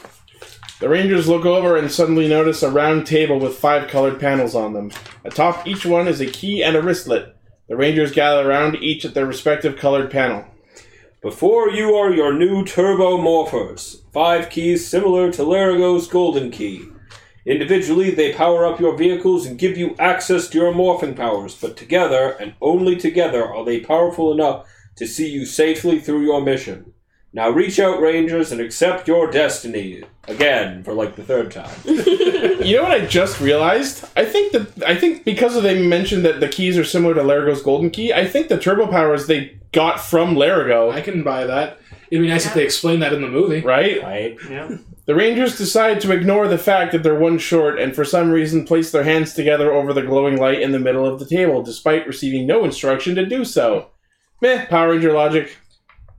The Rangers look over and suddenly notice a round table with five colored panels on them. Atop each one is a key and a wristlet. The Rangers gather around each at their respective colored panel.
Before you are your new Turbo Morphers, five keys similar to Larigo's Golden Key. Individually, they power up your vehicles and give you access to your morphing powers, but together, and only together, are they powerful enough to see you safely through your mission. Now reach out, Rangers, and accept your destiny. Again, for like the third time.
you know what I just realized? I think that I think because they mentioned that the keys are similar to Larigo's golden key, I think the turbo powers they got from Larigo. I
can buy that. It'd be nice if they explained that in the movie.
Right?
Right.
Yeah.
The Rangers decide to ignore the fact that they're one short and for some reason place their hands together over the glowing light in the middle of the table, despite receiving no instruction to do so. Meh, Power Ranger logic.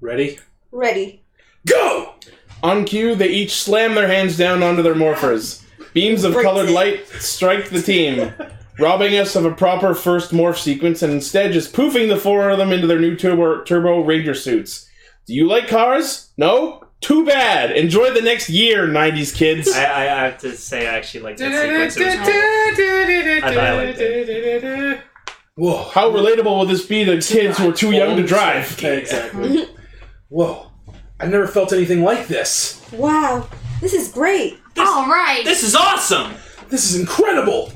Ready?
Ready.
Go! On cue, they each slam their hands down onto their morphers. Beams of colored light strike the team, robbing us of a proper first morph sequence and instead just poofing the four of them into their new turbo, turbo Ranger suits. Do you like cars? No? Too bad! Enjoy the next year, 90s kids!
I, I I have to say, I actually like that sequence. It was cool.
I
Whoa, how relatable will this be to kids who are too young to drive?
Exactly. Whoa. I've never felt anything like this.
Wow, this is great.
All right.
awesome! This is incredible!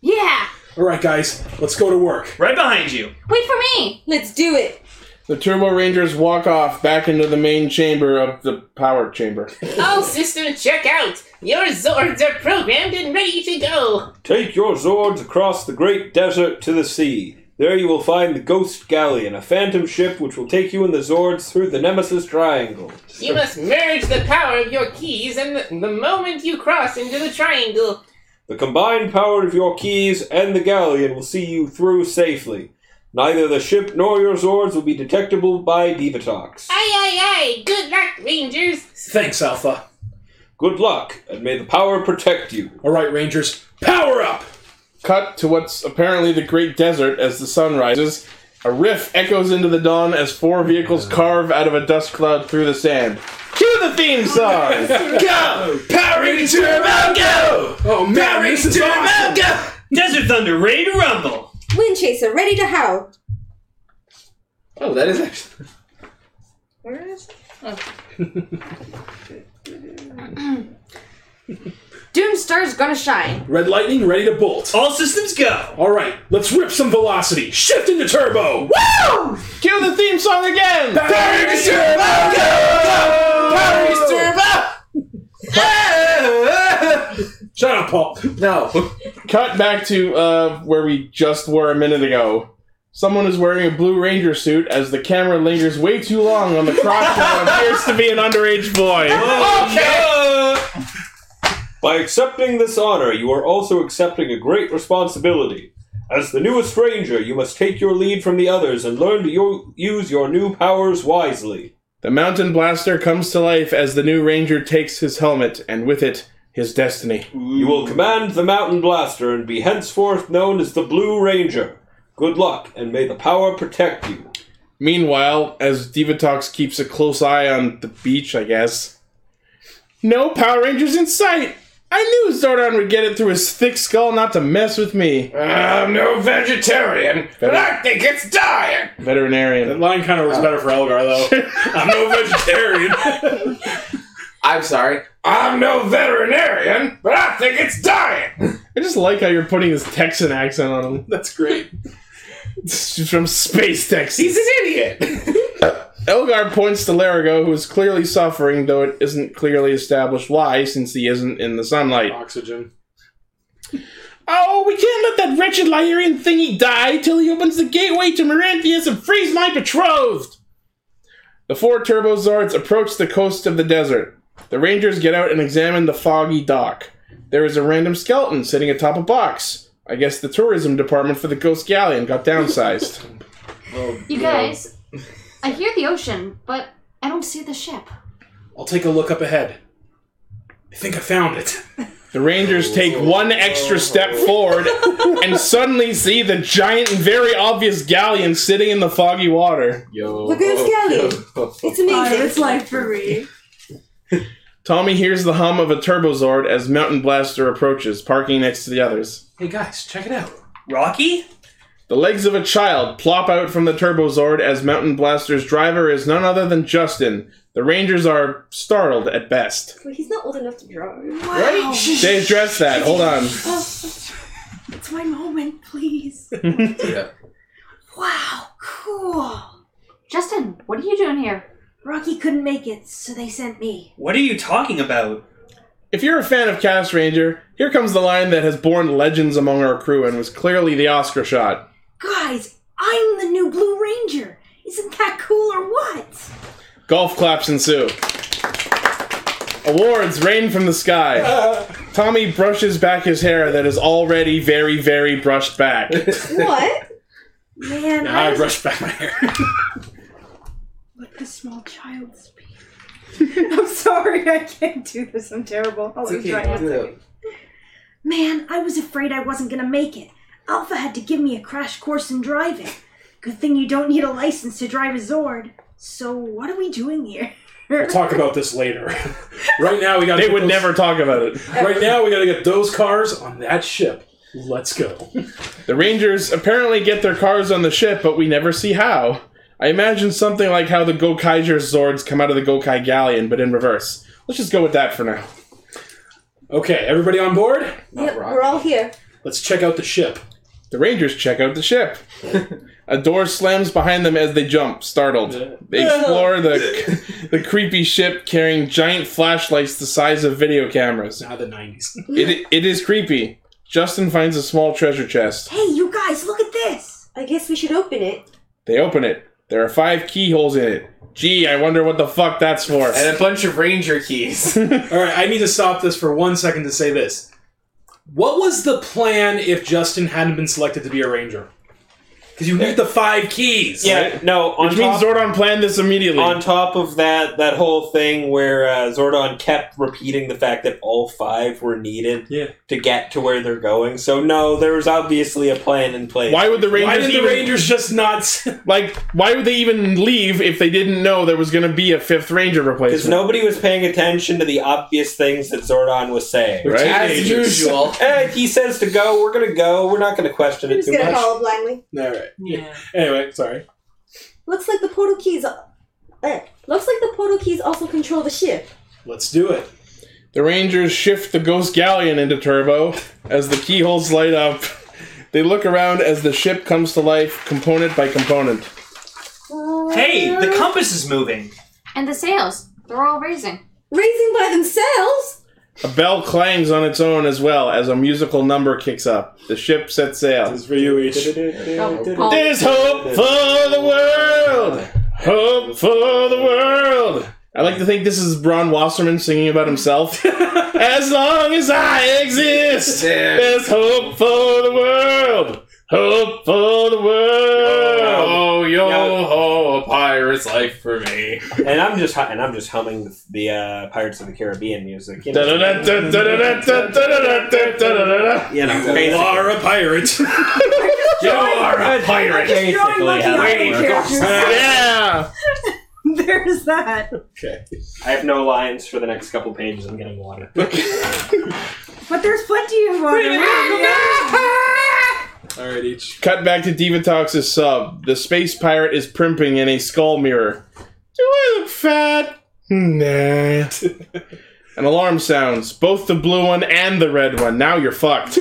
Yeah.
All right, guys, let's go to work.
Right behind you.
Wait for me.
Let's do it.
The Turbo Rangers walk off back into the main chamber of the power chamber.
All systems Oh, check out. Your Zords are programmed and ready to go.
Take your Zords across the great desert to the sea. There you will find the Ghost Galleon, a phantom ship which will take you and the Zords through the Nemesis Triangle.
You must merge the power of your keys and the, the moment you cross into the triangle.
The combined power of your keys and the galleon will see you through safely. Neither the ship nor your Zords will be detectable by Divatox.
Aye, aye, aye. Good luck, Rangers.
Thanks, Alpha.
Good luck, and may the power protect you.
All right, Rangers, power up!
Cut to what's apparently the Great Desert as the sun rises. A riff echoes into the dawn as four vehicles carve out of a dust cloud through the sand. Cue the theme song!
Go! Power Ranger Turbo, go!
Oh,
Power Ranger Turbo, go!
Desert Thunder, ready to rumble.
Windchaser, ready to howl.
Oh, that is actually.
Where is?
Doomstar's gonna shine.
Red lightning, ready to bolt.
All systems go.
All right, let's rip some velocity. Shift into turbo.
Woo! Cue the theme song again!
Power is turbo!
Power is
Shut up, Paul.
No.
Cut back to uh, where we just were a minute ago. Someone is wearing a blue ranger suit as the camera lingers way too long on the crotch of what appears to be an underage boy.
By accepting this honor, you are also accepting a great responsibility. As the newest ranger, you must take your lead from the others and learn to u- use your new powers wisely.
The mountain blaster comes to life as the new ranger takes his helmet and with it his destiny.
You will command the Mountain Blaster and be henceforth known as the Blue Ranger. Good luck, and may the power protect you.
Meanwhile, as Divatox keeps a close eye on the beach, I guess. No Power Rangers in sight! I knew Zordon would get it through his thick skull not to mess with me.
I'm no vegetarian, but
Better-
I think it's dying.
Veterinarian. That
line kind of works better for Elgar, though. I'm no vegetarian.
I'm sorry.
I'm no veterinarian, but I think it's dying.
I just like how you're putting this Texan accent on him.
That's great.
She's from Space Texas. He's
an idiot.
Elgar points to Larigo, who is clearly suffering, though it isn't clearly established why, since he isn't in the sunlight.
Oxygen.
Oh, we can't let that wretched Lyrian thingy die till he opens the gateway to Meranthius and frees my betrothed! The four turbozords approach the coast of the desert. The rangers get out and examine the foggy dock. There is a random skeleton sitting atop a box. I guess the tourism department for the Ghost Galleon got downsized.
Oh,
You guys, I hear the ocean, but I don't see the ship.
I'll take a look up ahead. I think I found it. Oh,
The Rangers take one extra step forward and suddenly see the giant and very obvious galleon sitting in the foggy water.
Yo.
Look at this galleon. It's amazing.
it's like for me.
Tommy hears the hum of a turbozord as Mountain Blaster approaches, parking next to the others.
Hey guys, check it out.
Rocky?
The legs of a child plop out from the turbozord as Mountain Blaster's driver is none other than Justin. The Rangers are startled at best.
But he's not old enough to draw.
Wow.
They address that. Hold on.
It's my moment, please. Wow, cool.
Justin, what are you doing here?
Rocky couldn't make it, so they sent me.
What are you talking about?
If you're a fan of Cast Ranger, here comes the line that has borne legends among our crew and was clearly the Oscar shot.
Guys, I'm the new Blue Ranger. Isn't that cool or what?
Golf claps ensue. Awards rain from the sky. Tommy brushes back his hair that is already very, very brushed back.
What?
Man,
Now
I
I
was
brushed back my hair.
like the small child speak. I'm sorry, I can't do this. I'm terrible.
Oh,
I'll
It's
be
okay,
trying
do it.
Man, I was afraid I wasn't gonna make it. Alpha had to give me a crash course in driving. Good thing you don't need a license to drive a Zord. So what are we doing here?
We'll talk about this later. right now, we got.
They would never talk about it.
Right now, we got to get those cars on that ship. Let's go.
The Rangers apparently get their cars on the ship, but we never see how. I imagine something like how the Gokaiger Zords come out of the Gokai Galleon, but in reverse. Let's just go with that for now.
Okay, everybody on board.
Yep, we're all here.
Let's check out the ship.
The Rangers check out the ship. A door slams behind them as they jump, startled. They explore the the creepy ship carrying giant flashlights the size of video cameras.
Now the nineties.
It, it is creepy. Justin finds a small treasure chest.
Hey, you guys, look at this.
I guess we should open it.
They open it. There are five keyholes in it. Gee, I wonder what the fuck that's for.
And a bunch of ranger keys.
All right, I need to stop this for one second to say this. What was the plan if Justin hadn't been selected to be a ranger? Because you need the five keys.
Yeah, no. On
Which means
top,
Zordon planned this immediately.
on top of that, that whole thing where uh, Zordon kept repeating the fact that all five were needed
Yeah.
to get to where they're going. So no, there was obviously a plan in place.
Why would the Rangers
Why did the
even-
Rangers just not? s-
Like, why would they even leave if they didn't know there was going to be a fifth Ranger
Because
replacement?
nobody was paying attention to the obvious things that Zordon was saying.
Right?
As usual.
Eh, he says to go, we're gonna go. We're not gonna question
We're
it
just
too
gonna
much.
follow blindly.
All right. Anyway, sorry.
eh, Looks like the portal keys. Uh, looks like the portal keys also control the ship.
Let's do it.
The Rangers shift the Ghost Galleon into turbo as the keyholes light up. They look around as the ship comes to life, component by component.
Hey, the compass is moving.
And the sails, they're all raising.
Raising by themselves?
A bell clangs on its own as well as a musical number kicks up. The ship sets sail. This is for you each. There's hope for the world! Hope for the world! I like to think this is Braun Wasserman singing about himself. as long as I exist, there's hope for the world! Hope for the world!
Oh, yo ho, a pirate's life for me.
And I'm just hu- and I'm just humming the, the uh, Pirates of the Caribbean music. You You know,
You are a pirate.
You are a pirate.
Yeah.
There's that.
Okay. I have no lines for the next couple pages. I'm getting water.
But there's plenty of water.
All right, each. Cut back to Divatox's sub. The space pirate is primping in a skull mirror. Do I look fat? Nah. An alarm sounds. Both the blue one and the red one. Now you're fucked.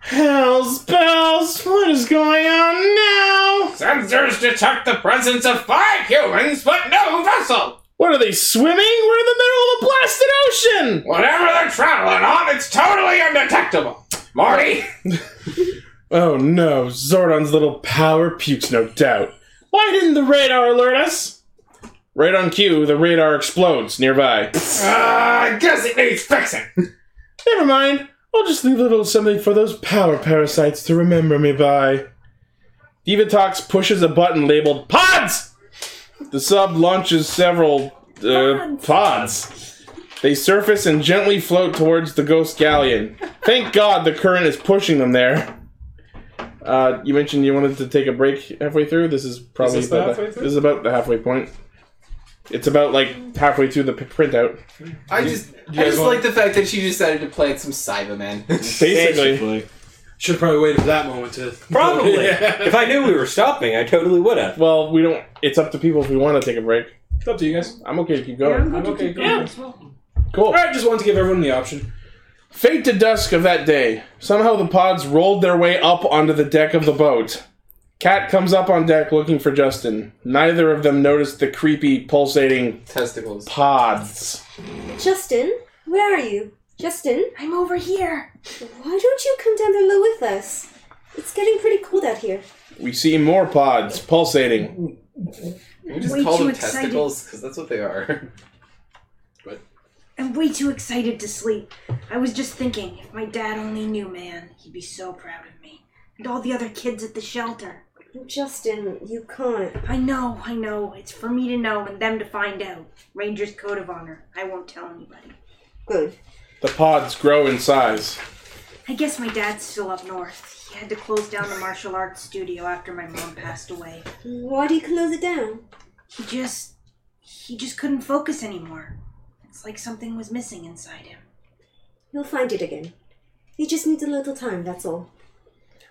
Hell's bells! What is going on now?
Sensors detect the presence of five humans, but no vessel.
What are they swimming? We're in the middle of a blasted ocean.
Whatever they're traveling on, it's totally undetectable. Marty,
Oh no, Zordon's little power pukes, no doubt. Why didn't the radar alert us? Right on cue, the radar explodes nearby. Ah,
I guess it needs fixing.
Never mind. I'll just leave a little something for those power parasites to remember me by. Divatox pushes a button labeled PODS! The sub launches several uh, pods. They surface and gently float towards the ghost galleon. Thank God the current is pushing them there. Uh, you mentioned you wanted to take a break halfway through. This is probably
Is this the
about
halfway
the,
through?
this is about the halfway point. It's about like halfway through the p- printout.
I
You-
just,
you
I
guys
just
want-
like the fact that she decided to play it some Cyberman.
Basically.
Should have probably waited for that moment to.
Probably. If I knew we were stopping, I totally would have.
Well, we don't. It's up to people if we want to take a break.
It's up to you guys.
I'm okay to keep going.
I'm okay.
Yeah.
Cool. All right, just wanted to give everyone the option.
Fate to dusk of that day. Somehow the pods rolled their way up onto the deck of the boat. Cat comes up on deck looking for Justin. Neither of them noticed the creepy, pulsating
testicles
pods.
Justin, where are you? Justin? I'm over here. Why don't you come down below with us? It's getting pretty cold out here.
We see more pods pulsating.
We just
Way
call
too
them
excited.
testicles because that's what they are.
I'm way too excited to sleep. I was just thinking, if my dad only knew, man, he'd be so proud of me. And all the other kids at the shelter.
Justin, you can't.
I know, I know. It's for me to know and them to find out. Ranger's code of honor. I won't tell anybody.
Good.
The pods grow in size.
I guess my dad's still up north. He had to close down the martial arts studio after my mom passed away.
Why do you close it down?
He just. he just couldn't focus anymore. It's like something was missing inside him.
You'll find it again. You just need a little time, that's all.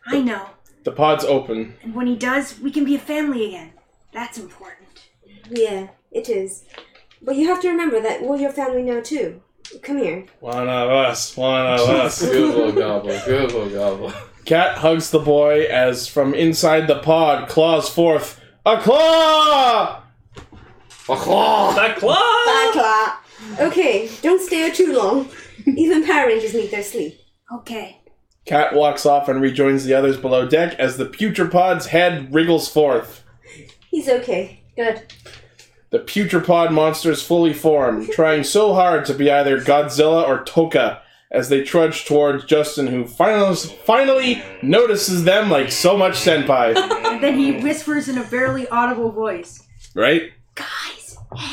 I know.
The pods open.
And when he does, we can be a family again. That's important.
Yeah, it is. But you have to remember that we're your family now, too. Come here.
One of us, one of us.
good little goblin. Good little goblin.
Cat hugs the boy as from inside the pod claws forth a claw! A claw!
A claw!
Bye, Clark. Okay, don't stay too long. Even Power Rangers need their sleep.
Okay.
Cat walks off and rejoins the others below deck as the putrepod's head wriggles forth.
He's okay. Good.
The putrepod monsters fully form, trying so hard to be either Godzilla or Toka as they trudge towards Justin, who finally, finally notices them like so much senpai.
and then he whispers in a barely audible voice.
right? Guys, hey guys!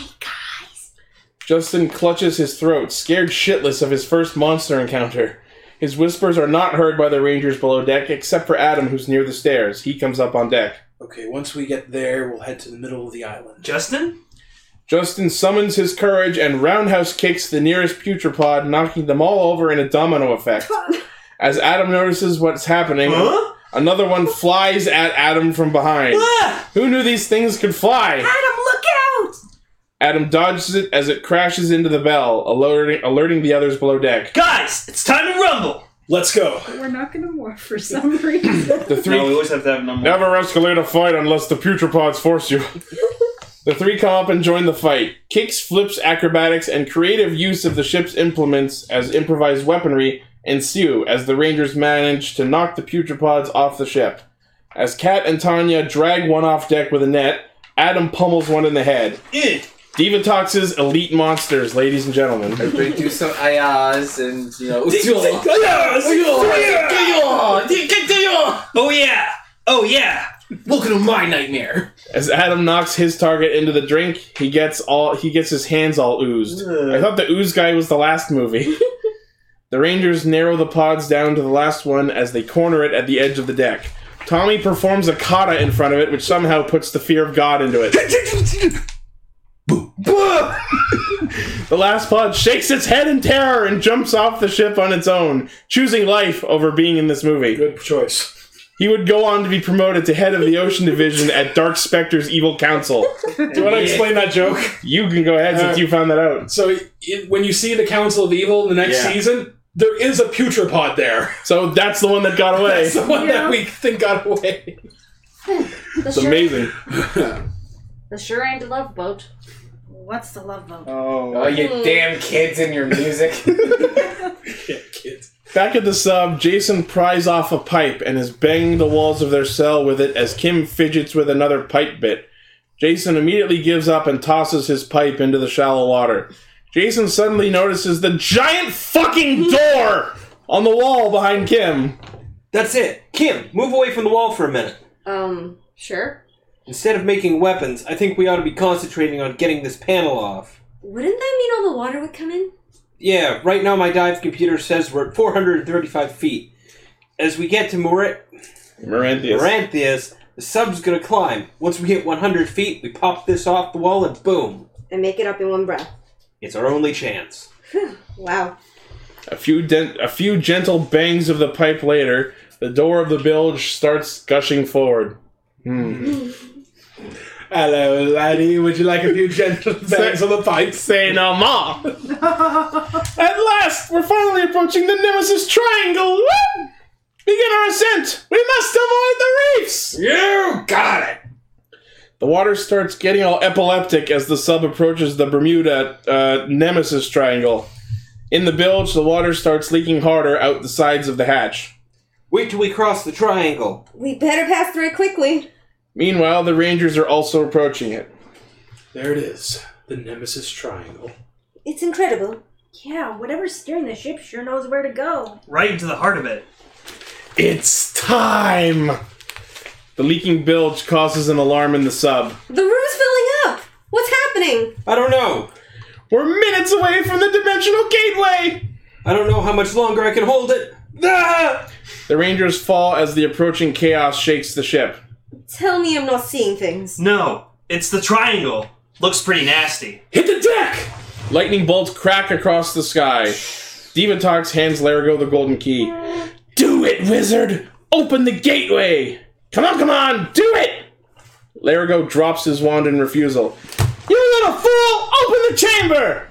Justin clutches his throat, scared shitless of his first monster encounter. His whispers are not heard by the rangers below deck, except for Adam, who's near the stairs. He comes up on deck.
Okay, once we get there, we'll head to the middle of the island.
Justin?
Justin summons his courage and roundhouse kicks the nearest putrepod, knocking them all over in a domino effect. As Adam notices what's happening,
Huh?
another one flies at Adam from behind. Who knew these things could fly?
Adam, look out!
Adam dodges it as it crashes into the bell, alerting, alerting the others below deck.
Guys, it's time to rumble!
Let's go.
We're not going to morph for some reason.
The three.
we always have to have number.
Never escalate a fight unless the putrepods force you. the three come up and join the fight. Kicks, flips, acrobatics, and creative use of the ship's implements as improvised weaponry ensue as the Rangers manage to knock the putrepods off the ship. As Kat and Tanya drag one off deck with a net, Adam pummels one in the head. Divatox's elite monsters, ladies and gentlemen.
They do some ayahs and, you know.
Oh yeah! Oh yeah!
Welcome to my nightmare.
As Adam knocks his target into the drink, he gets all he gets his hands all oozed. I thought the ooze guy was the last movie. the Rangers narrow the pods down to the last one as they corner it at the edge of the deck. Tommy performs a kata in front of it, which somehow puts the fear of God into it. the last pod shakes its head in terror and jumps off the ship on its own, choosing life over being in this movie. Good choice. He would go on to be promoted to head of the Ocean Division at Dark Specter's Evil Council.
Do you want to explain that joke?
You can go ahead since you found that out.
So it, when you see the Council of Evil in the next
Yeah.
season, there is a putrepod there.
So that's the one that got away.
That's the one that we think got away.
It's
amazing.
The sure ain't a love boat. What's the love boat?
Uh,
Oh,
Oh, you damn kids and your music.
Back at the sub, Jason pries off a pipe and is banging the walls of their cell with it as Kim fidgets with another pipe bit. Jason immediately gives up and tosses his pipe into the shallow water. Jason suddenly notices the giant fucking door on the wall behind Kim.
That's it. Kim, move away from the wall for a minute.
Um, sure.
Instead of making weapons, I think we ought to be concentrating on getting this panel off.
Wouldn't that mean all the water would come in?
Yeah, right now my dive computer says we're at 435 feet. As we get to Mor-
Maranthius.
Maranthius, the sub's gonna climb. Once we hit 100 feet, we pop this off the wall and boom.
And make it up in one breath.
It's our only chance.
Wow.
A few den- a few gentle bangs of the pipe later, the door of the bilge starts gushing forward. Hmm.
Hello, laddie. Would you like a few gentle bangs on the pipe?
Say no more. At last, we're finally approaching the Nemesis Triangle. Woo! Begin our ascent. We must avoid the reefs. You got it. The water starts getting all epileptic as the sub approaches the Bermuda uh, Nemesis Triangle. In the bilge, the water starts leaking harder out the sides of the hatch.
Wait till we cross the triangle.
We better pass through it quickly.
Meanwhile, the Rangers are also approaching it.
There it is. The Nemesis Triangle.
It's incredible.
yeah, whatever's steering the ship sure knows where to go.
Right into the heart of it.
It's time! The leaking bilge causes an alarm in the sub.
The room's filling up. What's happening?
I don't know.
We're minutes away from the dimensional gateway!
I don't know how much longer I can hold it. Ah!
The Rangers fall as the approaching chaos shakes the ship.
Tell me I'm not seeing things.
No, it's the triangle. Looks pretty nasty.
Hit the deck! Lightning bolts crack across the sky. Divatox hands Larigo the golden key. Do it, wizard! Open the gateway! Come on, come on! Do it! Larigo drops his wand in refusal. You little fool! Open the chamber!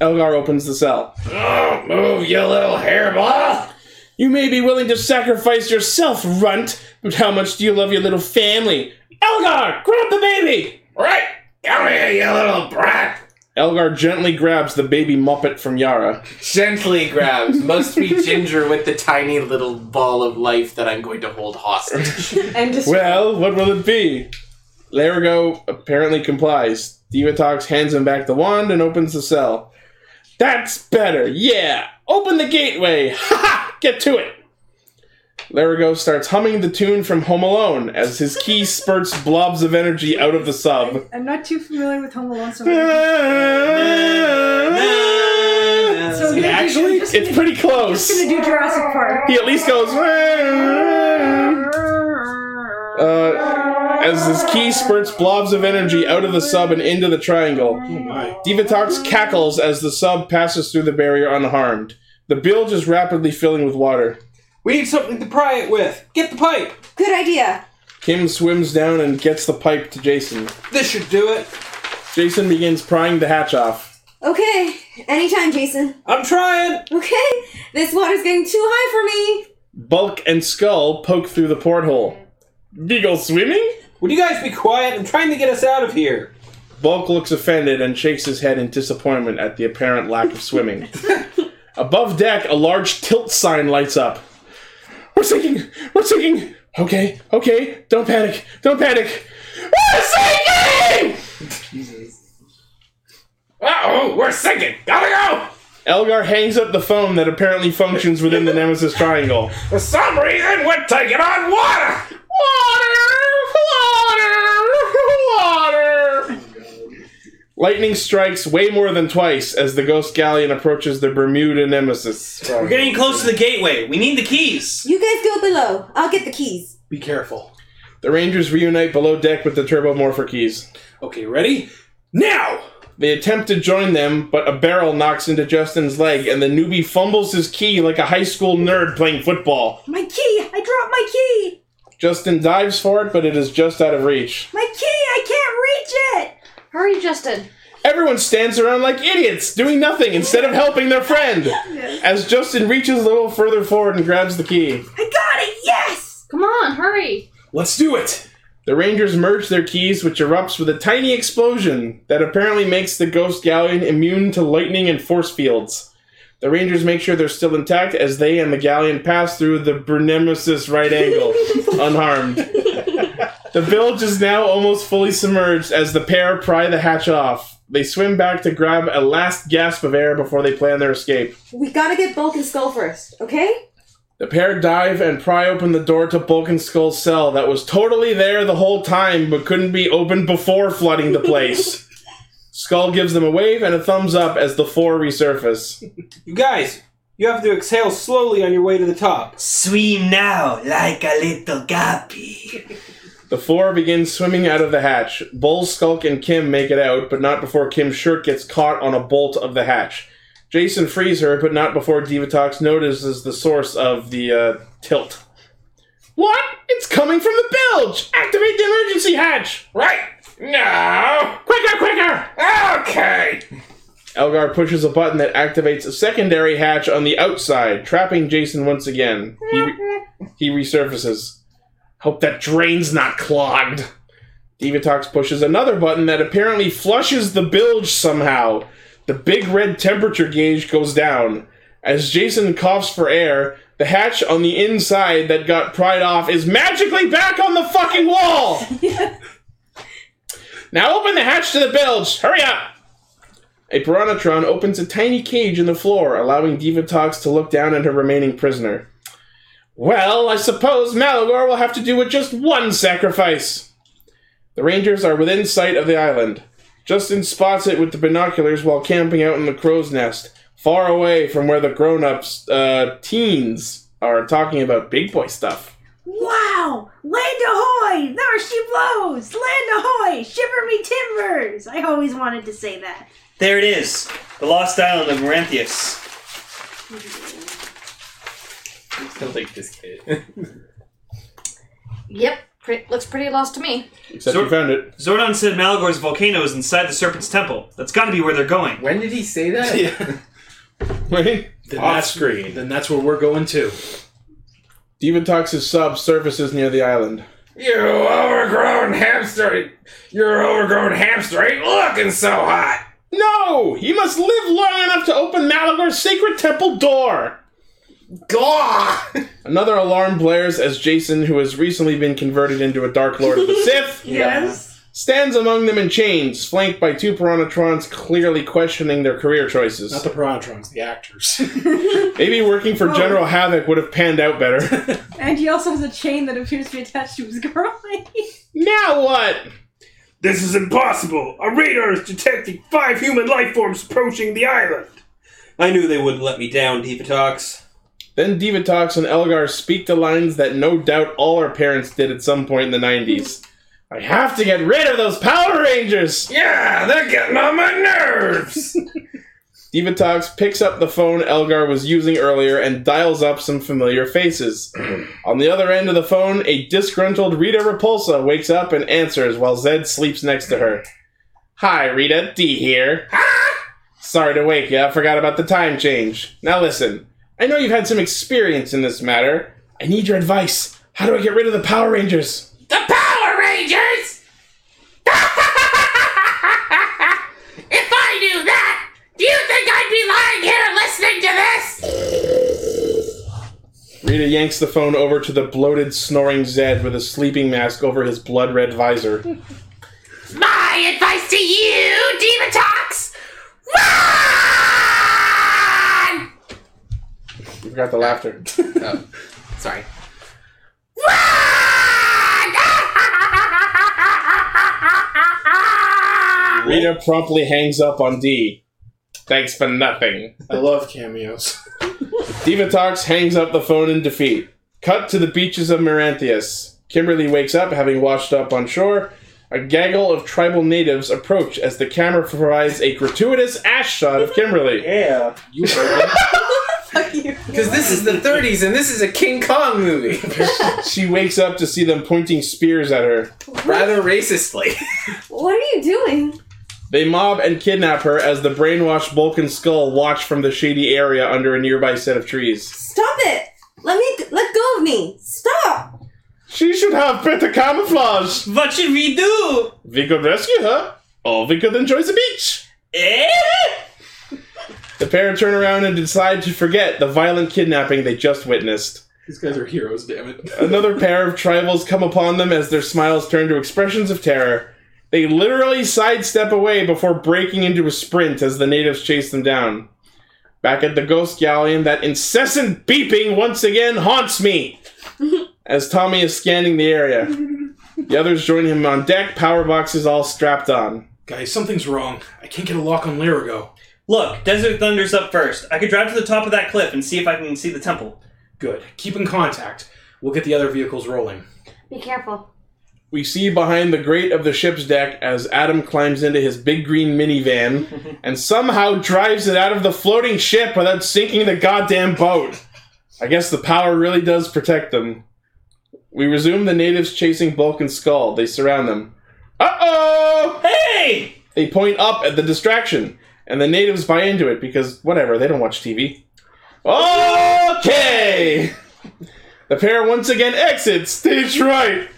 Elgar opens the cell. Oh, move, you little hairball! You may be willing to sacrifice yourself, runt, but how much do you love your little family? Elgar, grab the baby! Right! Come here, you little brat! Elgar gently grabs the baby Muppet from Yara.
Gently grabs. Must be Ginger with the tiny little ball of life that I'm going to hold hostage.
And just
Well, what will it be? Larigo apparently complies. Divatox hands him back the wand and opens the cell. That's better, yeah! Open the gateway! Ha ha! Get to it! Larigo starts humming the tune from Home Alone as his key spurts blobs of energy out of the sub.
I'm not too familiar with Home Alone, so So I'm gonna do-
Actually,
I'm just
it's
gonna-
pretty
I'm
close.
just gonna do Jurassic Park.
He at least goes. Uh, as his key spurts blobs of energy out of the sub and into the triangle. Divatox cackles as the sub passes through the barrier unharmed. The bilge is rapidly filling with water.
We need something to pry it with. Get the pipe.
Good idea.
Kim swims down and gets the pipe to Jason.
This should do it.
Jason begins prying the hatch off.
Okay, anytime, Jason.
I'm trying!
Okay, this water's getting too high for me!
Bulk and Skull poke through the porthole. Giggle swimming?
Would you guys be quiet? I'm trying to get us out of here.
Bulk looks offended and shakes his head in disappointment at the apparent lack of swimming. Above deck, a large tilt sign lights up. We're sinking! We're sinking! Okay, okay, don't panic! Don't panic! We're sinking!
Uh oh, we're sinking. Gotta go.
Elgar hangs up the phone that apparently functions within the Nemesis Triangle.
For some reason, we're taking on water.
Water! Water! Water! Lightning strikes way more than twice as the Ghost Galleon approaches the Bermuda Nemesis.
We're getting close to the gateway. We need the keys.
You guys go below. I'll get the keys.
Be careful. The Rangers reunite below deck with the turbomorpher keys. Okay, ready? Now! They attempt to join them, but a barrel knocks into Justin's leg, and the newbie fumbles his key like a high school nerd playing football.
My key! I dropped my key!
Justin dives for it, but it is just out of reach.
My key! I can't reach it!
Hurry, Justin.
Everyone stands around like idiots, doing nothing instead of helping their friend. As Justin reaches a little further forward and grabs the key.
I got it! Yes!
Come on, hurry.
Let's do it! The Rangers merge their keys, which erupts with a tiny explosion that apparently makes the Ghost Galleon immune to lightning and force fields. The Rangers make sure they're still intact as they and the Galleon pass through the Brunemesis right angle, unharmed. The village is now almost fully submerged as the pair pry the hatch off. They swim back to grab a last gasp of air before they plan their escape.
We gotta get Bulk and Skull first, okay?
The pair dive and pry open the door to Bulk and Skull's cell that was totally there the whole time but couldn't be opened before flooding the place. Skull gives them a wave and a thumbs up as the four resurface.
You guys, you have to exhale slowly on your way to the top.
Swim now, like a little guppy.
The four begin swimming out of the hatch. Bull, Skulk, and Kim make it out, but not before Kim's shirt gets caught on a bolt of the hatch. Jason frees her, but not before Divatox notices the source of the uh, tilt. What? It's coming from the bilge! Activate the emergency hatch!
Right. No.
Quicker, quicker!
Okay.
Elgar pushes a button that activates a secondary hatch on the outside, trapping Jason once again. He, re- he resurfaces. Hope that drain's not clogged. Divatox pushes another button that apparently flushes the bilge somehow. The big red temperature gauge goes down. As Jason coughs for air, the hatch on the inside that got pried off is magically back on the fucking wall! now open the hatch to the bilge! Hurry up! A Piranatron opens a tiny cage in the floor, allowing Divatox to look down at her remaining prisoner. Well, I suppose Malagor will have to do with just one sacrifice. The Rangers are within sight of the island. Justin spots it with the binoculars while camping out in the crow's nest, far away from where the grown ups, uh, teens, are talking about big boy stuff.
Wow! Land ahoy! There she blows! Land ahoy! Shiver me timbers! I always wanted to say that.
There it is. The lost island of Maranthius.
I like this kid.
Yep. Pre- looks pretty lost to me.
Except you found it.
Zordon said Malagor's volcano is inside the Serpent's Temple. That's gotta be where they're going.
When did he say that?
Right?
Then that's screen. Then that's where we're going to.
Divatox's sub surfaces near the island.
You overgrown hamster. You're overgrown hamster. Ain't looking so hot.
No! He must live long enough to open Malagor's sacred temple door!
Gah!
Another alarm blares as Jason, who has recently been converted into a Dark Lord of the Sith,
Yes.
stands among them in chains, flanked by two Piranatrons clearly questioning their career choices.
Not the Piranatrons, the actors.
Maybe working for General Havoc would have panned out better.
And he also has a chain that appears to be attached to his girl.
now what?
This is impossible. Our radar is detecting five human life forms approaching the island.
I knew they wouldn't let me down, Divatox.
Then Divatox and Elgar speak the lines that no doubt all our parents did at some point in the 90s. I have to get rid of those Power Rangers!
Yeah, they're getting on my nerves.
Divatox picks up the phone Elgar was using earlier and dials up some familiar faces. On the other end of the phone, a disgruntled Rita Repulsa wakes up and answers while Zed sleeps next to her. Hi, Rita. D here. Sorry to wake you. I forgot about the time change. Now listen. I know you've had some experience in this matter. I need your advice. How do I get rid of the Power Rangers?
The Power Rangers! if I knew that, do you think I'd be lying here listening to this?
Rita yanks the phone over to the bloated, snoring Zed with a sleeping mask over his blood red visor.
My advice to you, Diva Talks!
You forgot the laughter.
Oh,
Sorry.
Rita promptly hangs up on D. Thanks for nothing.
I love cameos.
Divatox hangs up the phone in defeat. Cut to the beaches of Meranthius. Kimberly wakes up, having washed up on shore. A gaggle of tribal natives approach as the camera provides a gratuitous ass shot of Kimberly. Yeah. You
Because this is the 30s and this is a King Kong movie.
she wakes up to see them pointing spears at her.
Rather racistly.
What are you doing?
They mob and kidnap her as the brainwashed Bulk and Skull watch from the shady area under a nearby set of trees.
Stop it! Let me let go of me. Stop.
She should have better camouflage. What should we do? We could rescue her, or we could enjoy the beach. The pair turn around and decide to forget the violent kidnapping they just witnessed.
These guys are heroes, damn it.
Another pair of tribals come upon them as their smiles turn to expressions of terror. They literally sidestep away before breaking into a sprint as the natives chase them down. Back at the ghost galleon, that incessant beeping once again haunts me as Tommy is scanning the area. The others join him on deck, power boxes all strapped on.
Guys, something's wrong. I can't get a lock on Larigo.
Look, Desert Thunder's up first. I could drive to the top of that cliff and see if I can see the temple.
Good. Keep in contact. We'll get the other vehicles rolling.
Be careful.
We see behind the grate of the ship's deck as Adam climbs into his big green minivan and somehow drives it out of the floating ship without sinking the goddamn boat. I guess the power really does protect them. We resume the natives chasing Bulk and Skull. They surround them. Uh oh!
Hey!
They point up at the distraction, and the natives buy into it because, whatever, they don't watch TV. Okay! The pair once again exits, stage right!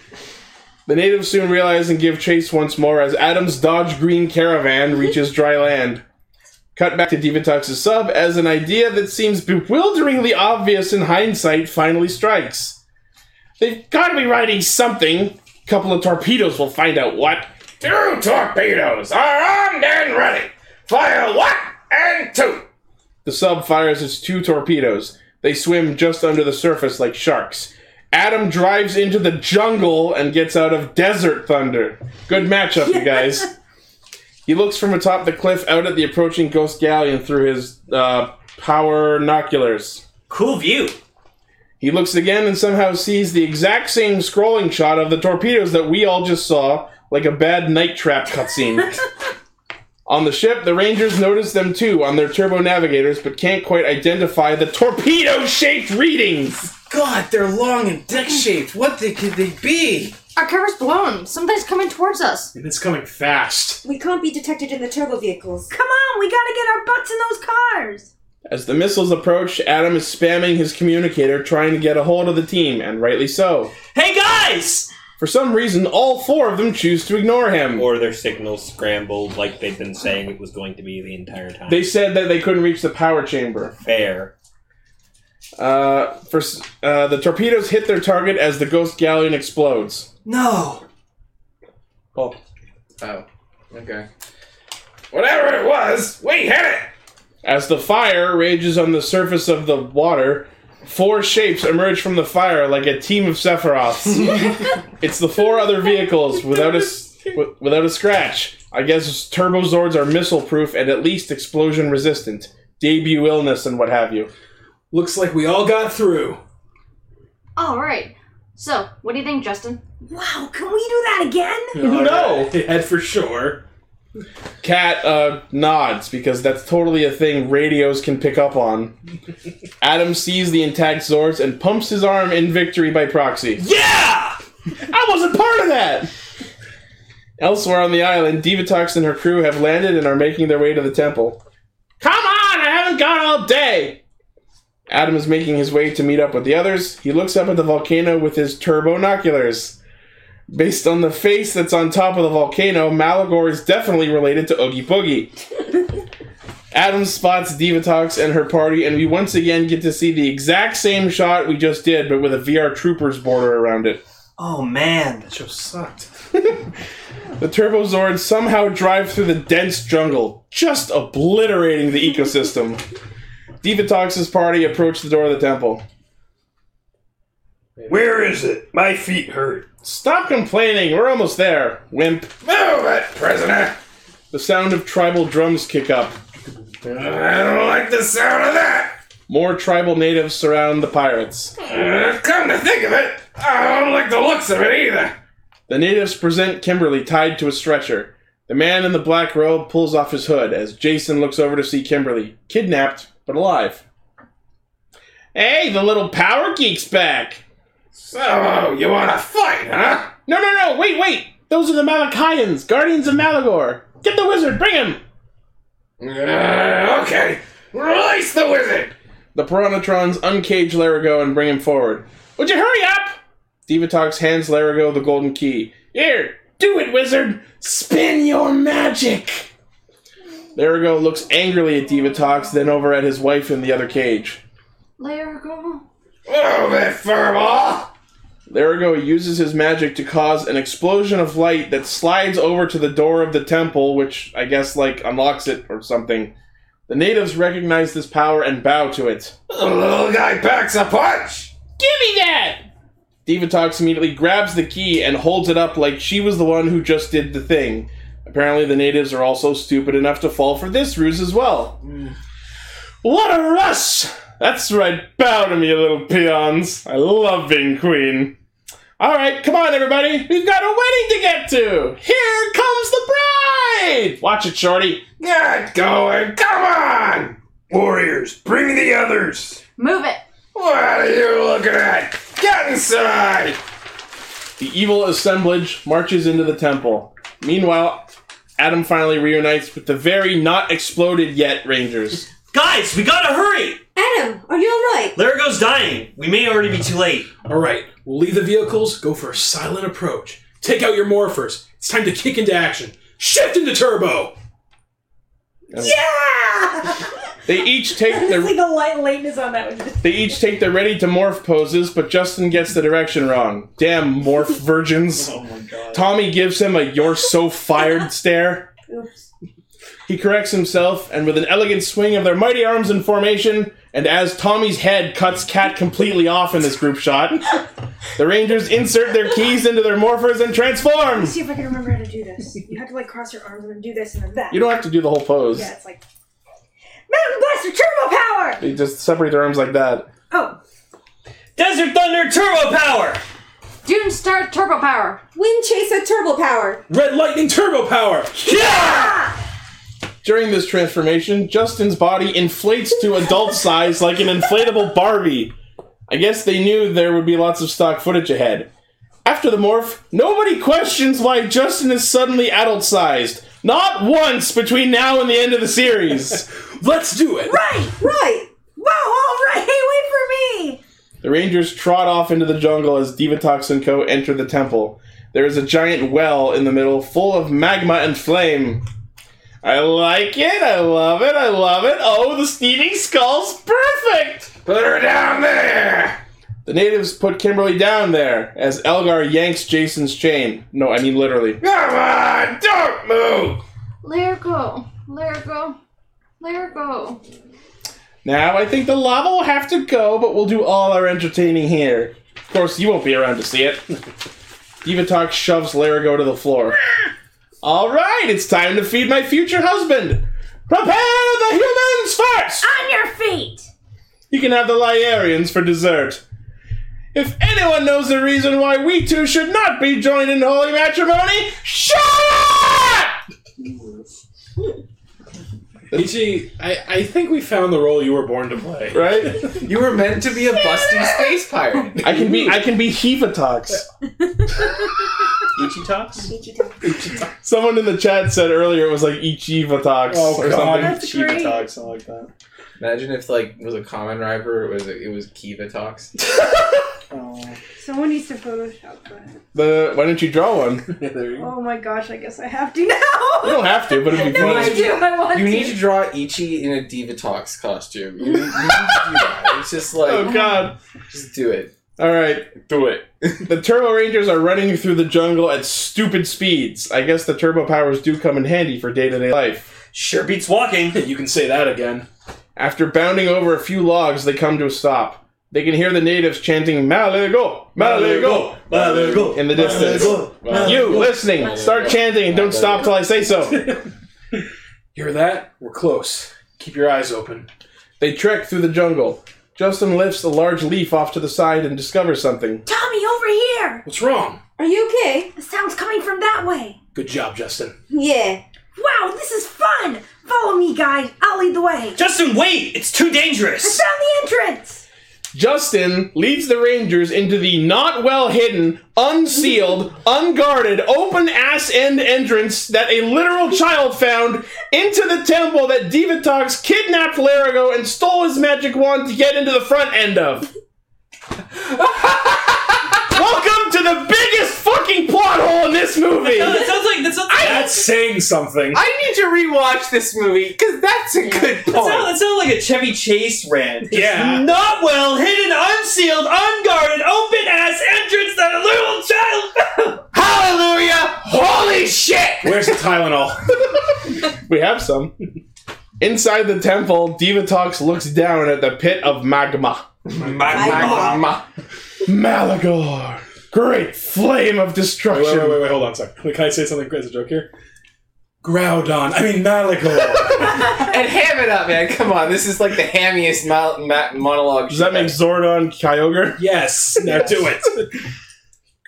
The natives soon realize and give chase once more as Adam's Dodge Green caravan reaches dry land. Cut back to Divatox's sub as an idea that seems bewilderingly obvious in hindsight finally strikes. They've gotta be writing something. Couple of torpedoes will find out what.
Two torpedoes are armed and ready. Fire one and two.
The sub fires its two torpedoes. They swim just under the surface like sharks. Adam drives into the jungle and gets out of Desert Thunder. Good matchup, you guys. He looks from atop the cliff out at the approaching ghost galleon through his uh, power noculars.
Cool view.
He looks again and somehow sees the exact same scrolling shot of the torpedoes that we all just saw, like a bad night trap cutscene. On the ship, the Rangers notice them too on their turbo navigators, but can't quite identify the torpedo shaped readings!
God, they're long and dick shaped. What the, could they be?
Our cover's blown. Somebody's coming towards us.
And it's coming fast.
We can't be detected in the turbo vehicles.
Come on, we gotta get our butts in those cars.
As the missiles approach, Adam is spamming his communicator trying to get a hold of the team, and rightly so.
Hey guys!
For some reason, all four of them choose to ignore him.
Or their signals scrambled like they've been saying it was going to be the entire time.
They said that they couldn't reach the power chamber.
Fair.
Uh, for, s- uh, the torpedoes hit their target as the ghost galleon explodes.
No.
Oh.
Oh. Okay.
Whatever it was, we hit it.
As the fire rages on the surface of the water, four shapes emerge from the fire like a team of Sephiroths. it's the four other vehicles without a s- wi- without a scratch. I guess turbo zords are missile proof and at least explosion resistant. Debut illness and what have you.
Looks like we all got through.
All right. So, what do you think, Justin?
Wow, can we do that again?
No,
head for sure.
Cat uh, nods because that's totally a thing radios can pick up on. Adam sees the intact Zords and pumps his arm in victory by proxy.
Yeah!
I wasn't part of that! Elsewhere on the island, Divatox and her crew have landed and are making their way to the temple. Come on! I haven't gone all day! Adam is making his way to meet up with the others. He looks up at the volcano with his turbonoculars. Based on the face that's on top of the volcano, Malagor is definitely related to Oogie Boogie. Adam spots Divatox and her party, and we once again get to see the exact same shot we just did, but with a VR Troopers border around it.
Oh man, that
show sucked.
The Turbozords somehow drive through the dense jungle, just obliterating the ecosystem. Divatox's party approach the door of the temple.
Where is it? My feet hurt.
Stop complaining, we're almost there, wimp.
Move it, prisoner!
The sound of tribal drums kick up.
I don't like the sound of that!
More tribal natives surround the pirates.
Uh, come to think of it, I don't like the looks of it either.
The natives present Kimberly tied to a stretcher. The man in the black robe pulls off his hood as Jason looks over to see Kimberly, kidnapped but alive. Hey, the little power geek's back!
So, Oh, you want to fight, huh?
No, no, no, wait, wait! Those are the Malachians, guardians of Malagor! Get the wizard, bring him!
Uh, okay, release the wizard!
The Piranatrons uncage Larigo and bring him forward. Would you hurry up? Divatox hands Larigo the golden key. Here, do it, wizard! Spin your magic! Larigo looks angrily at Divatox, then over at his wife in the other cage.
Largo.
Move it, furball!
Larigo uses his magic to cause an explosion of light that slides over to the door of the temple, which I guess, like, unlocks it or something. The natives recognize this power and bow to it.
The little guy packs a punch!
Give me that! Divatox immediately grabs the key and holds it up like she was the one who just did the thing. Apparently, the natives are also stupid enough to fall for this ruse as well. What a rush! That's right, bow to me, you little peons. I love being queen. All right, come on, everybody. We've got a wedding to get to. Here comes the bride. Watch it, Shorty.
Get going, come on! Warriors, bring the others!
Move it.
What are you looking at? Get inside!
The evil assemblage marches into the temple. Meanwhile, Adam finally reunites with the very not exploded yet Rangers.
Guys, we gotta hurry!
Adam, are you alright?
Larigo's dying. We may already be too late.
All right, we'll leave the vehicles, go for a silent approach. Take out your morphers. It's time to kick into action. Shift into turbo.
They each take
There's
their
like a light lateness on that one.
they each take their ready to morph poses, but Justin gets the direction wrong. Damn morph virgins. Tommy gives him a you're so fired stare.
Oops.
He corrects himself, and with an elegant swing of their mighty arms in formation, and as Tommy's head cuts Cat completely off in this group shot, the Rangers insert their keys into their morphers and transform!
Let's see if I can remember how to do this. You have to like cross your arms and then do this and then that.
You don't have to do the whole pose.
Yeah, it's like Mountain Blaster Turbo Power.
They just separate their arms like that.
Oh,
Desert Thunder Turbo Power!
Dune Star Turbo Power.
Wind Chaser Turbo Power.
Red lightning turbo power.
During this transformation, Justin's body inflates to adult size like an inflatable Barbie. I guess they knew there would be lots of stock footage ahead. After the morph, nobody questions why Justin is suddenly adult sized. Not once between now and the end of the series.
Let's do it.
right, right. Wow, all right. Wait for me.
The Rangers trot off into the jungle as Divatox and Co. enter the temple. There is a giant well in the middle full of magma and flame. I like it, I love it, I love it. Oh, the steaming skull's perfect!
Put her down there!
The natives put Kimberly down there as Elgar yanks Jason's chain. No, I mean literally.
Come on, don't move!
Largo. Largo. Largo.
Now I think the lava will have to go, but we'll do all our entertaining here. Of course, you won't be around to see it. Divatox shoves Larigo to the floor. all right, it's time to feed my future husband. Prepare the humans first.
On your feet.
You can have the Lyarians for dessert. If anyone knows the reason why we two should not be joined in holy matrimony, shut up!
Ichi, I, I think we found the role you were born to play.
Right?
You were meant to be a busty space pirate.
I can be I can be Hevatox.
You
Ichi talks.
Ichi talks.
Someone in the chat said earlier it was like Ichiva talks
Oh,
or
God.
something.
That's
Ichiva
great.
talks, something like that.
Imagine if like it was a common river, it was it was Kiva talks.
Someone needs to Photoshop that.
The why don't you draw one?
Oh my gosh, I guess I have to now.
You don't have to, but it'd be
No, I
fun.
do. I want
you
to.
need to draw Ichi in a Diva Talks costume. You, you need to do that. It's just like
Oh, God.
just do it.
All right,
do it.
the Turbo Rangers are running through the jungle at stupid speeds. I guess the turbo powers do come in handy for day-to-day life.
Sure beats walking.
you can say that again.
After bounding over a few logs, they come to a stop. They can hear the natives chanting "Malego, Malego, Malego" in the distance.
Malego, Malego.
You listening? Start chanting and don't stop till I say so.
Hear that? We're close. Keep your eyes open.
They trek through the jungle. Justin lifts a large leaf off to the side and discovers something.
Tommy, over here!
What's wrong?
Are you okay? The sound's coming from that way.
Good job, Justin.
Yeah. Wow, this is fun! Follow me, guys. I'll lead the way.
Justin, wait! It's too dangerous!
I found the entrance!
Justin leads the Rangers into the not well hidden, unsealed, unguarded, open ass end entrance that a literal child found into the temple that Divatox kidnapped Larigo and stole his magic wand to get into the front end of. Welcome to the biggest fucking plot hole in this movie!
that sounds like that sounds like
That's saying something.
I need to rewatch this movie because that's a good point.
That sounds, that sounds like a Chevy Chase rant. Just
Yeah.
Not well hidden, unsealed, unguarded, open ass entrance that a little child
Hallelujah! Holy shit!
Where's the Tylenol?
We have some. Inside the temple, Divatox looks down at the pit of magma.
Magma.
Malagor, great flame of
Wait, wait,
destruction.
wait, wait, wait, hold on a sec. Can I say something as a joke here? Groudon. I mean, Malagor.
and ham it up, man. Come on, this is like the hammiest mo- ma- monologue.
Does that make Zordon Kyogre?
yes. Now do it.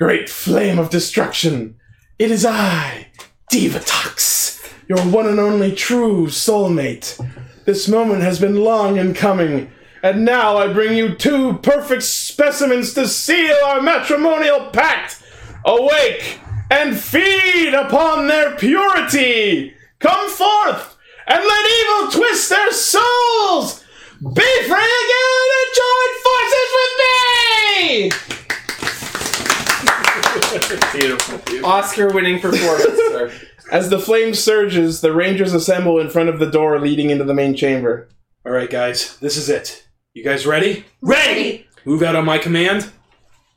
Great flame of destruction. It is I, Divatox, your one and only true soulmate. This moment has been long in coming, and now I bring you two perfect specimens to seal our matrimonial pact. Awake and feed upon their purity. Come forth and let evil twist their souls. Be free again and join forces with me.
beautiful, Oscar-winning performance, sir.
As the flame surges, the Rangers assemble in front of the door leading into the main chamber.
All right, guys. This is it. You guys ready? Ready. Move out on my command.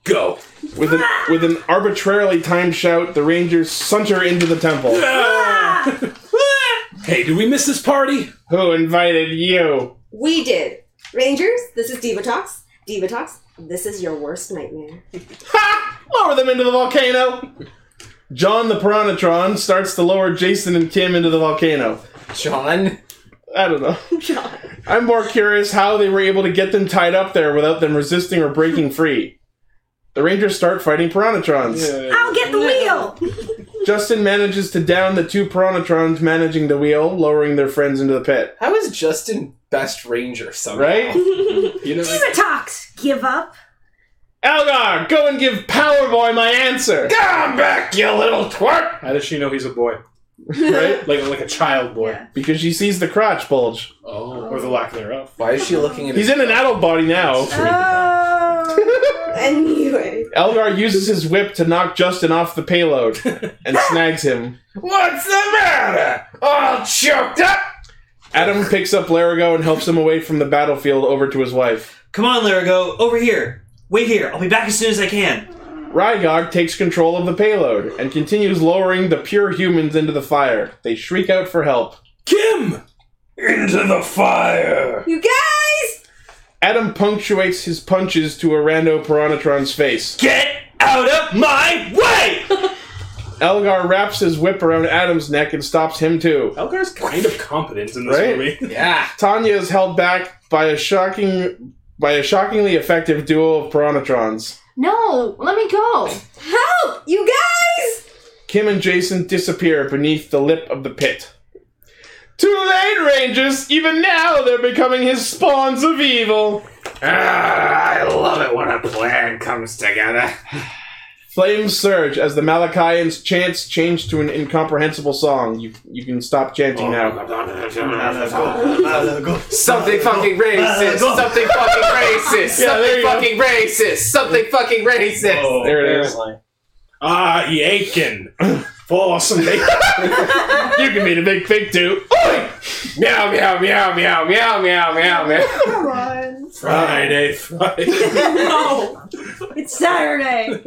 Go.
With an, with an arbitrarily timed shout, the Rangers sunter into the temple.
hey, did we miss this party?
Who invited you?
We did. Rangers, this is Diva Talks. Diva Talks, this is your worst nightmare.
Lower them into the volcano! John the Piranatron starts to lower Jason and Kim into the volcano.
John?
I don't know.
John.
I'm more curious how they were able to get them tied up there without them resisting or breaking free. The Rangers start fighting Piranatrons.
I'll get the wheel!
Justin manages to down the two Piranatrons managing the wheel, lowering their friends into the pit.
How is Justin best ranger somehow?
Right?
You know,
Diva Talks, give up.
Elgar, go and give Powerboy my answer!
Come back, you little twerp!
how does she know he's a boy?
Right?
Like like a child boy,
Because she sees the crotch bulge.
Oh.
or the lack thereof.
Why is she looking at
He's in an adult body
Uh,
now.
Oh. Anyway.
Elgar uses his whip to knock Justin off the payload and snags him.
What's the matter? All choked up?
Adam picks up Larigo and helps him away from the battlefield over to his wife.
Come on, Larigo, over here. Wait here. I'll be back as soon as I can.
Rygog takes control of the payload and continues lowering the pure humans into the fire. They shriek out for help.
Kim!
Into the fire!
You guys!
Adam punctuates his punches to Arando Piranatron's face.
Get out of my way!
Elgar wraps his whip around Adam's neck and stops him too.
Elgar's kind of competent in this
Right?
movie.
Yeah.
Tanya is held back by a shocking by a shockingly effective duo of Piranatrons.
No, let me go.
Help! You guys!
Kim and Jason disappear beneath the lip of the pit. Too late, Rangers! Even now they're becoming his spawns of evil!
Ah, I love it when a plan comes together.
Flames surge as the Malachians' chants change to an incomprehensible song. You you can stop chanting now.
Something fucking racist. Something fucking racist.
Yeah,
something
there you go.
fucking racist. Something fucking racist.
There it is.
Ah, ye Aiken. For some bacon. you can be the big fig too. Oi!
Meow meow meow meow meow meow meow meow.
Come on.
Friday, Friday.
no. It's Saturday.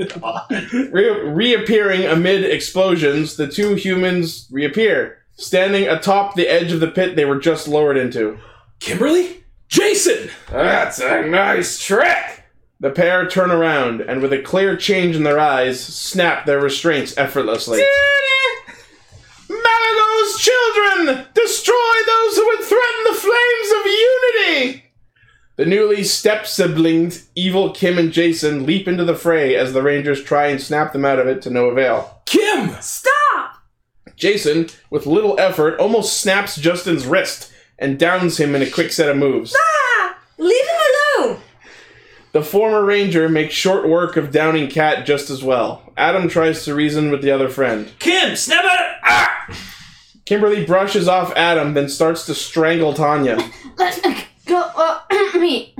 Re- reappearing amid explosions, the two humans reappear, standing atop the edge of the pit they were just lowered into.
Kimberly? Jason!
That's a nice trick! The pair turn around and, with a clear change in their eyes, snap their restraints effortlessly. Malagos children! Destroy those who would threaten the flames of unity! The newly step siblings, Evil Kim and Jason, leap into the fray as the Rangers try and snap them out of it to no avail.
Kim!
Stop!
Jason, with little effort, almost snaps Justin's wrist and downs him in a quick set of moves.
Ah! Leave him alone!
The former Ranger makes short work of downing Cat just as well. Adam tries to reason with the other friend.
Kim, snap out! Ah!
Kimberly brushes off Adam, then starts to strangle Tanya.
Let go uh, me.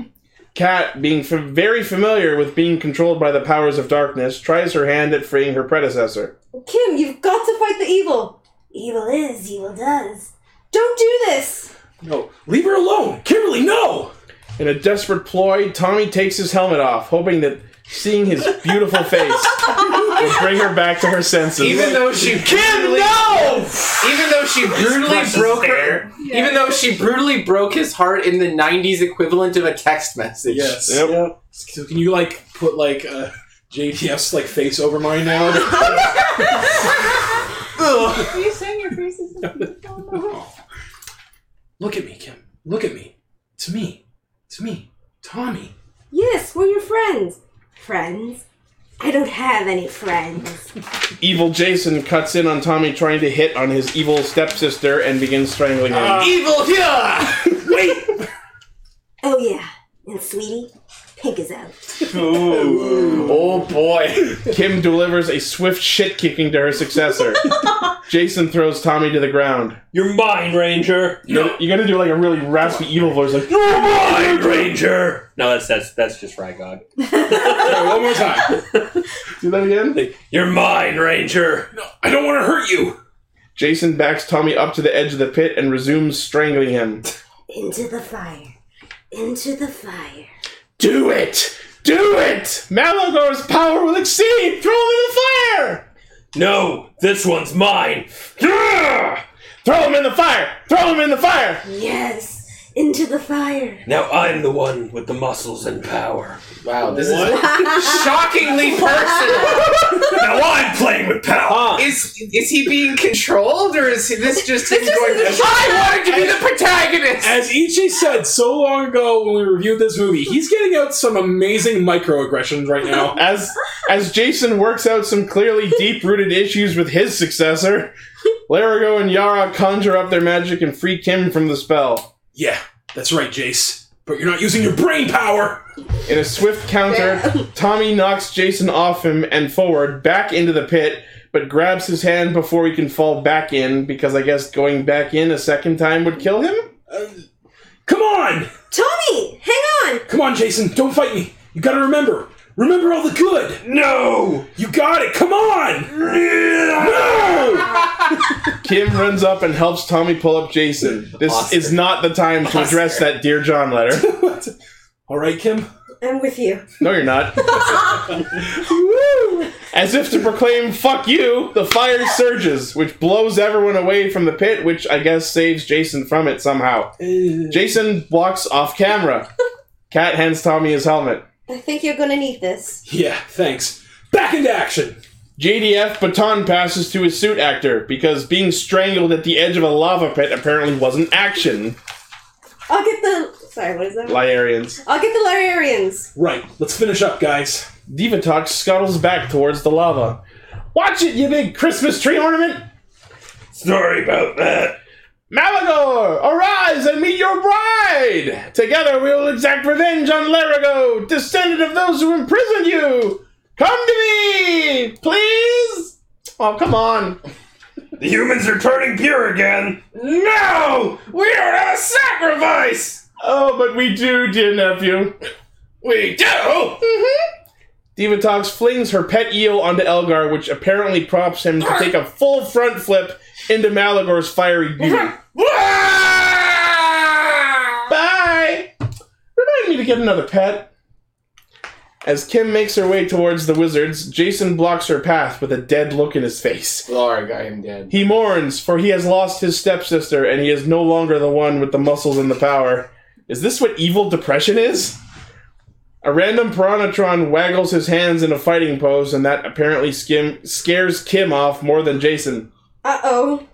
Kat, being f- very familiar with being controlled by the powers of darkness, tries her hand at freeing her predecessor.
Kim, you've got to fight the evil. Evil is, evil does. Don't do this!
No, leave her alone! Kimberly, no!
In a desperate ploy, Tommy takes his helmet off, hoping that seeing his beautiful face will bring her back to her senses.
Even though she
Kim,
no! Even though she brutally
crushes
broke her,
there.
even though she brutally broke his heart in the '90s equivalent of a text message.
Yes. So can you like put like uh, JTF's like face over mine now? Ugh.
Are you saying your face is
Look at me, Kim. Look at me. It's me. It's me. Tommy.
Yes, we're your friends. Friends? I don't have any friends.
Evil Jason cuts in on Tommy trying to hit on his evil stepsister and begins strangling him.
Evil here!
Oh, yeah. And sweetie, Pink is out.
Oh boy. Kim delivers a swift shit kicking to her successor. Jason throws Tommy to the ground. You're mine, Ranger. No, you gotta do like a really raspy evil voice like You're mine, Ranger!
No, that's that's that's just Rygod.
one more time.
Do that again?
You're mine, Ranger.
I don't want to hurt you.
Jason backs Tommy up to the edge of the pit and resumes strangling him.
Into the fire. Into the fire.
Do it! Do it! Malagor's power will exceed! Throw him in the fire!
No, this one's mine.
Yeah! Throw him in the fire! Throw him in the fire!
Yes! Into the fire!
Now I'm the one with the muscles and power.
Wow,
this
is- Shockingly personal.
now I'm playing with power.
Is is he being controlled, or is he, this just him
This is
going?
the
I wanted to be
as-
the protagonist.
As Ichi said so long ago when we reviewed this movie, he's getting out some amazing microaggressions right now.
As as Jason works out some clearly deep-rooted issues with his successor, Larigo and Yara conjure up their magic and free Kim from the spell.
Yeah, that's right, Jace. But you're not using your brain power.
In a swift counter, Tommy knocks Jason off him and forward back into the pit, but grabs his hand before he can fall back in because I guess going back in a second time would kill him.
Come on!
Tommy! Hang on!
Come on, Jason, don't fight me. You gotta remember. Remember all the good. No! You got it, come on! No!
Kim runs up and helps Tommy pull up Jason. This is not the time to address that dear John letter.
All right, Kim.
I'm with you.
No, you're not. Woo! As if to proclaim, fuck you, the fire surges, which blows everyone away from the pit, which I guess saves Jason from it somehow.
Uh.
Jason walks off camera. Cat hands Tommy his helmet.
I think you're gonna need this.
Yeah, thanks. Back into action!
JDF baton passes to his suit actor because being strangled at the edge of a lava pit apparently wasn't action.
I'll get the. Sorry, what is that?
Lyarians.
I'll get the Larians.
Right, let's finish up, guys.
Divatox scuttles back towards the lava. Watch it, you big Christmas tree ornament!
Sorry about that.
Malagor, arise and meet your bride! Together we will exact revenge on Larigo, descendant of those who imprisoned you! Come to me, please. Oh, come on.
The humans are turning pure again. No! We don't have a sacrifice!
Oh, but we do, dear nephew.
We do? Mm-hmm.
Divatox flings her pet eel onto Elgar, which apparently prompts him to take a full front flip into Malagor's fiery beauty. Bye! Remind me to get another pet. As Kim makes her way towards the wizards, Jason blocks her path with a dead look in his face.
Larg, I am dead.
He mourns, for he has lost his stepsister and he is no longer the one with the muscles and the power. Is this what evil depression is? A random Piranatron waggles his hands in a fighting pose, and that apparently skim- scares Kim off more than Jason.
Uh oh.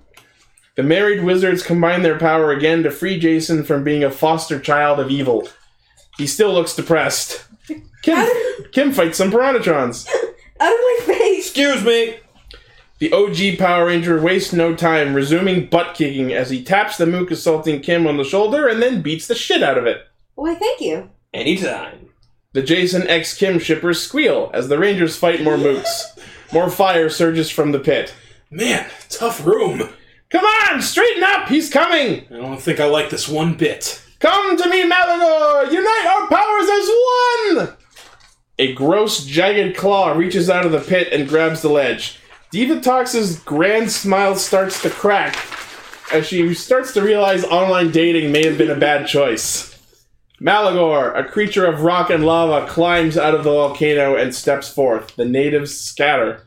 The married wizards combine their power again to free Jason from being a foster child of evil. He still looks depressed. Kim, Kim fights some Piranatrons.
Out of my face!
Excuse me!
The OG Power Ranger wastes no time, resuming butt kicking as he taps the mook assaulting Kim on the shoulder and then beats the shit out of it.
Why, thank you.
Anytime.
The Jason X Kim shippers squeal as the Rangers fight more mooks. More fire surges from the pit.
Man, tough room.
Come on, straighten up! He's coming!
I don't think I like this one bit.
Come to me, Malagor! Unite our powers as one! A gross, jagged claw reaches out of the pit and grabs the ledge. Divatox's grand smile starts to crack as she starts to realize online dating may have been a bad choice. Malagor, a creature of rock and lava, climbs out of the volcano and steps forth. The natives scatter.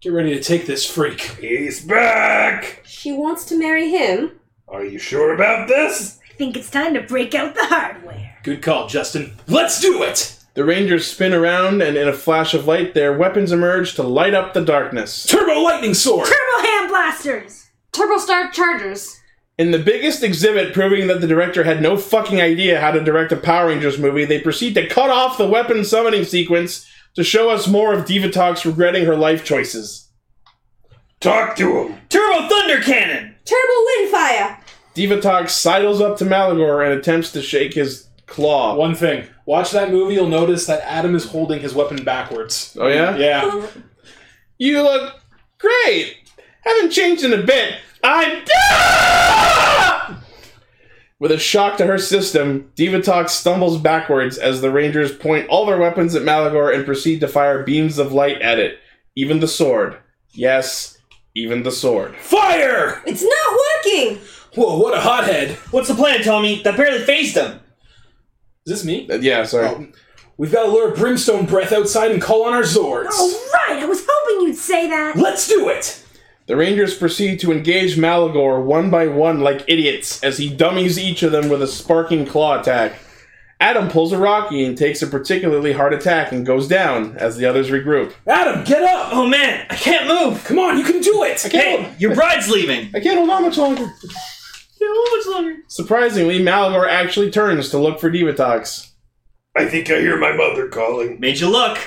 Get ready to take this freak.
He's back!
She wants to marry him.
Are you sure about this?
I think it's time to break out the hardware.
Good call, Justin. Let's do it!
The rangers spin around, and in a flash of light, their weapons emerge to light up the darkness.
Turbo lightning sword!
Turbo hand blasters!
Turbo Star Chargers.
In the biggest exhibit proving that the director had no fucking idea how to direct a Power Rangers movie, they proceed to cut off the weapon summoning sequence to show us more of Divatox regretting her life choices.
Talk to him!
Turbo Thunder Cannon!
Turbo wind fire.
Divatox sidles up to Malagor and attempts to shake his claw.
One thing. Watch that movie, you'll notice that Adam is holding his weapon backwards.
Oh, yeah?
Yeah.
You look great! Haven't changed in a bit. I'm. With a shock to her system, Divatox stumbles backwards as the Rangers point all their weapons at Malagor and proceed to fire beams of light at it. Even the sword. Yes, even the sword.
Fire!
It's not working!
Whoa, what a hothead.
What's the plan, Tommy? That barely phased him.
Is this me?
Uh, Yeah, sorry.
We've got to lure Brimstone Breath outside and call on our Zords.
Alright, I was hoping you'd say that.
Let's do it!
The Rangers proceed to engage Malagor one by one like idiots as he dummies each of them with a sparking claw attack. Adam pulls a Rocky and takes a particularly hard attack and goes down as the others regroup.
Adam, get up!
Oh man, I can't move!
Come on, you can do it!
I can't,
Hey, your bride's leaving!
I can't hold on much longer.
How much longer?
Surprisingly, Malagor actually turns to look for Divatox.
I think I hear my mother calling.
Made you look!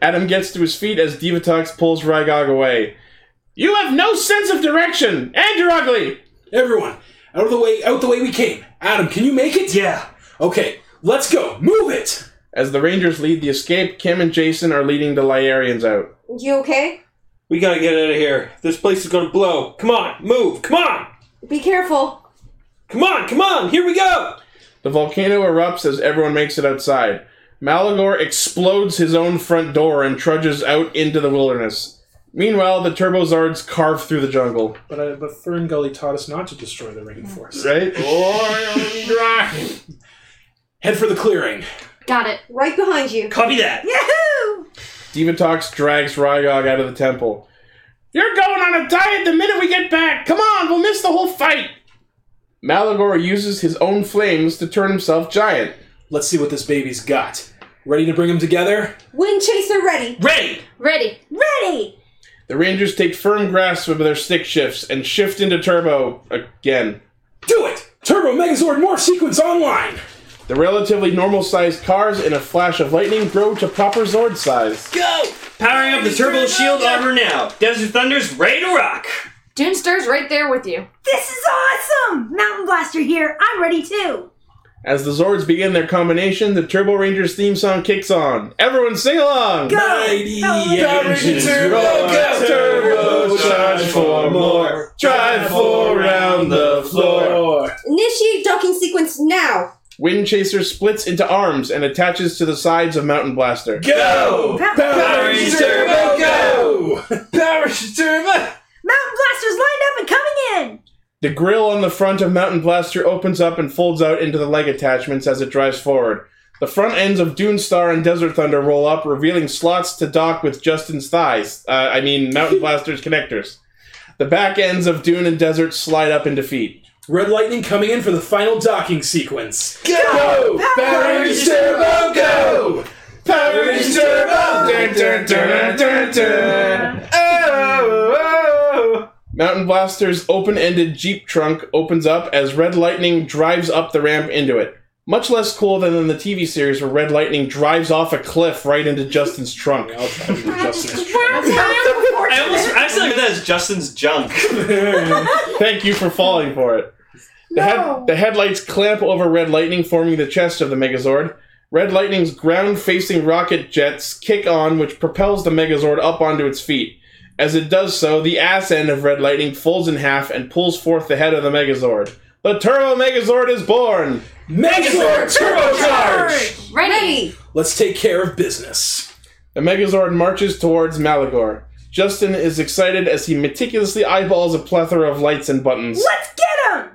Adam gets to his feet as Divatox pulls Rygog away. You have no sense of direction, and you're ugly!
Everyone, out of the way, out the way we came. Adam, can you make it?
Yeah.
Okay, let's go. Move it!
As the Rangers lead the escape, Kim and Jason are leading the Lyarians out.
You okay?
We gotta get out of here. This place is gonna blow. Come on, move. Come on,
Be careful.
come on, come on. Here we go.
The volcano erupts as everyone makes it outside. Malagor explodes his own front door and trudges out into the wilderness. Meanwhile, the Turbozards carve through the jungle.
But, uh, but Fern Gully taught us not to destroy the rainforest.
Right?
Head for the clearing.
Got it.
Right behind you.
Copy that.
Yahoo!
Divatox drags Rygog out of the temple. You're going on a diet the minute we get back! Come on, we'll miss the whole fight! Malagor uses his own flames to turn himself giant.
Let's see what this baby's got. Ready to bring them together?
Wind chaser ready.
Ready!
Ready.
Ready!
The Rangers take firm grasp of their stick shifts and shift into turbo again.
Do it! Turbo Megazord morph sequence online!
The relatively normal sized cars in a flash of lightning grow to proper Zord size.
Go! Oh, Powering up the Turbo Shield armor now. Desert Thunder's ready to rock.
Doonstar's right there with you.
This is awesome! Mountain Blaster here. I'm ready too.
As the Zords begin their combination, the Turbo Rangers theme song kicks on. Everyone sing along!
Go!
Mighty
engines roar,
turbo,
turbocharge
for more, drive
four
around the floor.
Initiate docking sequence now.
Wind Chaser splits into arms and attaches to the sides of Mountain Blaster.
Go! Power Rangers Turbo, go!
Power Turbo!
Mountain Blasters lined up and coming in!
The grill on the front of Mountain Blaster opens up and folds out into the leg attachments as it drives forward. The front ends of Dunestar and Desert Thunder roll up, revealing slots to dock with Justin's thighs. Uh, I mean, Mountain Blaster's connectors. The back ends of Dune and Desert slide up in defeat.
Red Lightning coming in for the final docking sequence.
Go! Power Rangers Turbo, go! Power Rangers Turbo! Dun, dun, dun, dun, dun. Oh,
Mountain Blaster's open ended Jeep trunk opens up as Red Lightning drives up the ramp into it. Much less cool than in the TV series where Red Lightning drives off a cliff right into Justin's trunk.
I almost I still look at that as Justin's junk.
Thank you for falling for it. The, head, the headlights clamp over Red Lightning, forming the chest of the Megazord. Red Lightning's ground facing rocket jets kick on, which propels the Megazord up onto its feet. As it does so, the ass end of Red Lightning folds in half and pulls forth the head of the Megazord. The Turbo Megazord is born!
Megazord turbocharge!
Ready!
Let's take care of business. The Megazord marches towards Malagor. Justin is excited as he meticulously eyeballs a plethora of lights and buttons.
Let's get him!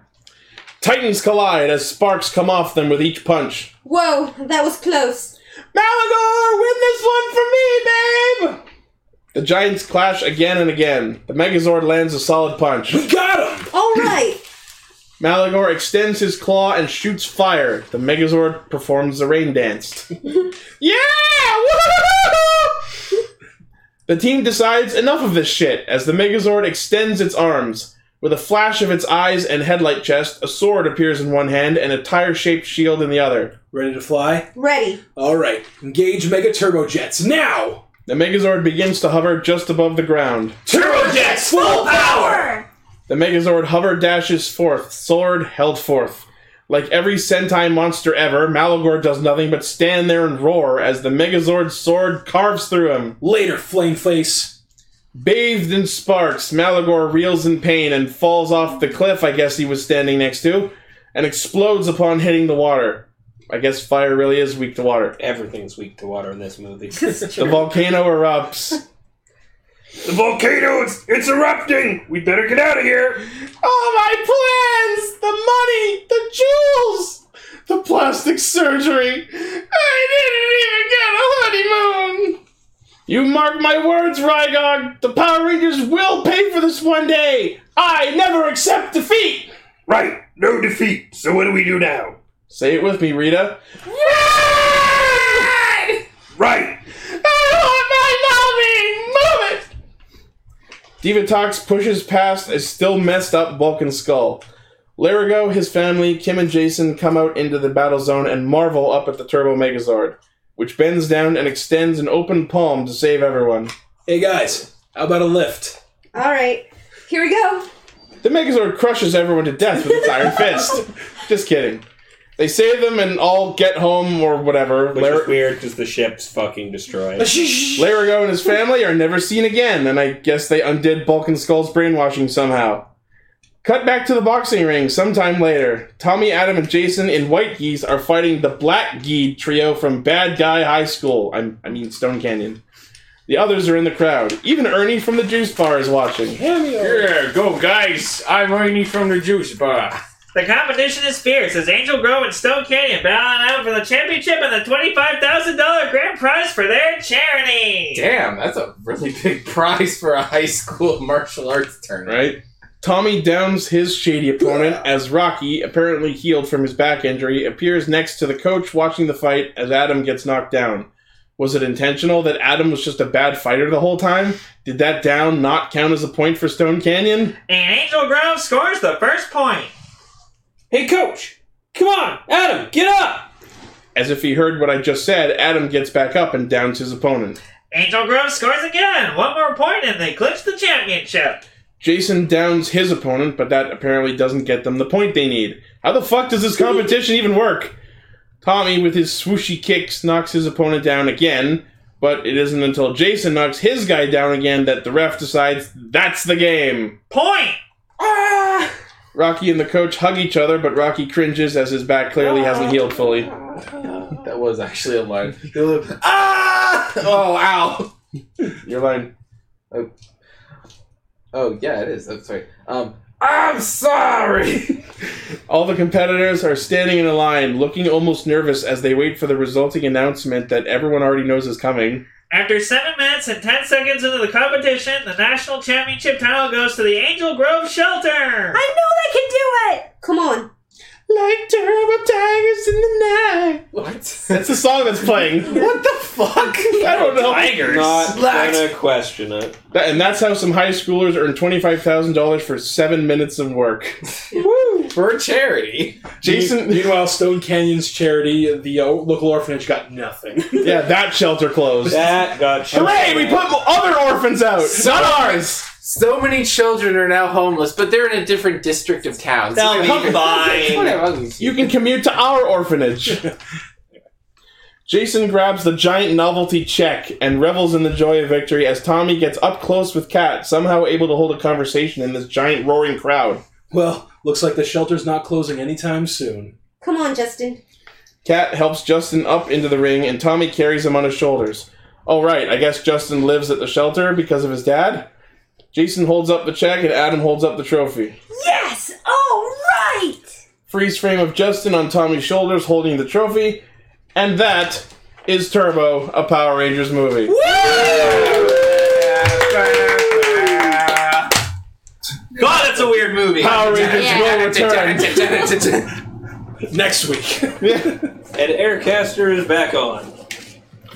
Titans collide as sparks come off them with each punch.
Whoa, that was close.
Malagor, win this one for me, babe! The giants clash again and again. The Megazord lands a solid punch. We got him!
All right.
Malagor extends his claw and shoots fire. The Megazord performs the rain dance. yeah! Woo! The team decides enough of this shit as the Megazord extends its arms. With a flash of its eyes and headlight chest, a sword appears in one hand and a tire shaped shield in the other.
Ready to fly?
Ready.
Alright, engage Mega Turbojets now!
The Megazord begins to hover just above the ground.
Turbojets, full power!
The Megazord hover dashes forth, sword held forth. Like every Sentai monster ever, Malagor does nothing but stand there and roar as the Megazord's sword carves through him.
Later, Flame Face.
Bathed in sparks, Malagor reels in pain and falls off the cliff I guess he was standing next to, and explodes upon hitting the water. I guess fire really is weak to water.
Everything's weak to water in this movie.
The volcano erupts.
The volcano, it's, it's erupting! We better get out of here!
All my Oh, plans! The money! The jewels! The plastic surgery! I didn't even get a honeymoon! You mark my words, Rygog! The Power Rangers will pay for this one day! I never accept defeat!
Right, no defeat. So what do we do now?
Say it with me, Rita.
Right!
Divatox pushes past a still messed up Vulcan skull. Larigo, his family, Kim, and Jason come out into the battle zone and marvel up at the Turbo Megazord, which bends down and extends an open palm to save everyone.
Hey guys, how about a lift?
All right. Here we go.
The Megazord crushes everyone to death with its iron fist. Just kidding. They save them and all get home or whatever.
Which
Lar-
is weird because the ship's fucking destroyed.
Larigo and his family are never seen again, and I guess they undid Bulk and Skull's brainwashing somehow. Cut back to the boxing ring sometime later. Tommy, Adam, and Jason in White Geese are fighting the Black Geed trio from Bad Guy High School. I'm, I mean, Stone Canyon. The others are in the crowd. Even Ernie from the juice bar is watching.
Yeah, go guys! I'm Ernie from the juice bar.
The competition is fierce as Angel Grove and Stone Canyon battling out for the championship and the $25,000 grand prize for their charity.
Damn, that's a really big prize for a high school martial arts tournament.
Right? Tommy downs his shady opponent as Rocky, apparently healed from his back injury, appears next to the coach watching the fight as Adam gets knocked down. Was it intentional that Adam was just a bad fighter the whole time? Did that down not count as a point for Stone Canyon?
And Angel Grove scores the first point.
Hey, coach! Come on, Adam, get up!
As if he heard what I just said, Adam gets back up and downs his opponent.
Angel Grove scores again. One more point and they clinch the championship.
Jason downs his opponent, but that apparently doesn't get them the point they need. How the fuck does this competition even work? Tommy, with his swooshy kicks, knocks his opponent down again, but it isn't until Jason knocks his guy down again that the ref decides that's the game.
Point!
Rocky and the coach hug each other, but Rocky cringes as his back clearly hasn't healed fully. That was actually a line.
ah! Oh, ow.
Your line.
Oh. oh, yeah, it is. I'm sorry. Um, I'm sorry.
All the competitors are standing in a line, looking almost nervous as they wait for the resulting announcement that everyone already knows is coming.
After seven minutes and ten seconds into the competition, the national championship title goes to the Angel Grove Shelter.
I know I can do it! Come on.
Like turbo tigers in the night. What? That's the song that's playing. what the fuck? I don't know.
Not gonna question it.
That- and that's how some high schoolers earn twenty-five thousand dollars for seven minutes of work.
For charity.
Jason.
Meanwhile, Stone Canyon's charity, the uh, local orphanage, got nothing.
yeah, that shelter closed.
That got
shut
Hooray! We put mo- other orphans out. Not ours.
So many children are now homeless, but they're in a different district of town. So
Now,
they're-
come by.
Whatever.
You can commute to our orphanage. Jason grabs the giant novelty check and revels in the joy of victory as Tommy gets up close with Kat, somehow able to hold a conversation in this giant roaring crowd.
Well, looks like the shelter's not closing anytime soon.
Come on, Justin.
Kat helps Justin up into the ring and Tommy carries him on his shoulders. All right, I guess Justin lives at the shelter because of his dad. Jason holds up the check and Adam holds up the trophy.
Yes! All right!
Freeze frame of Justin on Tommy's shoulders holding the trophy. And that is Turbo, a Power Rangers movie.
Ah. God, that's a weird movie.
Power Rangers will return.
Next week.
And Eric Caster is back on.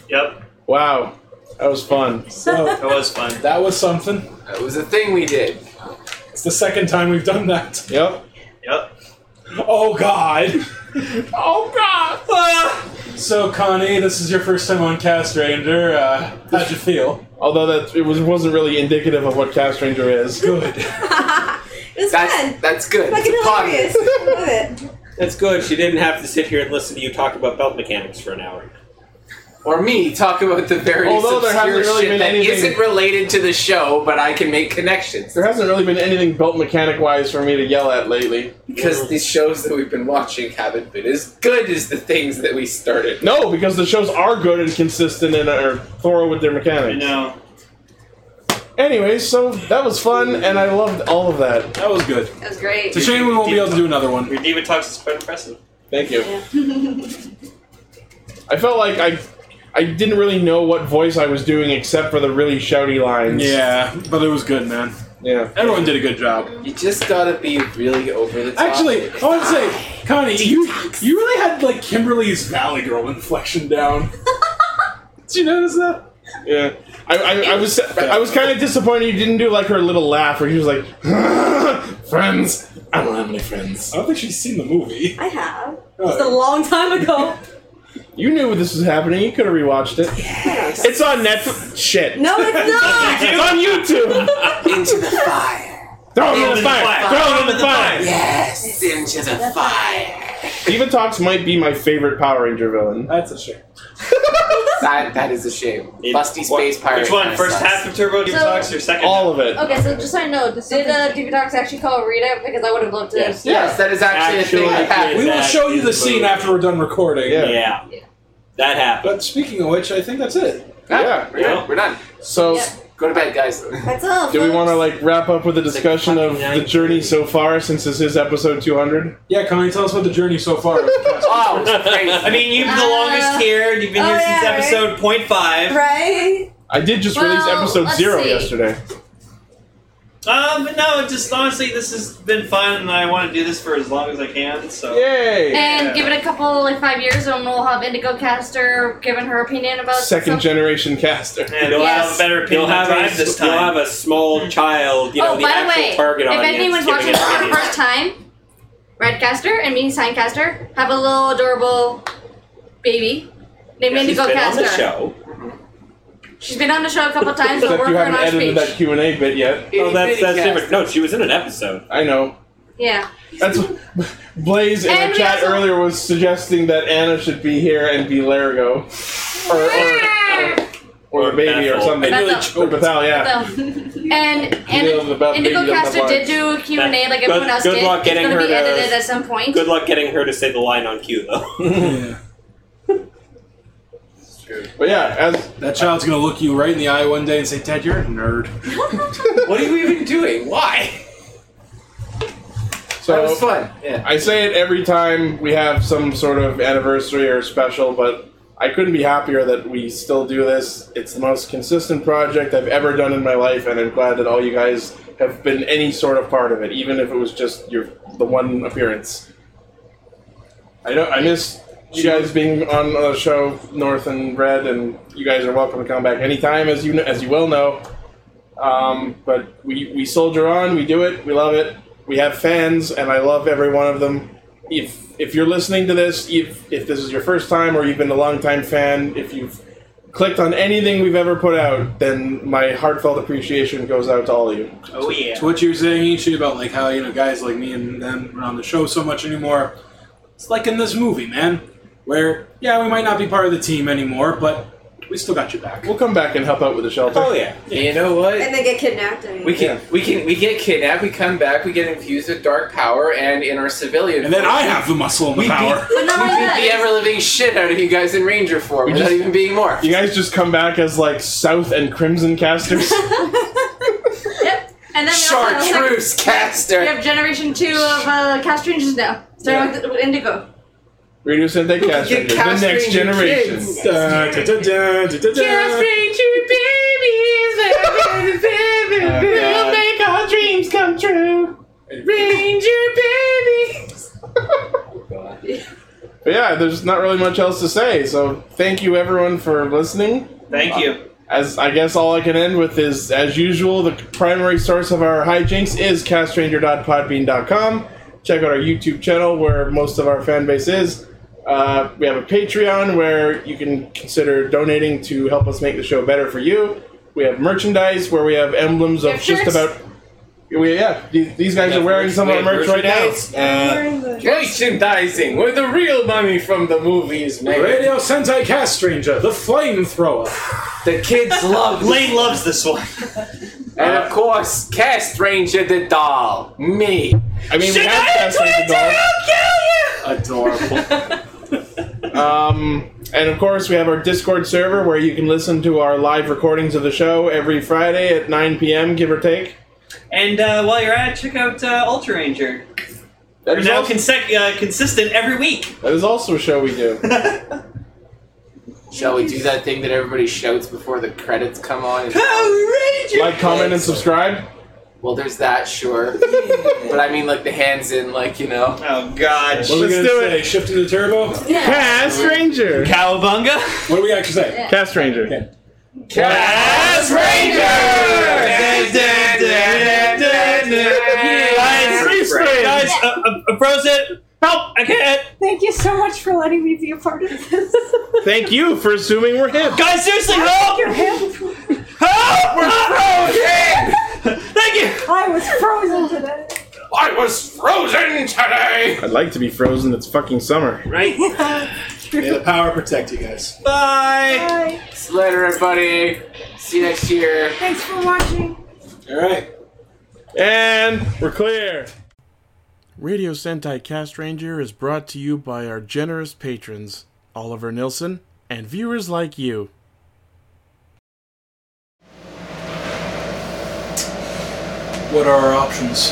Yep.
Wow. That was fun.
That was fun.
That was something.
That was a thing we did.
It's the second time we've done that.
Yep.
Yep.
Oh, God.
Oh, God.
So, Connie, this is your first time on Cast Ranger. Uh, how'd you feel?
Although that it was wasn't really indicative of what Cast Ranger is.
Good.
It's
That's,
fun.
that's good.
Fucking
It's a pod-
hilarious. I love it.
That's good. She didn't have to sit here and listen to you talk about belt mechanics for an hour.
Or me talk about the various
Although there
obscure
hasn't really
shit
been
that
anything-
not related to the show, but I can make connections
There hasn't really been anything built mechanic wise for me to yell at lately.
because these shows that we've been watching haven't been as good as the things that we started.
No, because the shows are good and consistent and are thorough with their mechanics.
No.
Anyways, so that was fun and I loved all of that.
That was good.
That was great.
It's a shame we won't be able to do another one.
Your demon talks is quite impressive.
Thank you. I felt like I I didn't really know what voice I was doing except for the really shouty lines.
Yeah, but it was good, man.
Yeah.
Everyone did a good job.
You just gotta be really over the top.
Actually, I want to say, Connie, you you really had like Kimberly's Valley Girl inflection down. Did you notice that?
Yeah. I, I, I was I was kind of disappointed you didn't do like her little laugh where she was like, friends. I don't have any friends.
I don't think she's seen the movie.
I have.
Oh.
It's a long time ago.
You knew this was happening. You could have rewatched it. It's on Netflix. Shit.
No, it's not!
It's on YouTube.
into the fire.
Throw him in the fire. Throw him in the fire.
Yes, into the fire.
Divatox might be my favorite Power Ranger villain.
That's a shame.
That, that is a shame. Busty space pirate.
Which one?
kinda
First
sucks.
half of Turbo Demon
So-
Talks or second?
All of it.
Okay, so just so I know, did uh, Dividox actually call Rita? Because I would have loved to.
Yes.
Yes, that is actually, a thing
Actually,
that happened.
We will
That
show you the
is
scene
movie.
after we're done recording.
Yeah.
Yeah. That happened.
But speaking of which, I think that's it.
Yeah.
We're done. We're done.
So,
Yeah.
Go to bed, guys.
That's all.
do we
folks.
want to like wrap up with a discussion of the journey so far since this is episode 200?
Yeah, Connie, tell us about the journey so far.
Oh, great.
I mean, you've been the
Uh,
longest here. You've been
oh,
here since
yeah, right?
episode point five.
Right?
I did just
Uh, Well,
release episode
let's
zero
see.
yesterday.
Um, but no, just honestly, this has been fun, and I want to do this for as long as I can. So
Yay!
And give it a couple, like five years, and we'll have Indigo Caster giving her opinion about
Second
something.
generation caster.
Yeah, they'll have a
Yes.
better
You'll
opinion on
have, a,
drive this
you'll have
time.
a small child, you know,
oh,
the
by the
actual
way,
target
if
audience.
anyone's
giving
watching
an
this for the
opinion.
first time, Redcaster and me, Signcaster, have a little adorable baby named
She's
Indigo
been on
Caster.
the show.
She's been on the show a couple times, but
Except
we're
you
working on
haven't
our
edited
speech.
that Q and A bit yet.
Oh, that's that's different. No, she was in an episode.
I know.
Yeah.
That's what Blaze in
And
the
we
chat
also-
earlier was suggesting that Anna should be here and be Largo. Or, or, or, or a baby or something.
Bethel.
Or Bethel, yeah.
and and
Feels about baby
Indigo
on the
Caster
bars.
did do a Q&A
That-
like
good-
everyone else
good
did.
luck getting
it's going
her
to be
to-
edited at some point.
Good luck getting her to say the line on cue, though.
But yeah, as
that child's gonna look you right in the eye one day and say, "Ted, you're a nerd."
what are you even doing? Why?
So
That was fun, yeah.
I say it every time we have some sort of anniversary or special, but I couldn't be happier that we still do this. It's the most consistent project I've ever done in my life, and I'm glad that all you guys have been any sort of part of it, even if it was just your the one appearance. I know I miss you guys being on the show North and Red, and you guys are welcome to come back anytime, as you kn- as you well know. Um, but we, we soldier on, we do it, we love it. We have fans, and I love every one of them. If if you're listening to this, if if this is your first time or you've been a longtime fan, if you've clicked on anything we've ever put out, then my heartfelt appreciation goes out to all of you.
Oh yeah. To what you were saying, Ichi, about like how you know guys like me and them are on the show so much anymore. It's like in this movie, man, where yeah, we might not be part of the team anymore, but we still got your back.
We'll come back and help out with the shelter.
Oh
yeah. You know what?
And they get kidnapped. I mean.
We can we can we get kidnapped. We come back. We get infused with dark power, and in our civilian.
And then I have the muscle and the
we
power.
Beat, we beat
not only that,
the ever living shit out of you guys in Ranger form
We
without
just-
even being more.
You guys just come back as like South and Crimson casters.
Yep.
And then we also have,
Chartreuse caster.
we have Generation 2 of uh, Cast Rangers now. Starting with Indigo.
Radio Synthetic Cast
Get
Rangers, the
cast
next
ranger
generation.
kids.
Dun, dun, dun, dun, dun, dun, dun.
babies,
God.
we'll make our dreams come true. Ranger babies.
But yeah, there's not really much else to say. So thank you everyone for listening.
Thank you.
As I guess all I can end with is, as usual, the primary source of our hijinks is castranger.podbean.com. Check out our YouTube channel where most of our fan base is. Uh, we have a Patreon where you can consider donating to help us make the show better for you. We have merchandise where we have emblems of just about. We, yeah, these, these guys are wearing some of our merch right now.
Merchandising. We're the real mummy from the movies, man.
Radio Sentai Cast Stranger, the flamethrower.
The kids love.
Lane loves this one.
And of course, Cast Ranger the doll. Me.
I mean, we have Cast Ranger dolls. Adorable. um, and of course, we have our Discord server where you can listen to our live recordings of the show every Friday at 9 p.m., give or take.
And uh, while you're at it, check out uh, Ultra Ranger.
That
We're
is
now
also-
consec- uh, consistent every week.
That is also a show we do.
Shall we do that thing that everybody shouts before the credits come on?
like, comment, and subscribe.
Well, there's that, sure. but I mean, like the hands in, like you know.
Oh God!
What are we gonna say? Shifting the turbo.
Cast Ranger.
Cowabunga.
What do we actually say?
Cast Ranger.
Cast
Ranger.
Guys, uh, uh, uh, frozen. Help! I can't.
Thank you so much for letting me be a part of this.
Thank you for assuming we're hip.
Guys, seriously,
I
help!
think you're hip.
Help! We're
frozen!
Thank you!
I was frozen today.
I was frozen today!
I'd like to be frozen. It's fucking summer.
Right?
May the power protect you guys.
Bye.
Bye.
Later, everybody. See you next year.
Thanks for watching.
All right.
And we're clear. Radio Sentai Cast Ranger is brought to you by our generous patrons, Oliver Nilsson, and viewers like you.
What are our options?